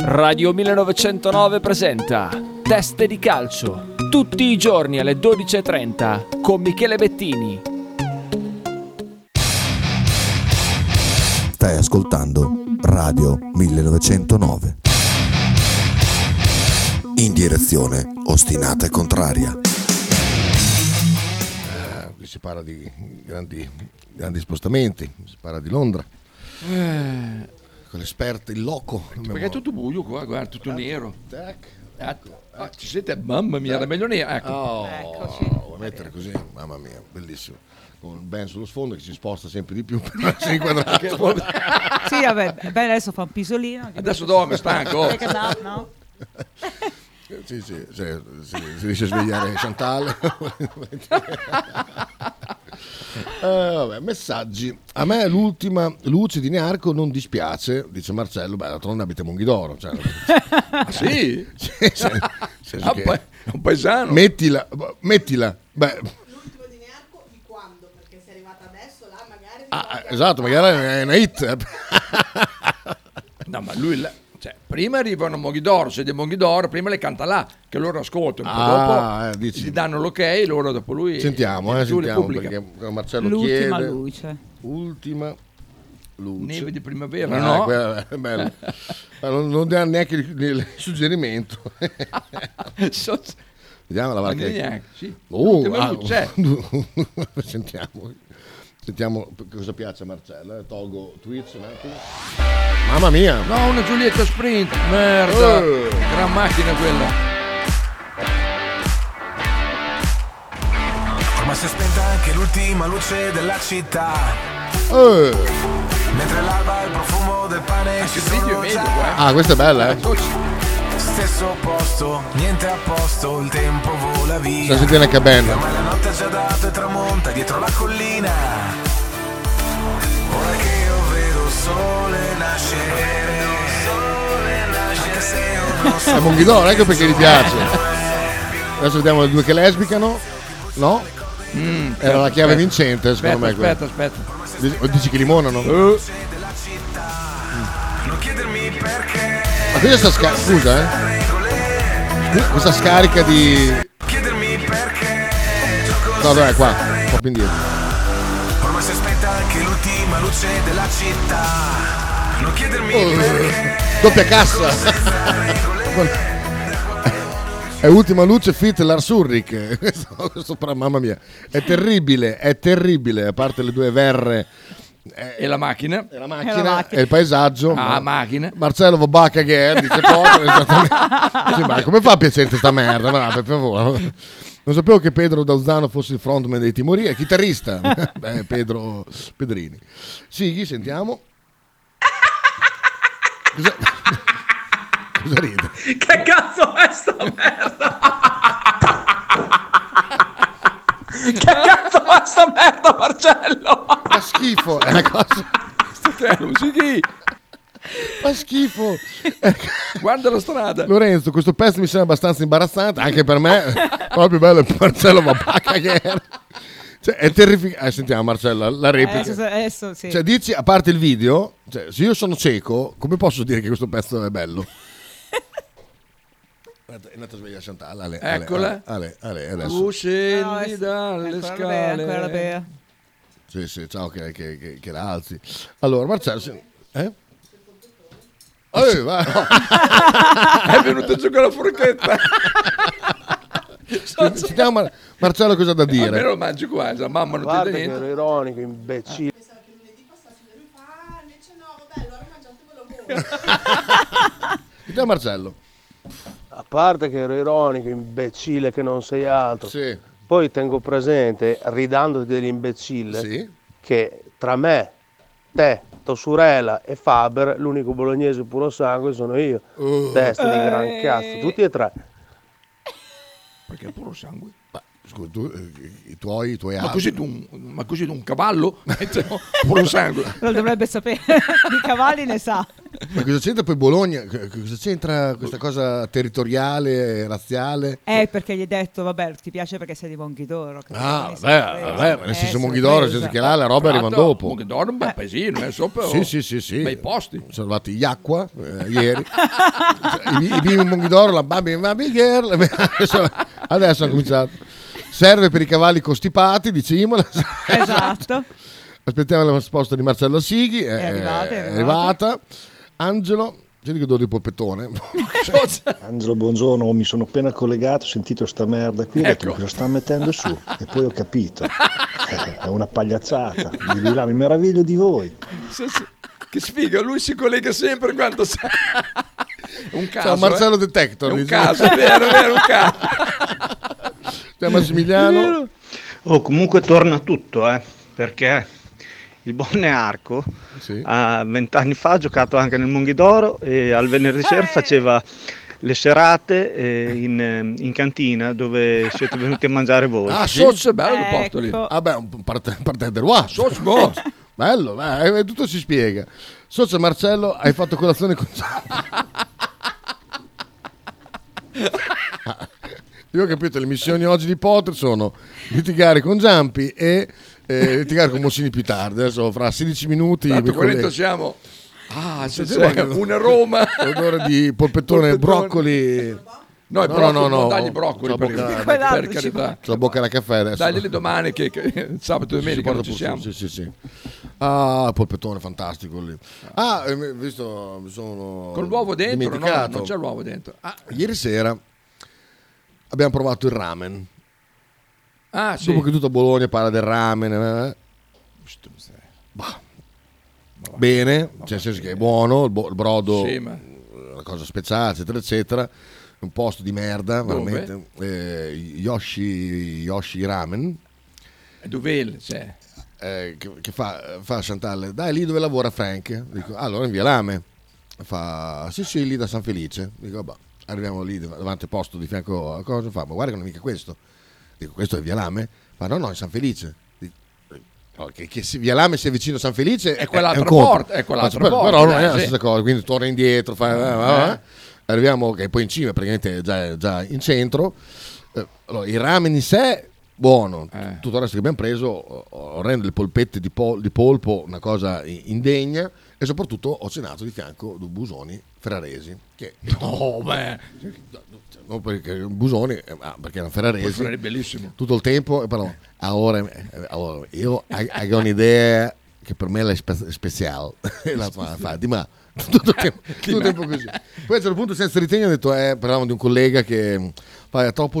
[SPEAKER 20] Radio 1909 presenta Teste di calcio, tutti i giorni alle 12.30 con Michele Bettini.
[SPEAKER 17] Stai ascoltando Radio 1909. In direzione ostinata e contraria.
[SPEAKER 18] Eh, qui si parla di grandi, grandi spostamenti, si parla di Londra.
[SPEAKER 22] Eh.
[SPEAKER 18] Con l'esperto, il loco.
[SPEAKER 1] Perché è tutto buio qua, guarda, tutto nero. Ah, ci siete? Mamma mia, era meglio nero. Ecco.
[SPEAKER 18] Oh, vuoi mettere così? Mamma mia, bellissimo. Con Ben sullo sfondo che si sposta sempre di più per essere inquadrato.
[SPEAKER 22] Sì, vabbè, beh, adesso fa un pisolino.
[SPEAKER 18] Adesso dorme, stanco.
[SPEAKER 22] Eh, che no, no.
[SPEAKER 18] sì, sì, se, se- se riesce a svegliare Chantal. Eh, vabbè, messaggi. A me l'ultima luce di Nearco non dispiace, dice Marcello. Beh, d'altronde abita a Monghidoro. Cioè,
[SPEAKER 1] Ah, sì?
[SPEAKER 18] senso
[SPEAKER 1] Ah,
[SPEAKER 18] che-
[SPEAKER 1] pa- è un paesano.
[SPEAKER 18] Mettila, mettila. Beh, ah, esatto, magari è una hit.
[SPEAKER 1] No, ma lui... la- cioè, prima arrivano a Monghidoro, se è di Monghidoro, prima le canta là, che loro ascoltano. poi
[SPEAKER 18] Ah, eh,
[SPEAKER 1] dopo
[SPEAKER 18] dici.
[SPEAKER 1] gli danno l'ok, loro dopo lui...
[SPEAKER 18] Sentiamo, eh,
[SPEAKER 1] giù le
[SPEAKER 18] sentiamo
[SPEAKER 1] pubblica.
[SPEAKER 18] perché Marcello
[SPEAKER 22] L'ultima
[SPEAKER 18] Cioè, chiede.
[SPEAKER 22] luce.
[SPEAKER 18] Ultima luce.
[SPEAKER 1] Neve di primavera,
[SPEAKER 18] Ah,
[SPEAKER 1] no?
[SPEAKER 18] quella è bella. Ma non, non dà neanche il, il suggerimento. Vediamo
[SPEAKER 1] Ma
[SPEAKER 18] la varca.
[SPEAKER 1] neanche, sì.
[SPEAKER 18] Oh,
[SPEAKER 1] Ultima
[SPEAKER 18] ah,
[SPEAKER 1] luce.
[SPEAKER 18] sentiamo. Sentiamo cosa piace a Marcella. Tolgo Twitch un attimo. Mamma mia!
[SPEAKER 1] No, una Giulietta Sprint, merda.
[SPEAKER 18] Eh.
[SPEAKER 1] Gran macchina quella.
[SPEAKER 12] Ormai si è spenta anche l'ultima luce della città.
[SPEAKER 18] Eh.
[SPEAKER 12] Mentre l'alba e il profumo del pane ci sono già.
[SPEAKER 18] Ah, questa è bella, eh.
[SPEAKER 12] Stesso posto, niente a posto, il tempo vola via.
[SPEAKER 18] Sta sentendo anche bene.
[SPEAKER 12] Ormai la notte è già dato e tramonta dietro la collina. Ora che io vedo sole nascere, anche se io non
[SPEAKER 18] È
[SPEAKER 12] so
[SPEAKER 18] Monghidò, non è che perché gli piace. Adesso vediamo le due che lesbicano. No? Era la chiave
[SPEAKER 1] Mm. aspetta.
[SPEAKER 18] vincente, secondo
[SPEAKER 1] Aspetta,
[SPEAKER 18] me.
[SPEAKER 1] aspetta, aspetta. Eh.
[SPEAKER 18] Dici, o dici che limonano? Mm. Ma questa sta sca- scusa, eh. Scu- Questa scarica di. No, dov'è qua? Un po' più indietro.
[SPEAKER 12] Ormai si aspetta anche l'ultima luce della città. Non chiedermi perché.
[SPEAKER 18] Oh, Doppia cassa! È ultima luce fit Lars Ulrich. Questo, questo pra- mamma mia. È terribile, è terribile, a parte le due verre.
[SPEAKER 1] E la macchina? E
[SPEAKER 18] la Eh. E il paesaggio.
[SPEAKER 1] Ah,
[SPEAKER 18] Ma-
[SPEAKER 1] macchina.
[SPEAKER 18] Marcello Vobacca che è, dice cosa, esattamente. Sì, ma come fa a piacerti sta merda? Ma per favore. Non sapevo che Pedro Dauzano fosse il frontman dei Timoria, è chitarrista. Beh, Pedro Pedrini. Sighi, sentiamo. Cosa, cosa ride?
[SPEAKER 12] Che cazzo è sta merda? che cazzo è sta merda, Marcello?
[SPEAKER 18] Fa schifo, è una cosa.
[SPEAKER 1] Cioè,
[SPEAKER 18] Fa schifo.
[SPEAKER 1] Guarda la strada.
[SPEAKER 18] Lorenzo, questo pezzo mi sembra abbastanza imbarazzante, anche per me. Proprio bello il Marcello Vobacca che è. Cioè, è terrificante. sentiamo Marcella, la replica.
[SPEAKER 22] Adesso, adesso sì.
[SPEAKER 18] Cioè, dici, a parte il video, cioè, se io sono cieco, come posso dire che questo pezzo è bello? Guarda, È andata a svegliare Chantal. Ale, Ale,
[SPEAKER 1] Eccola.
[SPEAKER 18] Ale, Ale, Ale,
[SPEAKER 1] Tu
[SPEAKER 18] adesso.
[SPEAKER 22] No,
[SPEAKER 1] scendi
[SPEAKER 22] adesso-
[SPEAKER 1] dalle
[SPEAKER 22] ancora la
[SPEAKER 1] scale.
[SPEAKER 22] Bea, ancora la Bea.
[SPEAKER 18] Sì, sì, ciao, che, che, che, che la alzi. Allora, Marcello. se- Eh? Eh, vai.
[SPEAKER 1] È venuta giù con la forchetta.
[SPEAKER 18] Sentiamo Mar- Marcello cosa ha da dire.
[SPEAKER 1] Almeno lo mangi qua, sa, mamma non ti dà niente.
[SPEAKER 18] ironico, imbecille. Sentiamo Marcello.
[SPEAKER 24] A parte che ero ironico, imbecille che non sei altro.
[SPEAKER 18] Sì.
[SPEAKER 24] Poi tengo presente, ridandoti dell'imbecille, che tra me, te, tua sorella e Faber, l'unico bolognese puro sangue sono io.
[SPEAKER 18] Uh.
[SPEAKER 24] Testa di gran
[SPEAKER 1] Eh.
[SPEAKER 24] cazzo, tutti e tre.
[SPEAKER 1] Perché è puro sangue.
[SPEAKER 18] Scusa, tu, eh, i tuoi, i tuoi
[SPEAKER 1] Ma
[SPEAKER 18] altri.
[SPEAKER 1] così tu un, ma così tu un cavallo? Cioè, puro sangue.
[SPEAKER 22] Lo dovrebbe sapere. Di cavalli ne sa.
[SPEAKER 18] Ma cosa c'entra poi Bologna? C- Cosa c'entra questa cosa territoriale, razziale?
[SPEAKER 22] Eh, perché gli hai detto, vabbè, ti piace perché sei di Bonghidoro. capito?
[SPEAKER 18] Ah,
[SPEAKER 22] Mi sono
[SPEAKER 18] vabbè,
[SPEAKER 22] presa.
[SPEAKER 18] vabbè, ma
[SPEAKER 22] Eh,
[SPEAKER 18] nel senso
[SPEAKER 22] sono
[SPEAKER 18] Monghidoro, nel
[SPEAKER 22] presa.
[SPEAKER 18] senso che là la roba
[SPEAKER 22] Esatto.
[SPEAKER 18] arriva
[SPEAKER 1] Prato,
[SPEAKER 18] dopo.
[SPEAKER 1] Monghidoro Esatto. è un bel paesino, eh, sopra.
[SPEAKER 18] Sì, sì, sì, sì.
[SPEAKER 1] Bei posti.
[SPEAKER 18] Sono arrivati gli acqua eh, ieri. Cioè, I i bimbi Monghidoro, la baby, baby girl. Adesso, adesso hanno cominciato. Serve per i cavalli costipati, dice Imola.
[SPEAKER 22] Esatto.
[SPEAKER 18] Aspettiamo la risposta di Marcello Sighi. È,
[SPEAKER 22] arrivata, è
[SPEAKER 18] è arrivata. Angelo, senti che do di polpettone.
[SPEAKER 10] Angelo, buongiorno, mi sono appena collegato, ho sentito sta merda qui, ho detto
[SPEAKER 18] Ecco.
[SPEAKER 10] "Ma cosa sta mettendo su e poi ho capito, è una pagliacciata, di di là, mi meraviglio di voi.
[SPEAKER 1] Sì, sì. Che sfiga, lui si collega sempre quando sa. È un caso.
[SPEAKER 18] Ciao Marcello
[SPEAKER 1] eh.
[SPEAKER 18] Detector.
[SPEAKER 1] È un
[SPEAKER 18] dice.
[SPEAKER 1] caso, è vero, è vero, è un caso.
[SPEAKER 18] Ciao Massimiliano.
[SPEAKER 8] Oh, comunque torna tutto, eh, perché il buon Arco a vent'anni fa ha giocato anche nel Monghidoro e al venerdì
[SPEAKER 1] Eh.
[SPEAKER 8] sera faceva le serate eh, in, in cantina dove siete venuti a mangiare voi.
[SPEAKER 18] Ah, Soch è bello il posto lì.
[SPEAKER 22] Ecco.
[SPEAKER 18] Vabbè, un parte, parte del Roi. Bello, eh, eh, tutto si spiega. Socio Marcello, hai fatto colazione con Io ho capito, le missioni oggi di Potter sono litigare con Giampi e eh, litigare con Mossini più tardi. Adesso fra 16 minuti...
[SPEAKER 1] Tanto
[SPEAKER 18] mi
[SPEAKER 1] qua dentro
[SPEAKER 18] collego.
[SPEAKER 1] siamo. Ah, se
[SPEAKER 18] Sì,
[SPEAKER 1] c'è anche
[SPEAKER 18] sì.
[SPEAKER 1] una Roma.
[SPEAKER 18] Odore di polpettone, broccoli.
[SPEAKER 1] No, i broccoli, non dagli i broccoli,
[SPEAKER 18] C'ho la
[SPEAKER 1] per-
[SPEAKER 18] bocca-
[SPEAKER 1] per Quell'altro ci carità.
[SPEAKER 18] C'ho la bocca alla caffè adesso.
[SPEAKER 1] Dagli le domani che, che sabato e domenica non ci siamo.
[SPEAKER 18] Sì, sì, sì. Ah, polpettone fantastico lì. Ah, eh, visto, mi sono
[SPEAKER 1] Con l'uovo dentro? No,
[SPEAKER 18] dimenticato.
[SPEAKER 1] non c'è l'uovo dentro. Ah,
[SPEAKER 18] Ieri sera abbiamo provato il ramen.
[SPEAKER 1] ah sì.
[SPEAKER 18] Dopo che tutta Bologna parla del ramen, eh, eh. Bah. bene, cioè, nel senso che è buono, il, bo- il brodo,
[SPEAKER 1] Sì, ma-
[SPEAKER 18] la cosa speziale, eccetera, eccetera. Un posto di merda,
[SPEAKER 1] Dove?
[SPEAKER 18] veramente. Eh, Yoshi, Yoshi Ramen.
[SPEAKER 1] Duvel, cioè. c'è.
[SPEAKER 18] eh, che, che fa, fa Chantal, dai lì dove lavora Frank? Dico, "Ah, allora in via Lame. Fa, sì sì, lì da San Felice. Dico, "Vabbè, arriviamo lì dav- davanti al posto di fianco a cosa fa, ma guarda che non è mica questo. Dico, questo è via Lame? Fa, no no, è San Felice. Dico, "Oh, Che, che si- via Lame sia vicino a San Felice è,
[SPEAKER 1] quell'altra
[SPEAKER 18] un conto."
[SPEAKER 1] porta, è quell'altra
[SPEAKER 18] Faccio,
[SPEAKER 1] porta,
[SPEAKER 18] però non è
[SPEAKER 1] dai,
[SPEAKER 18] la
[SPEAKER 1] sì.
[SPEAKER 18] stessa cosa quindi torna indietro fa,
[SPEAKER 1] Eh.
[SPEAKER 18] eh, eh. arriviamo che poi in cima praticamente è già, già in centro Eh, allora, il ramen in sé buono tutto il resto che abbiamo preso oh, oh, rende le polpette di, pol- di polpo una cosa i- indegna e soprattutto ho cenato di fianco due busoni ferraresi che
[SPEAKER 1] Oh, beh.
[SPEAKER 18] non perché busoni eh, ma perché erano ferraresi
[SPEAKER 1] Poi Ferrari è bellissimo.
[SPEAKER 18] tutto il tempo e però allora, eh, allora, io ho un'idea che per me è la spe- speciale e la fa, fa, di ma tutto il tempo, tutto il tempo così poi a un certo punto senza ritegno ho detto eh, parlavamo di un collega che mh, fa, è troppo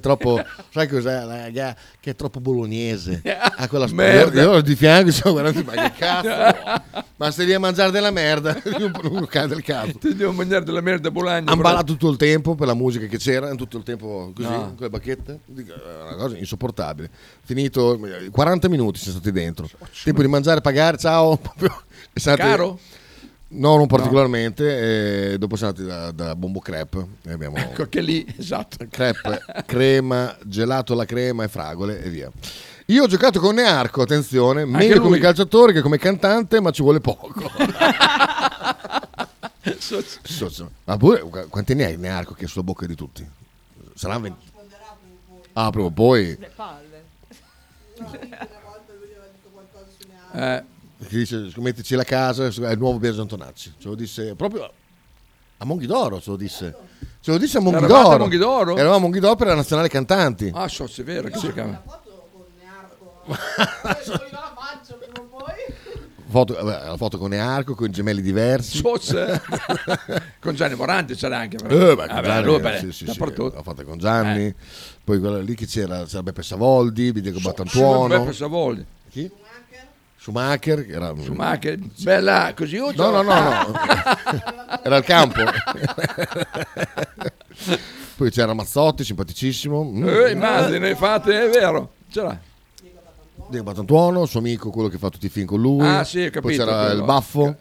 [SPEAKER 18] troppo sai cos'è raga, che è troppo bolognese ha quella
[SPEAKER 1] Ah, Merda.
[SPEAKER 18] io ero di fianco stavo guardando ma che cazzo ma stai lì a mangiare della merda non non cade il cazzo
[SPEAKER 1] Ti devo mangiare della merda a Bologna.
[SPEAKER 18] ha
[SPEAKER 1] però.
[SPEAKER 18] ballato tutto il tempo per la musica che c'era, tutto il tempo così,
[SPEAKER 1] No.
[SPEAKER 18] con le bacchette. Dico, è Una cosa insopportabile. Finito eh, 40 minuti siamo stati dentro. Tempo di mangiare, pagare, ciao. Proprio- e siamo andati-
[SPEAKER 1] Oh, cioè, Caro?
[SPEAKER 18] No, non particolarmente. e dopo siamo andati da, da Bombo Crepe. E abbiamo
[SPEAKER 1] Ecco che lì, esatto.
[SPEAKER 18] crepe, crema, gelato alla crema e fragole e via. Io ho giocato con Nearco, attenzione, meglio
[SPEAKER 1] lui.
[SPEAKER 18] come calciatore che come cantante, ma ci vuole poco. Socio. Ma pure, qu- quanti ne hai Nearco che è sulla bocca di tutti? Saranno 20. Ah, prima o poi.
[SPEAKER 22] Le palle.
[SPEAKER 18] Eh. Che dice, scommettici la casa, è il nuovo Biagio Antonacci. Ce lo disse proprio a Monghidoro, ce lo disse. Ce lo disse a
[SPEAKER 1] Eravate a
[SPEAKER 18] Monghidoro.
[SPEAKER 1] Monghidoro?
[SPEAKER 18] Eravamo a Monghidoro per la Nazionale Cantanti.
[SPEAKER 1] Ah, so, se è vero che si chiama.
[SPEAKER 18] Foto, vabbè, la foto con Nearco, con gemelli diversi.
[SPEAKER 1] Sosse. con Gianni Morante c'era anche. però.
[SPEAKER 18] Eh, beh, con
[SPEAKER 1] Vabbè,
[SPEAKER 18] Gianni,
[SPEAKER 1] lui, beh, Eh.
[SPEAKER 18] sì, sì, sì,
[SPEAKER 1] dappertutto.
[SPEAKER 18] l'ho fatta con Gianni, poi quella lì che c'era, c'era Beppe Savoldi, Bidiaco
[SPEAKER 1] Beppe
[SPEAKER 18] Battantuono,
[SPEAKER 1] Savoldi.
[SPEAKER 18] Chi?
[SPEAKER 1] Eh,
[SPEAKER 18] Schumacher, che era,
[SPEAKER 1] Schumacher. Bella, così oggi.
[SPEAKER 18] No, no, no, no. Era il campo. Poi c'era Mazzotti, simpaticissimo. Mm.
[SPEAKER 1] Eh, immagino, infatti, è vero. Ce l'ha.
[SPEAKER 18] Diego Battantuono, suo amico, quello che fa tutti i film con lui.
[SPEAKER 1] Ah, sì, ho
[SPEAKER 18] Poi
[SPEAKER 1] capito,
[SPEAKER 18] c'era
[SPEAKER 1] quello.
[SPEAKER 18] il baffo.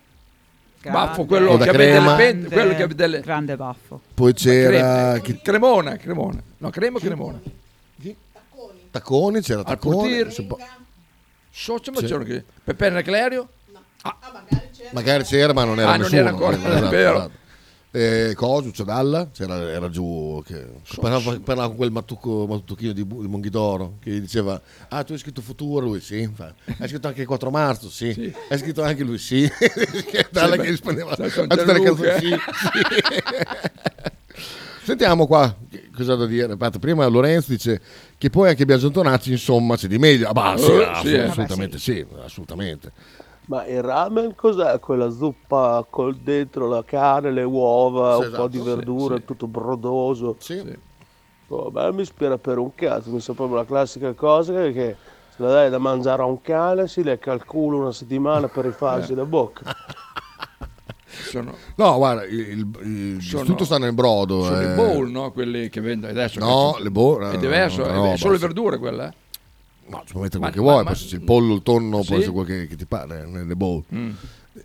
[SPEAKER 1] Baffo, quello
[SPEAKER 18] Coda
[SPEAKER 1] che, aveva
[SPEAKER 18] crema.
[SPEAKER 1] delle pent- quello che aveva delle...
[SPEAKER 22] Grande baffo.
[SPEAKER 18] Poi c'era
[SPEAKER 1] Crema. Cremona, Cremona. No, Crema o Cremona?
[SPEAKER 18] Taccone, c'era
[SPEAKER 1] Al
[SPEAKER 18] Taccone.
[SPEAKER 1] portiere.
[SPEAKER 18] se po-
[SPEAKER 1] Socio, ma
[SPEAKER 18] Sì.
[SPEAKER 1] c'erano che... Pepe Clerio?
[SPEAKER 18] Magari c'era, ma non era
[SPEAKER 1] Ah, non
[SPEAKER 18] nessuno.
[SPEAKER 1] era ancora,
[SPEAKER 18] Esatto,
[SPEAKER 1] è vero.
[SPEAKER 18] esatto. Eh, Cosu, Ciadalla, c'era, era giù, che, parlava, parlava con quel mattucco, mattucchino di, Bu- di Monghidoro che gli diceva, ah tu hai scritto futuro, lui sì, fa. hai scritto anche il 4 marzo, sì, hai scritto anche lui sì, Che Dalla beh, che rispondeva a sai, con tutte le Gianluca. canzoni sì. Sentiamo qua che- cosa da dire. Guardate, Prima Lorenzo dice che poi anche Biagio Antonacci, insomma, c'è di meglio. Ah, bah, sì,
[SPEAKER 1] Eh,
[SPEAKER 18] ass-
[SPEAKER 1] sì, eh.
[SPEAKER 18] assolutamente sì, assolutamente.
[SPEAKER 2] Ma il ramen cos'è? Quella zuppa col dentro la carne, le uova,
[SPEAKER 18] Sì,
[SPEAKER 2] un
[SPEAKER 18] esatto,
[SPEAKER 2] po' di
[SPEAKER 18] sì,
[SPEAKER 2] verdura,
[SPEAKER 18] sì.
[SPEAKER 2] tutto brodoso.
[SPEAKER 18] Sì.
[SPEAKER 2] Oh, beh, non mi ispira per un cazzo, mi sa proprio la classica cosa che che se la dai da mangiare a un cane si lecca il culo una settimana per rifarsi la bocca.
[SPEAKER 18] No, guarda, il, il- il-
[SPEAKER 1] Sono-
[SPEAKER 18] tutto sta nel brodo.
[SPEAKER 1] Sono
[SPEAKER 18] eh.
[SPEAKER 1] i bowl, no? Quelli che vendono adesso.
[SPEAKER 18] No,
[SPEAKER 1] che-
[SPEAKER 18] le bowl,
[SPEAKER 1] È
[SPEAKER 18] no,
[SPEAKER 1] diverso,
[SPEAKER 18] no,
[SPEAKER 1] è
[SPEAKER 18] no,
[SPEAKER 1] ver- solo le
[SPEAKER 18] basta.
[SPEAKER 1] verdure eh. quella.
[SPEAKER 18] No, ci puoi mettere quel
[SPEAKER 1] Ma-
[SPEAKER 18] che
[SPEAKER 1] ma-
[SPEAKER 18] vuoi,
[SPEAKER 1] ma-
[SPEAKER 18] poi se c'è il pollo, il tonno, poi
[SPEAKER 1] Sì?
[SPEAKER 18] c'è quello che, che ti pare nelle bowl.
[SPEAKER 1] Mm.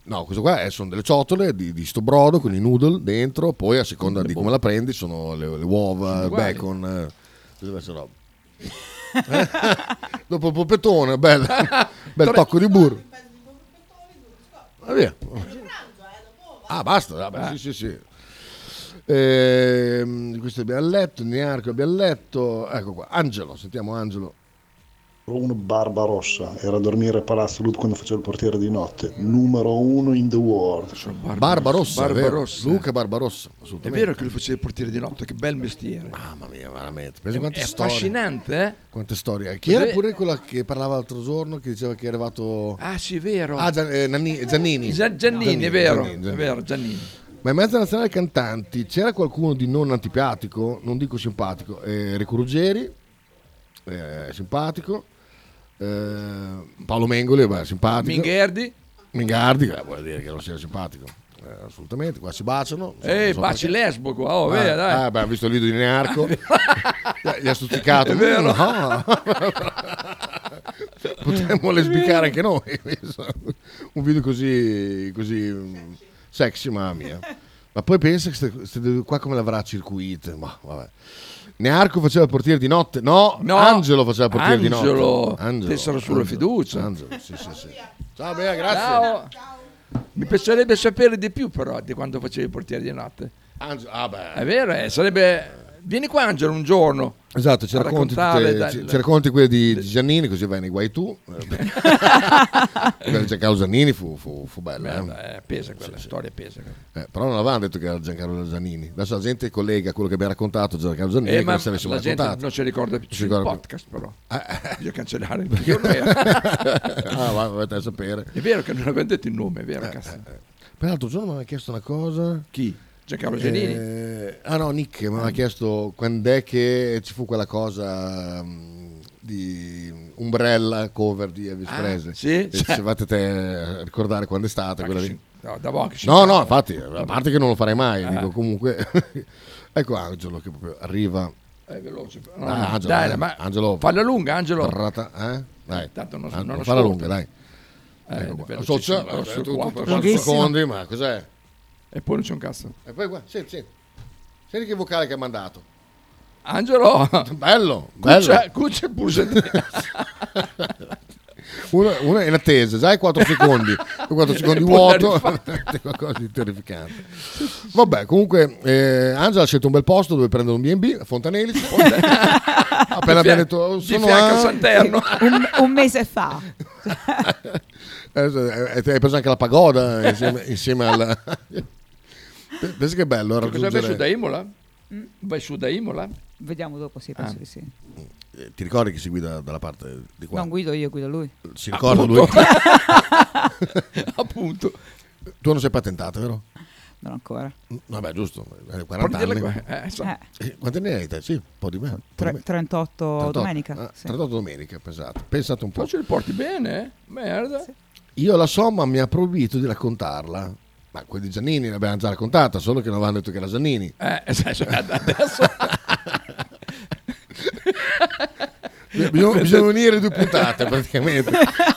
[SPEAKER 18] No, questo qua è- sono delle ciotole di, di sto brodo con i noodle dentro, poi a seconda di come la prendi sono le, le uova, il uguali. bacon, eh, tutte diverse robe. Eh? Dopo il polpettone, bel, bel Tre- tocco di burro. Ah, via. Ah, basta. vabbè, Ah.
[SPEAKER 1] Eh.
[SPEAKER 18] Sì, sì, sì. Ehm, questo abbiamo letto, Nearco abbiamo letto. Ecco qua, Angelo, sentiamo Angelo.
[SPEAKER 10] uno Barbarossa, era a dormire a Palazzo Lud quando faceva il portiere di notte, numero uno in the world.
[SPEAKER 18] Barbarossa, è vero.
[SPEAKER 1] Barbarossa.
[SPEAKER 18] Luca Barbarossa.
[SPEAKER 1] È vero che lui faceva il portiere di notte, che bel mestiere.
[SPEAKER 18] Mamma mia, veramente.
[SPEAKER 1] È,
[SPEAKER 18] Pensa quante
[SPEAKER 1] è
[SPEAKER 18] storie.
[SPEAKER 1] affascinante, eh?
[SPEAKER 18] Quante storie. Chi era
[SPEAKER 1] Beh-
[SPEAKER 18] pure quella che parlava l'altro giorno che diceva che è arrivato.
[SPEAKER 1] Ah, sì, vero.
[SPEAKER 18] Ah, Gian- eh, Nanni- Giannini.
[SPEAKER 1] Gian- Giannini, è vero,
[SPEAKER 18] Giannini,
[SPEAKER 1] è
[SPEAKER 18] Giannini.
[SPEAKER 1] vero, Giannini.
[SPEAKER 18] Ma in mezzo alla nazionale cantanti c'era qualcuno di non antipatico? Non dico simpatico. Eh, Rico Ruggeri, eh, simpatico. Eh, Paolo Mengoli, beh, simpatico.
[SPEAKER 1] Mingherdi.
[SPEAKER 18] Mingardi, eh, vuol dire che non sia simpatico. Eh, assolutamente, qua si baciano. Non so-
[SPEAKER 1] Eh,
[SPEAKER 18] non so
[SPEAKER 1] baci
[SPEAKER 18] perché.
[SPEAKER 1] lesbo qua, oh, vedi,
[SPEAKER 18] Ah,
[SPEAKER 1] dai.
[SPEAKER 18] ah, beh, ho visto il video di Nearco. Gli- Gli ha stuzzicato.
[SPEAKER 1] È vero.
[SPEAKER 18] Ah. Potremmo lesbicare anche noi. Un video così, così mm, sexy, mamma mia. Ma poi pensa che ste- ste- qua come l'avrà circuito. Ma vabbè. Nearco faceva il portiere di notte. No,
[SPEAKER 1] No,
[SPEAKER 18] Angelo faceva il portiere di
[SPEAKER 1] Angelo,
[SPEAKER 18] notte. Angelo.
[SPEAKER 1] tessera sulla
[SPEAKER 18] Angelo,
[SPEAKER 1] fiducia.
[SPEAKER 18] Angelo, sì, sì, sì. Ciao, Bea, grazie.
[SPEAKER 1] Ciao. Mi piacerebbe sapere di più però di quando facevi il portiere di notte.
[SPEAKER 18] Angelo, ah beh.
[SPEAKER 1] È vero, eh, sarebbe... Vieni qua Angelo un giorno.
[SPEAKER 18] Esatto, ci
[SPEAKER 1] a
[SPEAKER 18] racconti,
[SPEAKER 1] raccontare
[SPEAKER 18] tutte-
[SPEAKER 1] dal-
[SPEAKER 18] ci- ci racconti quelle di, di Giannini, così vai nei guai tu. Quella di Giancarlo Giannini fu, fu- fu bella.
[SPEAKER 1] Beh, eh, pesa quella storia, pesa.
[SPEAKER 18] Eh, però non avevano detto che era Giancarlo Giannini. Adesso la gente collega quello che abbiamo raccontato Giancarlo Giannini
[SPEAKER 1] Eh,
[SPEAKER 18] come
[SPEAKER 1] ma
[SPEAKER 18] se l'avessimo
[SPEAKER 1] la gente
[SPEAKER 18] raccontato.
[SPEAKER 1] non si ricorda più
[SPEAKER 18] Non si
[SPEAKER 1] il
[SPEAKER 18] ricorda più. Eh.
[SPEAKER 1] podcast però. Bisogna cancellare il giorno
[SPEAKER 18] ah, va, dovete sapere. Eh,
[SPEAKER 1] È vero che non abbiamo detto il nome, è vero. cazzo.
[SPEAKER 18] Però l'altro giorno mi aveva chiesto una cosa.
[SPEAKER 1] Chi? Giancarlo Giannini?
[SPEAKER 18] Eh, ah no, Nick mi aveva chiesto quando è che ci fu quella cosa mm, di Umbrella cover di Elvis
[SPEAKER 1] Ah,
[SPEAKER 18] Presley.
[SPEAKER 1] sì?
[SPEAKER 18] E
[SPEAKER 1] Cioè-
[SPEAKER 18] Se fate te a ricordare quando è stata quella lì.
[SPEAKER 1] No, da poco ci-
[SPEAKER 18] No, no, infatti, a parte che non lo farei mai,
[SPEAKER 1] Ah.
[SPEAKER 18] dico comunque. ecco Angelo che proprio arriva.
[SPEAKER 1] È veloce. però.
[SPEAKER 18] Ah, Angelo,
[SPEAKER 1] dai,
[SPEAKER 18] dai,
[SPEAKER 1] ma
[SPEAKER 18] Angelo.
[SPEAKER 1] falla lunga, Angelo.
[SPEAKER 18] Tarrata, eh? Dai.
[SPEAKER 1] Tanto non-
[SPEAKER 18] Angelo,
[SPEAKER 1] non lo
[SPEAKER 18] falla
[SPEAKER 1] ascolta.
[SPEAKER 18] lunga, dai.
[SPEAKER 1] Eh,
[SPEAKER 18] Ecco
[SPEAKER 1] è
[SPEAKER 18] qua.
[SPEAKER 1] velocissimo,
[SPEAKER 18] So, c'è-
[SPEAKER 1] guarda,
[SPEAKER 18] eh,
[SPEAKER 1] su
[SPEAKER 18] tu- tu
[SPEAKER 1] quattro,
[SPEAKER 18] per
[SPEAKER 1] lunghissimo.
[SPEAKER 18] quattro secondi, ma cos'è?
[SPEAKER 1] E poi non c'è un cazzo.
[SPEAKER 18] E poi qua, senti, senti. Senti che vocale che ha mandato.
[SPEAKER 1] Angelo!
[SPEAKER 18] Bello,
[SPEAKER 1] Cuccia,
[SPEAKER 18] bello.
[SPEAKER 1] cuccia e bugia.
[SPEAKER 18] Uno, uno è in attesa, già è 4 secondi, 4 secondi E poi vuoto, arriva. è qualcosa di terrificante. Vabbè, comunque eh, Angela ha scelto un bel posto dove prendere un B&B, a Fontanelli, appena abbiamo detto "Oh,
[SPEAKER 22] Di
[SPEAKER 18] sono
[SPEAKER 22] fianco
[SPEAKER 18] a-
[SPEAKER 22] a Santerno. un, un mese fa.
[SPEAKER 18] Adesso, eh, Hai preso anche la pagoda insieme, insieme al... Pensi che è bello
[SPEAKER 1] Cosa vai su da
[SPEAKER 18] raggiungere...
[SPEAKER 1] Imola? Vai su da Imola?
[SPEAKER 22] Mm. Vediamo dopo, sì, penso
[SPEAKER 1] Ah.
[SPEAKER 22] di sì.
[SPEAKER 18] Eh, Ti ricordi che si guida dalla parte di qua?
[SPEAKER 22] Non guido io, guido lui.
[SPEAKER 18] Si ricorda
[SPEAKER 22] Appunto.
[SPEAKER 18] lui?
[SPEAKER 1] Appunto.
[SPEAKER 18] Tu non sei patentato, vero? Mm,
[SPEAKER 22] Non ancora.
[SPEAKER 18] Vabbè, giusto, hai 40
[SPEAKER 22] Porti delle
[SPEAKER 18] anni.
[SPEAKER 22] que- eh, insomma.
[SPEAKER 18] Eh, Quanti anni hai te? Sì, un po' di me. un po' di me.
[SPEAKER 22] 38 domenica.
[SPEAKER 18] Ah,
[SPEAKER 22] sì.
[SPEAKER 18] 38 domenica, pensate. Pensate un po'.
[SPEAKER 1] Poi ce li porti bene, eh? Merda.
[SPEAKER 18] Io la somma mi ha proibito di raccontarla. Ma quella di Giannini l'abbiamo già raccontata, solo che non avevano detto che era Giannini.
[SPEAKER 1] Eh, sai, cioè, adesso...
[SPEAKER 18] Bisogna, bisogna unire due puntate praticamente.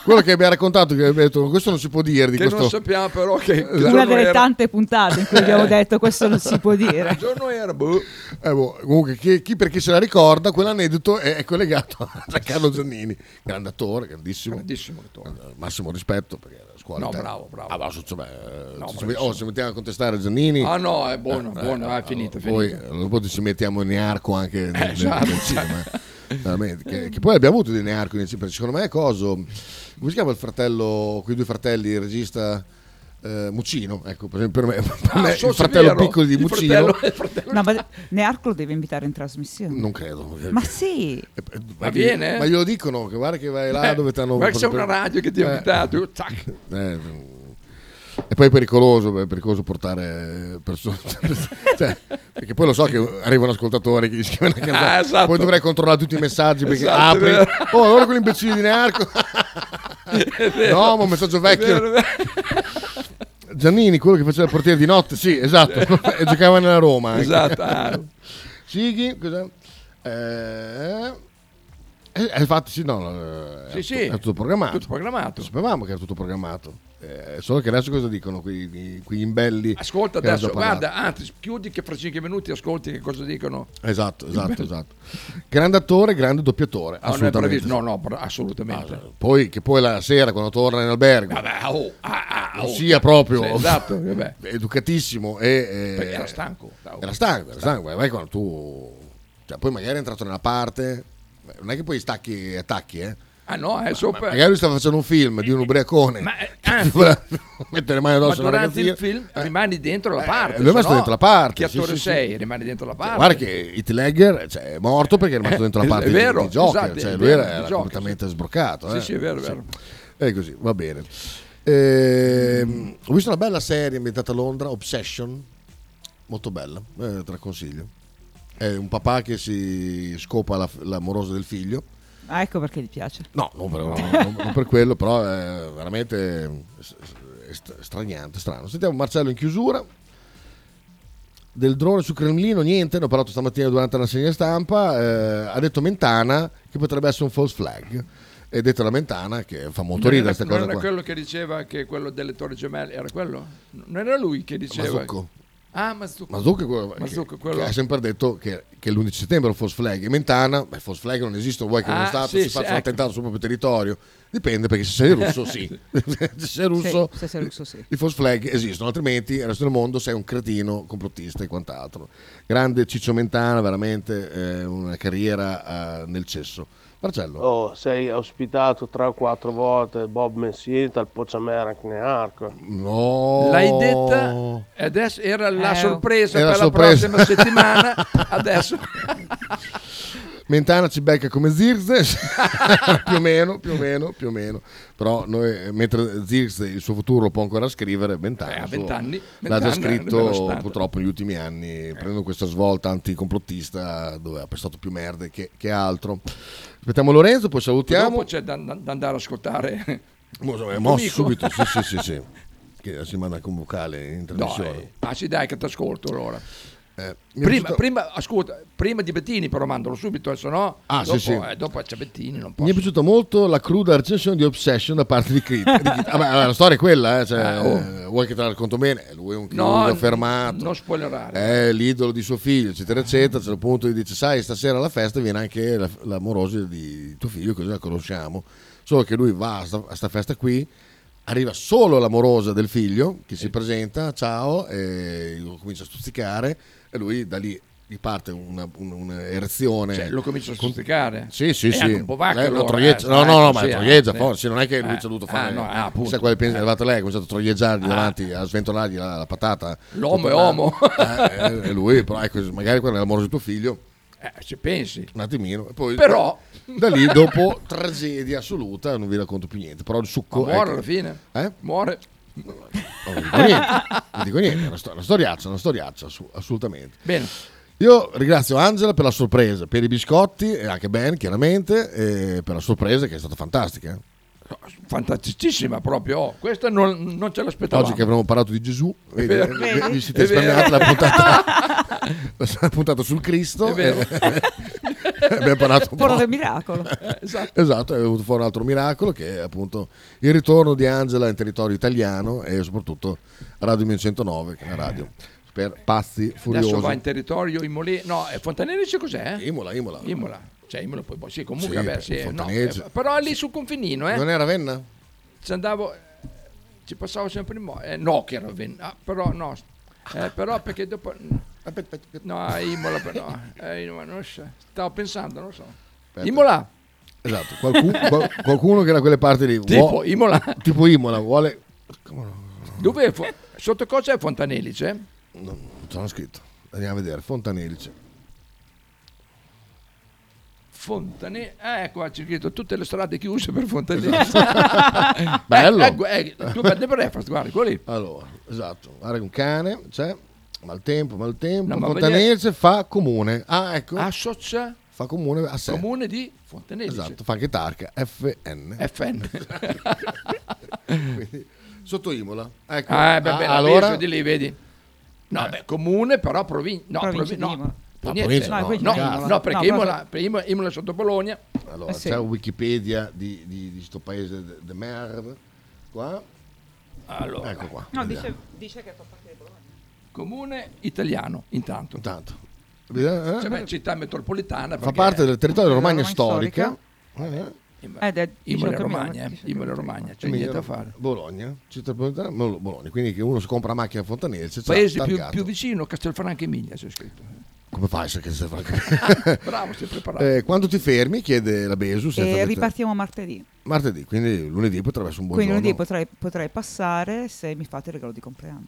[SPEAKER 18] Quello che abbiamo raccontato, che abbiamo detto, questo non si può dire. Di
[SPEAKER 1] Che
[SPEAKER 18] questo...
[SPEAKER 1] non sappiamo però che... che
[SPEAKER 22] Una
[SPEAKER 1] giorno
[SPEAKER 22] delle
[SPEAKER 1] era. Eh.
[SPEAKER 22] tante puntate in cui abbiamo detto questo non si può dire.
[SPEAKER 1] giorno era,
[SPEAKER 18] Eh, boh, comunque, chi, chi per chi se la ricorda, quell'aneddoto è, è collegato a Giancarlo Giannini, grande attore, grandissimo. Eh, Massimo rispetto perché era scuola.
[SPEAKER 1] No,
[SPEAKER 18] interna.
[SPEAKER 1] bravo, bravo.
[SPEAKER 18] Ah, ma su- cioè, beh,
[SPEAKER 1] No,
[SPEAKER 18] se- se-
[SPEAKER 1] bravissimo.
[SPEAKER 18] oh, se mettiamo a contestare Eh, Giannini.
[SPEAKER 1] Ah, no, è buono, buono, ah, è finito, è
[SPEAKER 18] Poi
[SPEAKER 1] finito.
[SPEAKER 18] eh, dopo ci mettiamo in arco anche nel, nel-
[SPEAKER 1] esatto,
[SPEAKER 18] nel cinema. eh. Veramente, che, che poi abbiamo avuto dei nearco in cinema. Secondo me è coso. Come si chiama il fratello, quei due fratelli, il regista eh, Mucino? Ecco, per esempio, per me, per
[SPEAKER 1] Ah,
[SPEAKER 18] me
[SPEAKER 1] so
[SPEAKER 18] il
[SPEAKER 1] se è
[SPEAKER 18] fratello
[SPEAKER 1] vero,
[SPEAKER 18] piccolo di
[SPEAKER 1] il
[SPEAKER 18] Mucino.
[SPEAKER 1] fratello- il fratello-
[SPEAKER 22] No, ma Nearco lo deve invitare in trasmissione.
[SPEAKER 18] Non credo. Eh,
[SPEAKER 22] Ma sì.
[SPEAKER 1] Ma viene?
[SPEAKER 18] Ma glielo dicono, che guarda che vai là
[SPEAKER 1] Eh,
[SPEAKER 18] dove t'hanno...
[SPEAKER 1] guarda che c'è una
[SPEAKER 18] proprio-
[SPEAKER 1] radio che ti ha
[SPEAKER 18] Eh,
[SPEAKER 1] invitato. Tac.
[SPEAKER 18] eh, e poi è pericoloso, è pericoloso portare persone. cioè, perché poi lo so che arrivano ascoltatori che gli scrivono una canzone.
[SPEAKER 1] Ah, esatto.
[SPEAKER 18] Poi dovrei controllare tutti i messaggi perché
[SPEAKER 1] Esatto, è
[SPEAKER 18] apri.
[SPEAKER 1] vero.
[SPEAKER 18] Oh, allora quell'imbecille di Nearco. no, ma un messaggio vecchio.
[SPEAKER 1] È vero, è
[SPEAKER 18] Giannini, quello che faceva il portiere di notte, sì, esatto. e giocava nella Roma. ecco. anche.
[SPEAKER 1] Esatto, ah.
[SPEAKER 18] Sighi, cos'è? Eh, eh, infatti, sì, no,
[SPEAKER 1] Sì, sì,
[SPEAKER 18] eh, era tutto- era tutto programmato.
[SPEAKER 1] tutto programmato.
[SPEAKER 18] Sapevamo che era tutto programmato. Eh, solo che adesso cosa dicono quei, quei imbelli?
[SPEAKER 1] Ascolta
[SPEAKER 18] che hanno
[SPEAKER 1] adesso,
[SPEAKER 18] già parlato?
[SPEAKER 1] guarda, anzi, chiudi che fra 5 minuti ascolti che cosa dicono.
[SPEAKER 18] Esatto, esatto,
[SPEAKER 1] Imbelli.
[SPEAKER 18] esatto. Grande attore, grande doppiatore.
[SPEAKER 1] No, Ah, non è
[SPEAKER 18] assolutamente. Ah,
[SPEAKER 1] previsto. No, no, bra- assolutamente.
[SPEAKER 18] Poi, che poi la sera quando torna in albergo
[SPEAKER 1] Vabbè, oh, ah, ah,
[SPEAKER 18] non
[SPEAKER 1] oh.
[SPEAKER 18] sia proprio
[SPEAKER 1] Sì, esatto, vabbè.
[SPEAKER 18] educatissimo e, eh,
[SPEAKER 1] Perché era stanco.
[SPEAKER 18] Era stanco, era stanco. Vai quando tu... cioè, poi magari è entrato nella parte... Non è che poi stacchi e attacchi, eh?
[SPEAKER 1] Ah no, è sopra.
[SPEAKER 18] Magari lui sta facendo un film di un ubriacone.
[SPEAKER 1] Ma, eh,
[SPEAKER 18] Che
[SPEAKER 1] anzi,
[SPEAKER 18] vuole mettere le mani
[SPEAKER 1] ma
[SPEAKER 18] addosso a una
[SPEAKER 1] durante il
[SPEAKER 18] ragazzina. Eh,
[SPEAKER 1] film rimani dentro la parte.
[SPEAKER 18] lui è rimasto
[SPEAKER 1] se no,
[SPEAKER 18] dentro la parte,
[SPEAKER 1] Chi
[SPEAKER 18] sì,
[SPEAKER 1] attore
[SPEAKER 18] sì, sì.
[SPEAKER 1] sei? Rimani dentro la parte.
[SPEAKER 18] Guarda che Heath Ledger cioè, è morto perché è rimasto dentro la
[SPEAKER 1] Eh,
[SPEAKER 18] parte
[SPEAKER 1] è vero,
[SPEAKER 18] di, di Joker,
[SPEAKER 1] esatto,
[SPEAKER 18] cioè,
[SPEAKER 1] è
[SPEAKER 18] lui
[SPEAKER 1] vero,
[SPEAKER 18] era,
[SPEAKER 1] di
[SPEAKER 18] era
[SPEAKER 1] Joker,
[SPEAKER 18] completamente sbroccato.
[SPEAKER 1] Sì,
[SPEAKER 18] eh.
[SPEAKER 1] sì, è vero, è vero.
[SPEAKER 18] È così, va bene. Ehm, ho visto una bella serie ambientata a Londra, Obsession, molto bella, eh, te la consiglio. È un papà che si scopa la- l'amorosa del figlio.
[SPEAKER 22] Ah, ecco perché gli piace.
[SPEAKER 18] No, non per, non- non per quello, però è veramente s- s- straniante, strano. Sentiamo Marcello in chiusura. Del drone su Cremlino, niente, ne ho parlato stamattina durante la segna stampa. eh, ha detto Mentana che potrebbe essere un false flag. E detto la Mentana che fa molto
[SPEAKER 1] Non era-
[SPEAKER 18] ridere questa
[SPEAKER 1] non
[SPEAKER 18] cosa
[SPEAKER 1] era
[SPEAKER 18] qua.
[SPEAKER 1] quello che diceva che quello delle torri gemelle era quello? Non era lui che diceva.
[SPEAKER 18] Mazzucco.
[SPEAKER 1] Ah, Mazzucco.
[SPEAKER 18] Mazzucco è quello,
[SPEAKER 1] Mazzucco,
[SPEAKER 18] che,
[SPEAKER 1] quello-
[SPEAKER 18] che ha sempre detto che, che l'11 settembre è un false flag. E Mentana, beh, false flag non esiste, vuoi che
[SPEAKER 1] Ah,
[SPEAKER 18] uno Stato
[SPEAKER 1] sì,
[SPEAKER 18] si
[SPEAKER 1] sì,
[SPEAKER 18] faccia un
[SPEAKER 1] ecco.
[SPEAKER 18] attentato sul proprio territorio? Dipende, perché se sei russo sì. se sei russo,
[SPEAKER 22] Sì, se sei russo, sì.
[SPEAKER 18] I false flag esistono, altrimenti nel resto del mondo sei un cretino, complottista e quant'altro. Grande Ciccio Mentana, veramente eh, una carriera eh, nel cesso. Marcello,
[SPEAKER 2] Oh, sei ospitato tre o quattro volte Bob Messina, il Pocciamera Arco.
[SPEAKER 18] no.
[SPEAKER 1] L'hai detta e adesso era la
[SPEAKER 2] Eh,
[SPEAKER 1] sorpresa
[SPEAKER 18] era
[SPEAKER 1] per
[SPEAKER 18] sorpresa.
[SPEAKER 1] la prossima settimana. Adesso
[SPEAKER 18] Mentana ci becca come Zirze, più o meno, più o meno, più o meno. Però noi, eh, mentre Zirze il suo futuro lo può ancora scrivere, Mentana,
[SPEAKER 1] Eh, a
[SPEAKER 18] il suo-
[SPEAKER 1] vent'anni,
[SPEAKER 18] l'ha già
[SPEAKER 1] vent'anni, almeno
[SPEAKER 18] scritto
[SPEAKER 1] stato.
[SPEAKER 18] purtroppo negli ultimi anni, prendendo questa svolta anticomplottista dove ha prestato più merde che, che altro. Aspettiamo Lorenzo, poi salutiamo.
[SPEAKER 1] dopo c'è da, da- da andare a ascoltare.
[SPEAKER 18] Mo,
[SPEAKER 1] Un
[SPEAKER 18] mo
[SPEAKER 1] amico.
[SPEAKER 18] subito, sì, sì, sì, sì. Che si manda con vocale in trasmissione.
[SPEAKER 1] Dai. Ah sì, dai, che ti ascolto allora.
[SPEAKER 18] Eh, mi è
[SPEAKER 1] prima,
[SPEAKER 18] piaciuto-
[SPEAKER 1] prima- ascolta, prima di Bettini però mandalo subito, eh, se no
[SPEAKER 18] Ah,
[SPEAKER 1] dopo,
[SPEAKER 18] sì, sì.
[SPEAKER 1] eh, dopo c'è Bettini. Non
[SPEAKER 18] Mi è piaciuta molto la cruda recensione di Obsession da parte di Creed. la storia è quella, eh, cioè, eh, vuoi che te la racconto bene? Eh, Lui è un
[SPEAKER 1] Ah, oh. No,
[SPEAKER 18] chirurgo affermato,
[SPEAKER 1] non spoilerare.
[SPEAKER 18] è l'idolo di suo figlio, eccetera, eccetera. A un certo punto gli dice, sai, stasera alla festa viene anche la- l'amorosa di tuo figlio, così la conosciamo. Solo che lui va a sta, a sta festa qui, arriva solo l'amorosa del figlio, che si presenta, ciao, e lo comincia a stuzzicare, e lui da lì gli parte una- un- un'erezione.
[SPEAKER 1] Cioè, lo comincia a stuzzicare.
[SPEAKER 18] Sì, sì,
[SPEAKER 1] È
[SPEAKER 18] sì.
[SPEAKER 1] anche un po' vacca,
[SPEAKER 8] Eh,
[SPEAKER 1] allora,
[SPEAKER 8] lo troieggia-
[SPEAKER 1] eh,
[SPEAKER 18] No,
[SPEAKER 1] sai,
[SPEAKER 18] no, no, ma
[SPEAKER 1] così, eh.
[SPEAKER 18] troieggia
[SPEAKER 1] Eh.
[SPEAKER 18] forse, non è che lui
[SPEAKER 1] Eh.
[SPEAKER 18] ci ha dovuto
[SPEAKER 1] Ah,
[SPEAKER 18] fare.
[SPEAKER 1] no, ah, appunto. Ah.
[SPEAKER 18] chissà quale pensa, è arrivata lei, ha cominciato a troieggiargli davanti, a sventolargli la, la patata.
[SPEAKER 1] L'uomo è
[SPEAKER 18] Ah,
[SPEAKER 1] uomo.
[SPEAKER 18] eh, E lui, però, ecco, magari quello è l'amore di tuo figlio.
[SPEAKER 1] Eh, ci pensi.
[SPEAKER 18] Un attimino. E poi,
[SPEAKER 1] Però-
[SPEAKER 18] Da lì, dopo tragedia assoluta, non vi racconto più niente. Però il succo.
[SPEAKER 1] Ma muore
[SPEAKER 18] ecco.
[SPEAKER 1] alla fine.
[SPEAKER 18] Eh?
[SPEAKER 1] Muore.
[SPEAKER 18] Non dico niente, non dico niente, è una, sto- una storiaccia, una storiaccia, assu- assolutamente.
[SPEAKER 1] Bene.
[SPEAKER 18] Io ringrazio Angela per la sorpresa, per i biscotti e anche Ben, chiaramente, e per la sorpresa che è stata fantastica. eh.
[SPEAKER 1] Fantasticissima proprio. oh, Questa non, non ce l'aspettavamo.
[SPEAKER 18] Oggi che avremmo parlato di Gesù,
[SPEAKER 1] È
[SPEAKER 18] vedi, eh,
[SPEAKER 1] vero.
[SPEAKER 18] vi-
[SPEAKER 1] Vedi?
[SPEAKER 18] vi siete
[SPEAKER 1] È vero.
[SPEAKER 18] risparmiati la puntata, la puntata sul Cristo.
[SPEAKER 1] È vero.
[SPEAKER 18] abbiamo parlato un
[SPEAKER 22] Fuori
[SPEAKER 18] po'.
[SPEAKER 22] del miracolo.
[SPEAKER 1] Eh,
[SPEAKER 18] Esatto, è venuto fuori un altro miracolo che è appunto il ritorno di Angela in territorio italiano e soprattutto Radio 1109, che è una radio per pazzi
[SPEAKER 1] Adesso va in
[SPEAKER 18] furiosi.
[SPEAKER 1] territorio Imole... No, è Fontanelli cosa è?
[SPEAKER 18] Imola, Imola.
[SPEAKER 1] Imola. Cioè, Imola poi... poi- Sì,
[SPEAKER 18] Sì,
[SPEAKER 1] comunque, vabbè,
[SPEAKER 18] per-
[SPEAKER 1] sì, no,
[SPEAKER 18] Fontanegge.
[SPEAKER 1] eh, però è lì sul confinino, eh.
[SPEAKER 18] Non è Ravenna?
[SPEAKER 1] Ci andavo... eh, Ci passavo sempre in moto. no, che era Ravenna. Ah, però no. Eh, però perché dopo... No, a Imola però. Eh, no, non so. Stavo pensando, non so.
[SPEAKER 18] Aspetta.
[SPEAKER 1] Imola.
[SPEAKER 18] Esatto, qualcuno, qual- qualcuno che da quelle parti lì
[SPEAKER 1] Tipo
[SPEAKER 18] vuo-
[SPEAKER 1] Imola.
[SPEAKER 18] tipo Imola vuole
[SPEAKER 1] Dove è Fo- Sotto cosa è Fontanelli, c'è?
[SPEAKER 18] non c'è scritto andiamo a vedere Fontanelice
[SPEAKER 1] Fontanelli, eh, qua c'è scritto tutte le strade chiuse per Fontanelli.
[SPEAKER 18] Esatto. Bello.
[SPEAKER 1] Eh, ecco, eh, due bed and breakfast, guarda, quello lì.
[SPEAKER 18] allora esatto guarda un cane c'è maltempo maltempo
[SPEAKER 1] No, ma
[SPEAKER 18] Fontanelice fa comune ah ecco
[SPEAKER 1] Associa
[SPEAKER 18] fa comune a sé
[SPEAKER 1] comune di Fontanelli.
[SPEAKER 18] esatto fa anche tarca FN
[SPEAKER 1] FN.
[SPEAKER 18] Esatto. Quindi, sotto Imola ecco
[SPEAKER 1] Ah, beh, beh,
[SPEAKER 18] Ah,
[SPEAKER 1] allora... di lì, vedi. No, beh, comune, però provincia. No, provi-
[SPEAKER 18] Provincia di
[SPEAKER 1] no.
[SPEAKER 18] Imola. No,
[SPEAKER 1] niente.
[SPEAKER 18] provincia no,
[SPEAKER 1] no,
[SPEAKER 18] quindi
[SPEAKER 1] no,
[SPEAKER 18] Imola.
[SPEAKER 1] no, perché
[SPEAKER 18] No,
[SPEAKER 1] Imola,
[SPEAKER 18] proprio- Eh
[SPEAKER 1] per Imola, Imola è sotto Bologna.
[SPEAKER 22] Eh,
[SPEAKER 18] Allora, c'è Wikipedia di, di, di sto paese de, de merda. Qua.
[SPEAKER 1] Allora.
[SPEAKER 18] Ecco qua.
[SPEAKER 22] No,
[SPEAKER 18] vediamo.
[SPEAKER 22] dice, dice che fa parte di Bologna.
[SPEAKER 1] Comune italiano, intanto.
[SPEAKER 18] Intanto.
[SPEAKER 1] Cioè, beh, città metropolitana.
[SPEAKER 18] Eh, Fa parte del territorio della Romagna storica. Eh,
[SPEAKER 1] Ed è Imola e Romagna, eh. Imola e Romagna, c'è
[SPEAKER 18] Emilia-
[SPEAKER 1] niente da fare.
[SPEAKER 18] Bologna, città metropolitana, Bol- Bologna. Quindi che uno si compra la macchina a Fontanelli, c'è
[SPEAKER 1] Paese più,
[SPEAKER 18] targato.
[SPEAKER 1] più vicino, Castelfranco Emilia, c'è scritto. Ah,
[SPEAKER 18] come fai se che se fa
[SPEAKER 1] Bravo, si è preparato.
[SPEAKER 18] Eh, quando ti fermi chiede la Besu se
[SPEAKER 22] E
[SPEAKER 18] avete-
[SPEAKER 22] ripartiamo martedì.
[SPEAKER 18] martedì quindi lunedì potrebbe essere un buon
[SPEAKER 22] Quindi lunedì
[SPEAKER 18] giorno
[SPEAKER 22] potrei, potrei passare se mi fate il regalo di compleanno.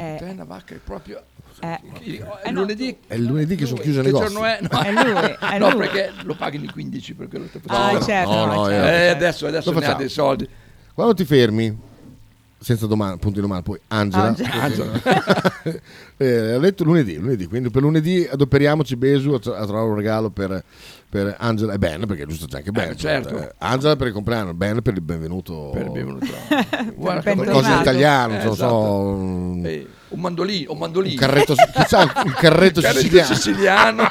[SPEAKER 22] Eh,
[SPEAKER 1] Te è una vacca è proprio...
[SPEAKER 22] eh,
[SPEAKER 1] Il-
[SPEAKER 22] eh
[SPEAKER 1] È
[SPEAKER 22] no,
[SPEAKER 1] lunedì
[SPEAKER 18] è il lunedì che sono chiusi i
[SPEAKER 1] Che
[SPEAKER 18] negozi
[SPEAKER 1] giorno è? No,
[SPEAKER 22] È lui, è
[SPEAKER 1] no
[SPEAKER 22] lui.
[SPEAKER 1] perché lo paghi il 15 per quello che
[SPEAKER 22] Ah,
[SPEAKER 1] No, no,
[SPEAKER 22] certo,
[SPEAKER 1] no,
[SPEAKER 22] no,
[SPEAKER 1] no,
[SPEAKER 22] certo,
[SPEAKER 1] eh,
[SPEAKER 22] certo.
[SPEAKER 1] adesso, adesso
[SPEAKER 18] Lo
[SPEAKER 1] ne ha
[SPEAKER 18] facciamo.
[SPEAKER 1] dei soldi.
[SPEAKER 18] quando ti fermi senza domani, punti domani poi Angela,
[SPEAKER 1] Angela. Angela.
[SPEAKER 18] Eh, ho letto lunedì, lunedì quindi per lunedì adoperiamoci Besu a, tro- a trovare un regalo per, per Angela e Ben perché giusto c'è anche Ben
[SPEAKER 1] Eh, certo.
[SPEAKER 18] cioè, eh, Angela per il compleanno Ben per il benvenuto
[SPEAKER 1] Per il benvenuto.
[SPEAKER 18] Guarda,
[SPEAKER 1] che
[SPEAKER 18] qualcosa
[SPEAKER 1] tornato.
[SPEAKER 18] in italiano
[SPEAKER 1] Eh,
[SPEAKER 18] non so,
[SPEAKER 1] esatto.
[SPEAKER 18] so, mm. un-
[SPEAKER 1] Eh, un mandolino, un mandolino.
[SPEAKER 18] Un carretto- chissà, un carretto siciliano.
[SPEAKER 1] siciliano.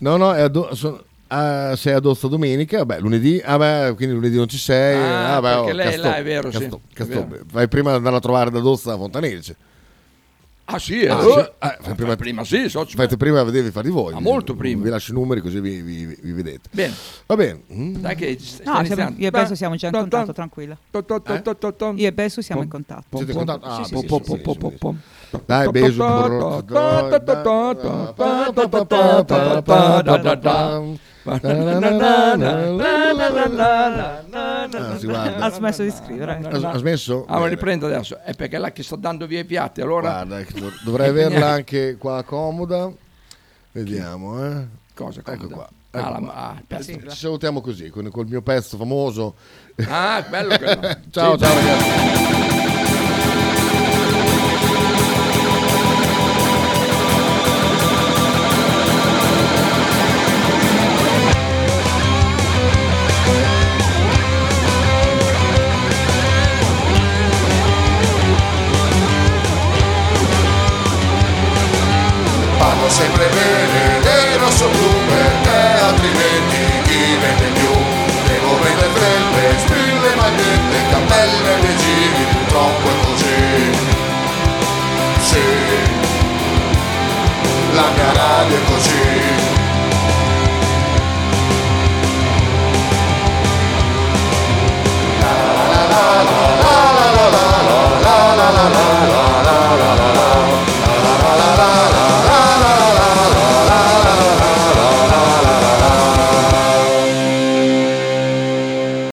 [SPEAKER 18] No, no, è addo- sono- ah, sei ad Ozza domenica, beh, lunedì, ah, beh, quindi lunedì non ci sei.
[SPEAKER 1] Ah,
[SPEAKER 18] beh, oh,
[SPEAKER 1] perché lei è là, è vero, sì,
[SPEAKER 18] Castò-
[SPEAKER 1] è
[SPEAKER 18] Castò,
[SPEAKER 1] vero.
[SPEAKER 18] Vai prima ad andare a trovare da Dozza a Fontanelli.
[SPEAKER 1] Ah sì, eh,
[SPEAKER 18] Ah,
[SPEAKER 1] oh,
[SPEAKER 18] sì.
[SPEAKER 1] eh, fai prima, sì, so,
[SPEAKER 18] Fate prima, devi farli voi.
[SPEAKER 1] Ah, molto
[SPEAKER 18] prima. Vi lascio i numeri così vi, vi- vi vedete.
[SPEAKER 1] Bene.
[SPEAKER 18] Va bene. Mm.
[SPEAKER 1] dai che sta
[SPEAKER 22] No, siamo-
[SPEAKER 1] iniziando.
[SPEAKER 22] io penso
[SPEAKER 1] Beh,
[SPEAKER 22] siamo già in
[SPEAKER 1] ton,
[SPEAKER 22] contatto,
[SPEAKER 1] ton,
[SPEAKER 22] tranquilla. Eh?
[SPEAKER 1] ton, ton, ton, ton, ton, ton.
[SPEAKER 22] Io e Besu siamo in
[SPEAKER 1] Pom,
[SPEAKER 22] contatto.
[SPEAKER 18] Siete in contatto?
[SPEAKER 22] Sì,
[SPEAKER 18] Ah,
[SPEAKER 22] sì,
[SPEAKER 18] po-
[SPEAKER 22] sì,
[SPEAKER 18] po-
[SPEAKER 22] sì,
[SPEAKER 18] po-
[SPEAKER 22] sì,
[SPEAKER 18] po-
[SPEAKER 22] sì.
[SPEAKER 18] po- po- Dai, Besu. Ah, si guarda.
[SPEAKER 22] Ha smesso di scrivere. ecco.
[SPEAKER 18] Ha- ha smesso?
[SPEAKER 1] Ah, ma
[SPEAKER 18] Bene.
[SPEAKER 1] riprendo adesso. È perché è là che sta dando via i piatti, allora...
[SPEAKER 18] Guarda, che dov- dovrei averla anche qua comoda. Vediamo, eh.
[SPEAKER 1] Cosa
[SPEAKER 18] Ecco
[SPEAKER 1] comoda?
[SPEAKER 18] qua.
[SPEAKER 1] Ah,
[SPEAKER 18] ecco
[SPEAKER 1] la-
[SPEAKER 18] qua.
[SPEAKER 1] ah, il pezzo.
[SPEAKER 18] Ci salutiamo così, con, col mio pezzo famoso.
[SPEAKER 1] Ah, bello quello.
[SPEAKER 18] ciao,
[SPEAKER 1] Sì,
[SPEAKER 18] ciao
[SPEAKER 1] sì.
[SPEAKER 18] ragazzi.
[SPEAKER 12] Parlo sempre bene del rosso blu perché altrimenti chi vende più Devo vendere felpe, spille, magliette, cappelle, dei giri, purtroppo è così Sì, la mia radio è così